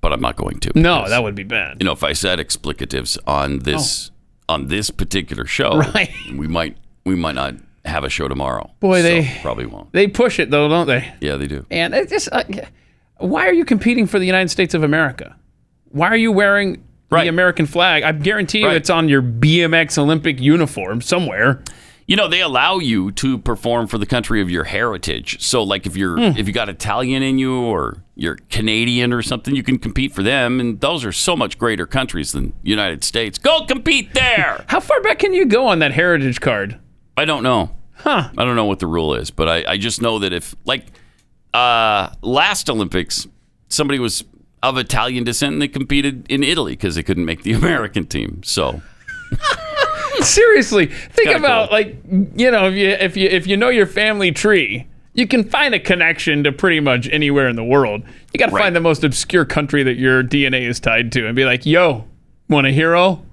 [SPEAKER 2] But I'm not going to.
[SPEAKER 3] No,
[SPEAKER 2] because,
[SPEAKER 3] that would be bad.
[SPEAKER 2] you know if I said explicatives on this on this particular show,
[SPEAKER 3] Oh. Right.
[SPEAKER 2] we might we might not have a show tomorrow.
[SPEAKER 3] Boy,
[SPEAKER 2] So
[SPEAKER 3] they-
[SPEAKER 2] probably won't.
[SPEAKER 3] They push it though, don't they?
[SPEAKER 2] Yeah, they do.
[SPEAKER 3] And it just uh, why are you competing for the United States of America? Why are you wearing
[SPEAKER 2] Right.
[SPEAKER 3] the American flag? I guarantee you
[SPEAKER 2] Right.
[SPEAKER 3] it's on your BMX Olympic uniform somewhere.
[SPEAKER 2] You know, they allow you to perform for the country of your heritage. So, like, if you're
[SPEAKER 3] Hmm.
[SPEAKER 2] if you got Italian in you or you're Canadian or something, you can compete for them, and those are so much greater countries than United States. Go compete there.
[SPEAKER 3] How far back can you go on that heritage card?
[SPEAKER 2] I don't know. Huh? I don't know what the rule is, but I I just know that if like uh last Olympics, somebody was of Italian descent and they competed in Italy because they couldn't make the American team. So
[SPEAKER 3] Seriously, think
[SPEAKER 2] kinda
[SPEAKER 3] about
[SPEAKER 2] cool.
[SPEAKER 3] like you know if you if you if you know your family tree, you can find a connection to pretty much anywhere in the world. You got to
[SPEAKER 2] Right.
[SPEAKER 3] find the most obscure country that your DNA is tied to and be like, "Yo, want a hero?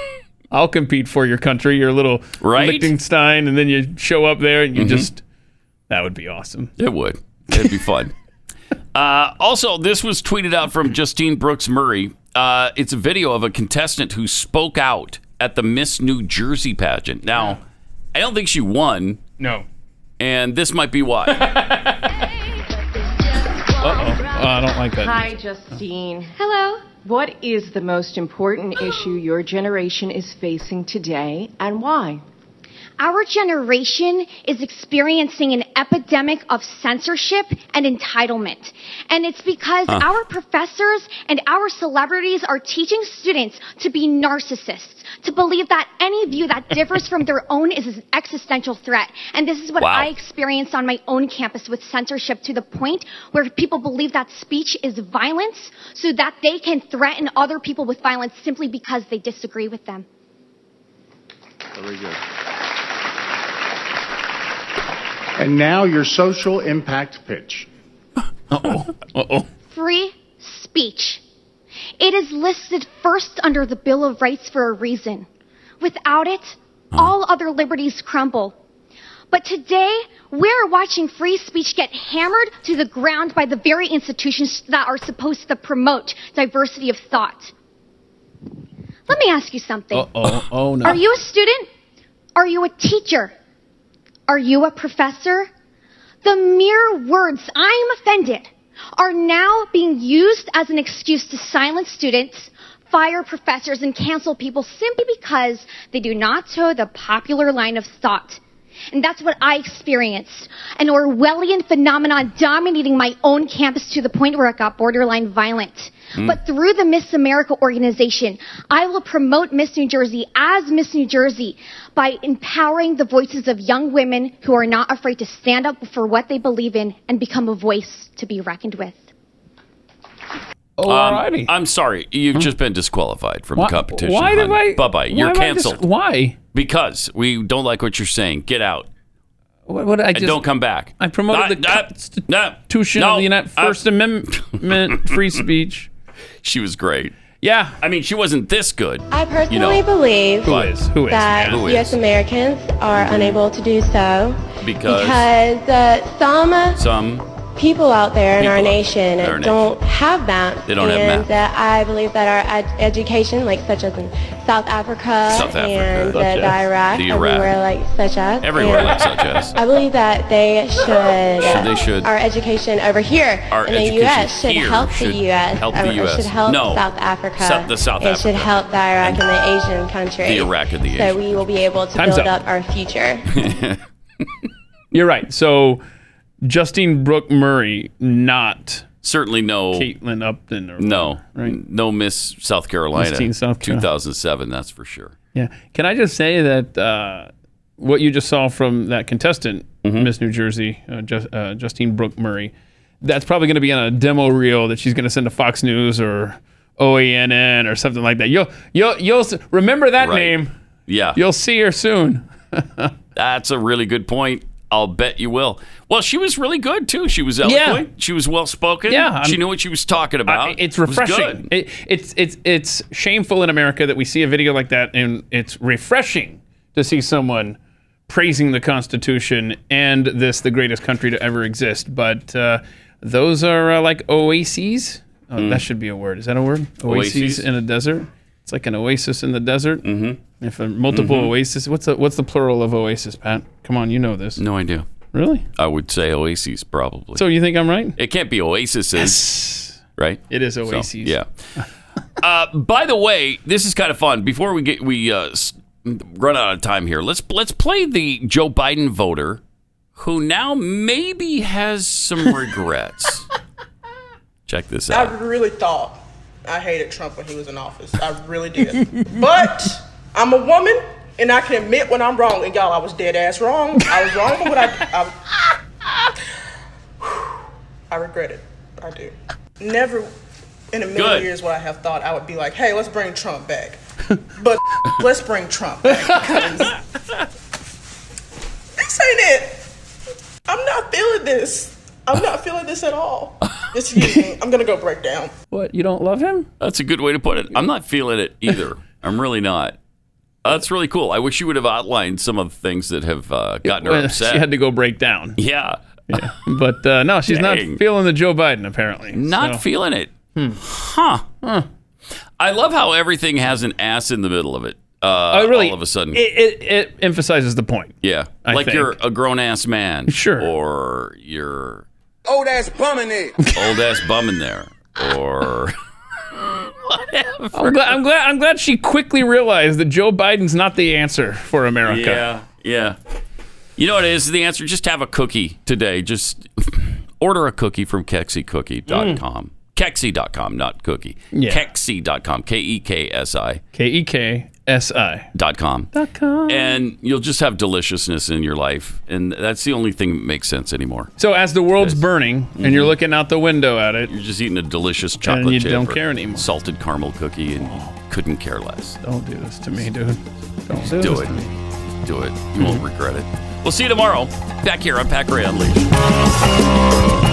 [SPEAKER 3] I'll compete for your country, your little
[SPEAKER 2] Right? Mm-hmm.
[SPEAKER 3] Liechtenstein." And then you show up there and you just that would be awesome.
[SPEAKER 2] It would. It'd be fun. Uh, also, this was tweeted out from Justine Brooks Murray. Uh, it's a video of a contestant who spoke out at the Miss New Jersey pageant. Now, I don't think she won,
[SPEAKER 3] No.
[SPEAKER 2] and this might be why.
[SPEAKER 3] Uh-oh. Oh, I don't like that.
[SPEAKER 12] Hi, Justine. Hello. What is the most important issue your generation is facing today and why?
[SPEAKER 13] Our generation is experiencing an epidemic of censorship and entitlement. And it's because
[SPEAKER 2] Huh.
[SPEAKER 13] our professors and our celebrities are teaching students to be narcissists, to believe that any view that differs from their own is an existential threat. And this is what
[SPEAKER 2] Wow.
[SPEAKER 13] I experienced on my own campus with censorship to the point where people believe that speech is violence so that they can threaten other people with violence simply because they disagree with them.
[SPEAKER 14] Very good.
[SPEAKER 15] And now your social impact pitch.
[SPEAKER 3] Uh-oh.
[SPEAKER 13] free speech. It is listed first under the Bill of Rights for a reason. Without it,
[SPEAKER 3] Hmm.
[SPEAKER 13] all other liberties crumble. But today, we're watching free speech get hammered to the ground by the very institutions that are supposed to promote diversity of thought. Let me ask you something.
[SPEAKER 3] Uh-oh. Oh no.
[SPEAKER 13] Are you a student? Are you a teacher? Are you a professor? The mere words I'm offended are now being used as an excuse to silence students, fire professors and cancel people simply because they do not toe the popular line of thought. And that's what I experienced. An Orwellian phenomenon dominating my own campus to the point where it got borderline violent.
[SPEAKER 16] Mm.
[SPEAKER 13] But through the Miss America organization, I will promote Miss New Jersey as Miss New Jersey by empowering the voices of young women who are not afraid to stand up for what they believe in and become a voice to be reckoned with.
[SPEAKER 2] Um, I'm sorry, you've just been disqualified from
[SPEAKER 3] Oh,
[SPEAKER 2] the
[SPEAKER 3] Hmm? Why-
[SPEAKER 2] competition.
[SPEAKER 3] why did I-
[SPEAKER 2] Bye bye.
[SPEAKER 3] why
[SPEAKER 2] You're
[SPEAKER 3] am I dis-
[SPEAKER 2] canceled.
[SPEAKER 3] why?
[SPEAKER 2] Because we don't like what you're saying. Get out.
[SPEAKER 3] What, what did I
[SPEAKER 2] and
[SPEAKER 3] just
[SPEAKER 2] don't come back.
[SPEAKER 3] I promoted the Constitution
[SPEAKER 2] no, uh,
[SPEAKER 3] of the United
[SPEAKER 2] I-
[SPEAKER 3] First Amendment, free speech.
[SPEAKER 2] She was great.
[SPEAKER 3] Yeah,
[SPEAKER 2] I mean, she wasn't this good.
[SPEAKER 17] I personally
[SPEAKER 2] you know,
[SPEAKER 17] believe
[SPEAKER 2] Who is? Who is?
[SPEAKER 17] that
[SPEAKER 2] Who
[SPEAKER 17] U.S.
[SPEAKER 2] is?
[SPEAKER 17] Americans are unable to do so
[SPEAKER 2] Mm-hmm. Because-
[SPEAKER 17] because, uh, some
[SPEAKER 2] Some.
[SPEAKER 17] people out there in
[SPEAKER 2] People
[SPEAKER 17] our
[SPEAKER 2] out
[SPEAKER 17] nation
[SPEAKER 2] there in our
[SPEAKER 17] don't have maps.
[SPEAKER 2] They don't have
[SPEAKER 17] and
[SPEAKER 2] maps.
[SPEAKER 17] that I believe that our ed- education, like such as in South Africa
[SPEAKER 2] South Africa.
[SPEAKER 17] and
[SPEAKER 2] Such
[SPEAKER 17] uh, the
[SPEAKER 2] as.
[SPEAKER 17] Iraq,
[SPEAKER 2] The Iraq.
[SPEAKER 17] everywhere like such as
[SPEAKER 2] Everywhere
[SPEAKER 17] and
[SPEAKER 2] like such as.
[SPEAKER 17] I believe that they should,
[SPEAKER 2] Should- they should.
[SPEAKER 17] our education over here
[SPEAKER 2] Our
[SPEAKER 17] in the
[SPEAKER 2] education
[SPEAKER 17] U.S. should
[SPEAKER 2] here
[SPEAKER 17] help
[SPEAKER 2] should
[SPEAKER 17] the U.S.
[SPEAKER 2] help the
[SPEAKER 17] or- or
[SPEAKER 2] US.
[SPEAKER 17] should help
[SPEAKER 2] No.
[SPEAKER 17] South Africa.
[SPEAKER 2] South- the South
[SPEAKER 17] it should
[SPEAKER 2] Africa.
[SPEAKER 17] help the Iraq and the Asian countries.
[SPEAKER 2] The Iraq and the
[SPEAKER 17] So we will be able to
[SPEAKER 3] Time's
[SPEAKER 17] build
[SPEAKER 3] up.
[SPEAKER 17] up our future.
[SPEAKER 3] You're right. So Justine Brooke Murray, not
[SPEAKER 2] certainly no
[SPEAKER 3] Caitlin Upton. Or
[SPEAKER 2] No. No Miss South Carolina.
[SPEAKER 3] Miss Teen South Carolina.
[SPEAKER 2] 2007, that's for sure.
[SPEAKER 3] Yeah. Can I just say that uh, what you just saw from that contestant,
[SPEAKER 2] Mm-hmm.
[SPEAKER 3] Miss New Jersey, uh, Jus- uh, Justine Brooke Murray, that's probably going to be on a demo reel that she's going to send to Fox News or OANN or something like that. You'll you'll you'll s- remember that
[SPEAKER 2] Right.
[SPEAKER 3] name.
[SPEAKER 2] Yeah.
[SPEAKER 3] You'll see her soon.
[SPEAKER 2] That's a really good point. I'll bet you will. Well, she was really good too. She was eloquent. She was well spoken.
[SPEAKER 3] Yeah, I'm-
[SPEAKER 2] she knew what she was talking about.
[SPEAKER 3] It's
[SPEAKER 2] It was
[SPEAKER 3] refreshing. It, it's it's it's shameful in America that we see a video like that, and it's refreshing to see someone praising the Constitution and this the greatest country to ever exist. But uh, those are uh, like oases. Oh, That should be a word. Is that a word? Oases,
[SPEAKER 2] Hmm. Oases?
[SPEAKER 3] in a desert. It's like an oasis in the desert. Mm-hmm. If a multiple oasis, what's the what's the plural of oasis, Pat? Come on, you know this.
[SPEAKER 2] No idea.
[SPEAKER 3] Really?
[SPEAKER 2] I would say Oasis probably.
[SPEAKER 3] So you think I'm right?
[SPEAKER 2] it can't be Oasis, right?
[SPEAKER 3] It is
[SPEAKER 2] So,
[SPEAKER 3] oases.
[SPEAKER 2] yeah. uh, by the way, this is kind of fun. Before we get we uh, s- run out of time here, let's let's play the Joe Biden voter who now maybe has some regrets. Check this out.
[SPEAKER 18] I really thought I hated Trump when he was in office. I really did. but I'm a woman, and I can admit when I'm wrong. And y'all, I was dead ass wrong. I was wrong, but what I, I, I regret it. I do. Never in a million
[SPEAKER 19] Good.
[SPEAKER 18] years would I have thought I would be like, hey, let's bring Trump back. But let's bring Trump back because this ain't it. I'm not feeling this. I'm not feeling this at all. Excuse me. I'm gonna go break down.
[SPEAKER 3] What? You don't love him?
[SPEAKER 2] That's a good way to put it. I'm not feeling it either. I'm really not. Uh, That's really cool. I wish you would have outlined some of the things that have uh, gotten her
[SPEAKER 3] Well,
[SPEAKER 2] upset.
[SPEAKER 3] She had to go break down.
[SPEAKER 2] yeah.
[SPEAKER 3] But uh, no, she's
[SPEAKER 2] Dang.
[SPEAKER 3] not feeling the Joe Biden apparently.
[SPEAKER 2] Not
[SPEAKER 3] So-
[SPEAKER 2] feeling it.
[SPEAKER 3] Hmm.
[SPEAKER 2] Huh. I love how everything has an ass in the middle of it. Uh,
[SPEAKER 3] Oh, really?
[SPEAKER 2] All of a sudden.
[SPEAKER 3] It, it, it emphasizes the point.
[SPEAKER 2] yeah.
[SPEAKER 3] I
[SPEAKER 2] like
[SPEAKER 3] think.
[SPEAKER 2] you're a grown ass man. Sure. Or you're
[SPEAKER 20] Old ass bumming it.
[SPEAKER 2] old ass bum in there. Or.
[SPEAKER 3] I'm glad, I'm glad. I'm glad she quickly realized that Joe Biden's not the answer for America.
[SPEAKER 2] Yeah, yeah. You know what it is? The answer just have a cookie today. Just order a cookie from kexicookie.com. Kexi.com, not cookie.
[SPEAKER 3] Mm. Yeah.
[SPEAKER 2] Kexi.com, K E K S I
[SPEAKER 3] K E K S I.
[SPEAKER 2] dot com. And you'll just have deliciousness in your life. And that's the only thing that makes sense anymore.
[SPEAKER 3] So as the world's burning and
[SPEAKER 2] Mm-hmm.
[SPEAKER 3] you're looking out the window at it,
[SPEAKER 2] You're just eating a delicious chocolate
[SPEAKER 3] you
[SPEAKER 2] chip
[SPEAKER 3] don't
[SPEAKER 2] or
[SPEAKER 3] care anymore.
[SPEAKER 2] Salted caramel cookie, and you couldn't care less.
[SPEAKER 3] don't do this to me, dude. Don't
[SPEAKER 2] Just
[SPEAKER 3] do,
[SPEAKER 2] do
[SPEAKER 3] this
[SPEAKER 2] it.
[SPEAKER 3] to me. Hmm.
[SPEAKER 2] Do it. You won't regret it. We'll see you tomorrow back here on Pack Ray Unleashed.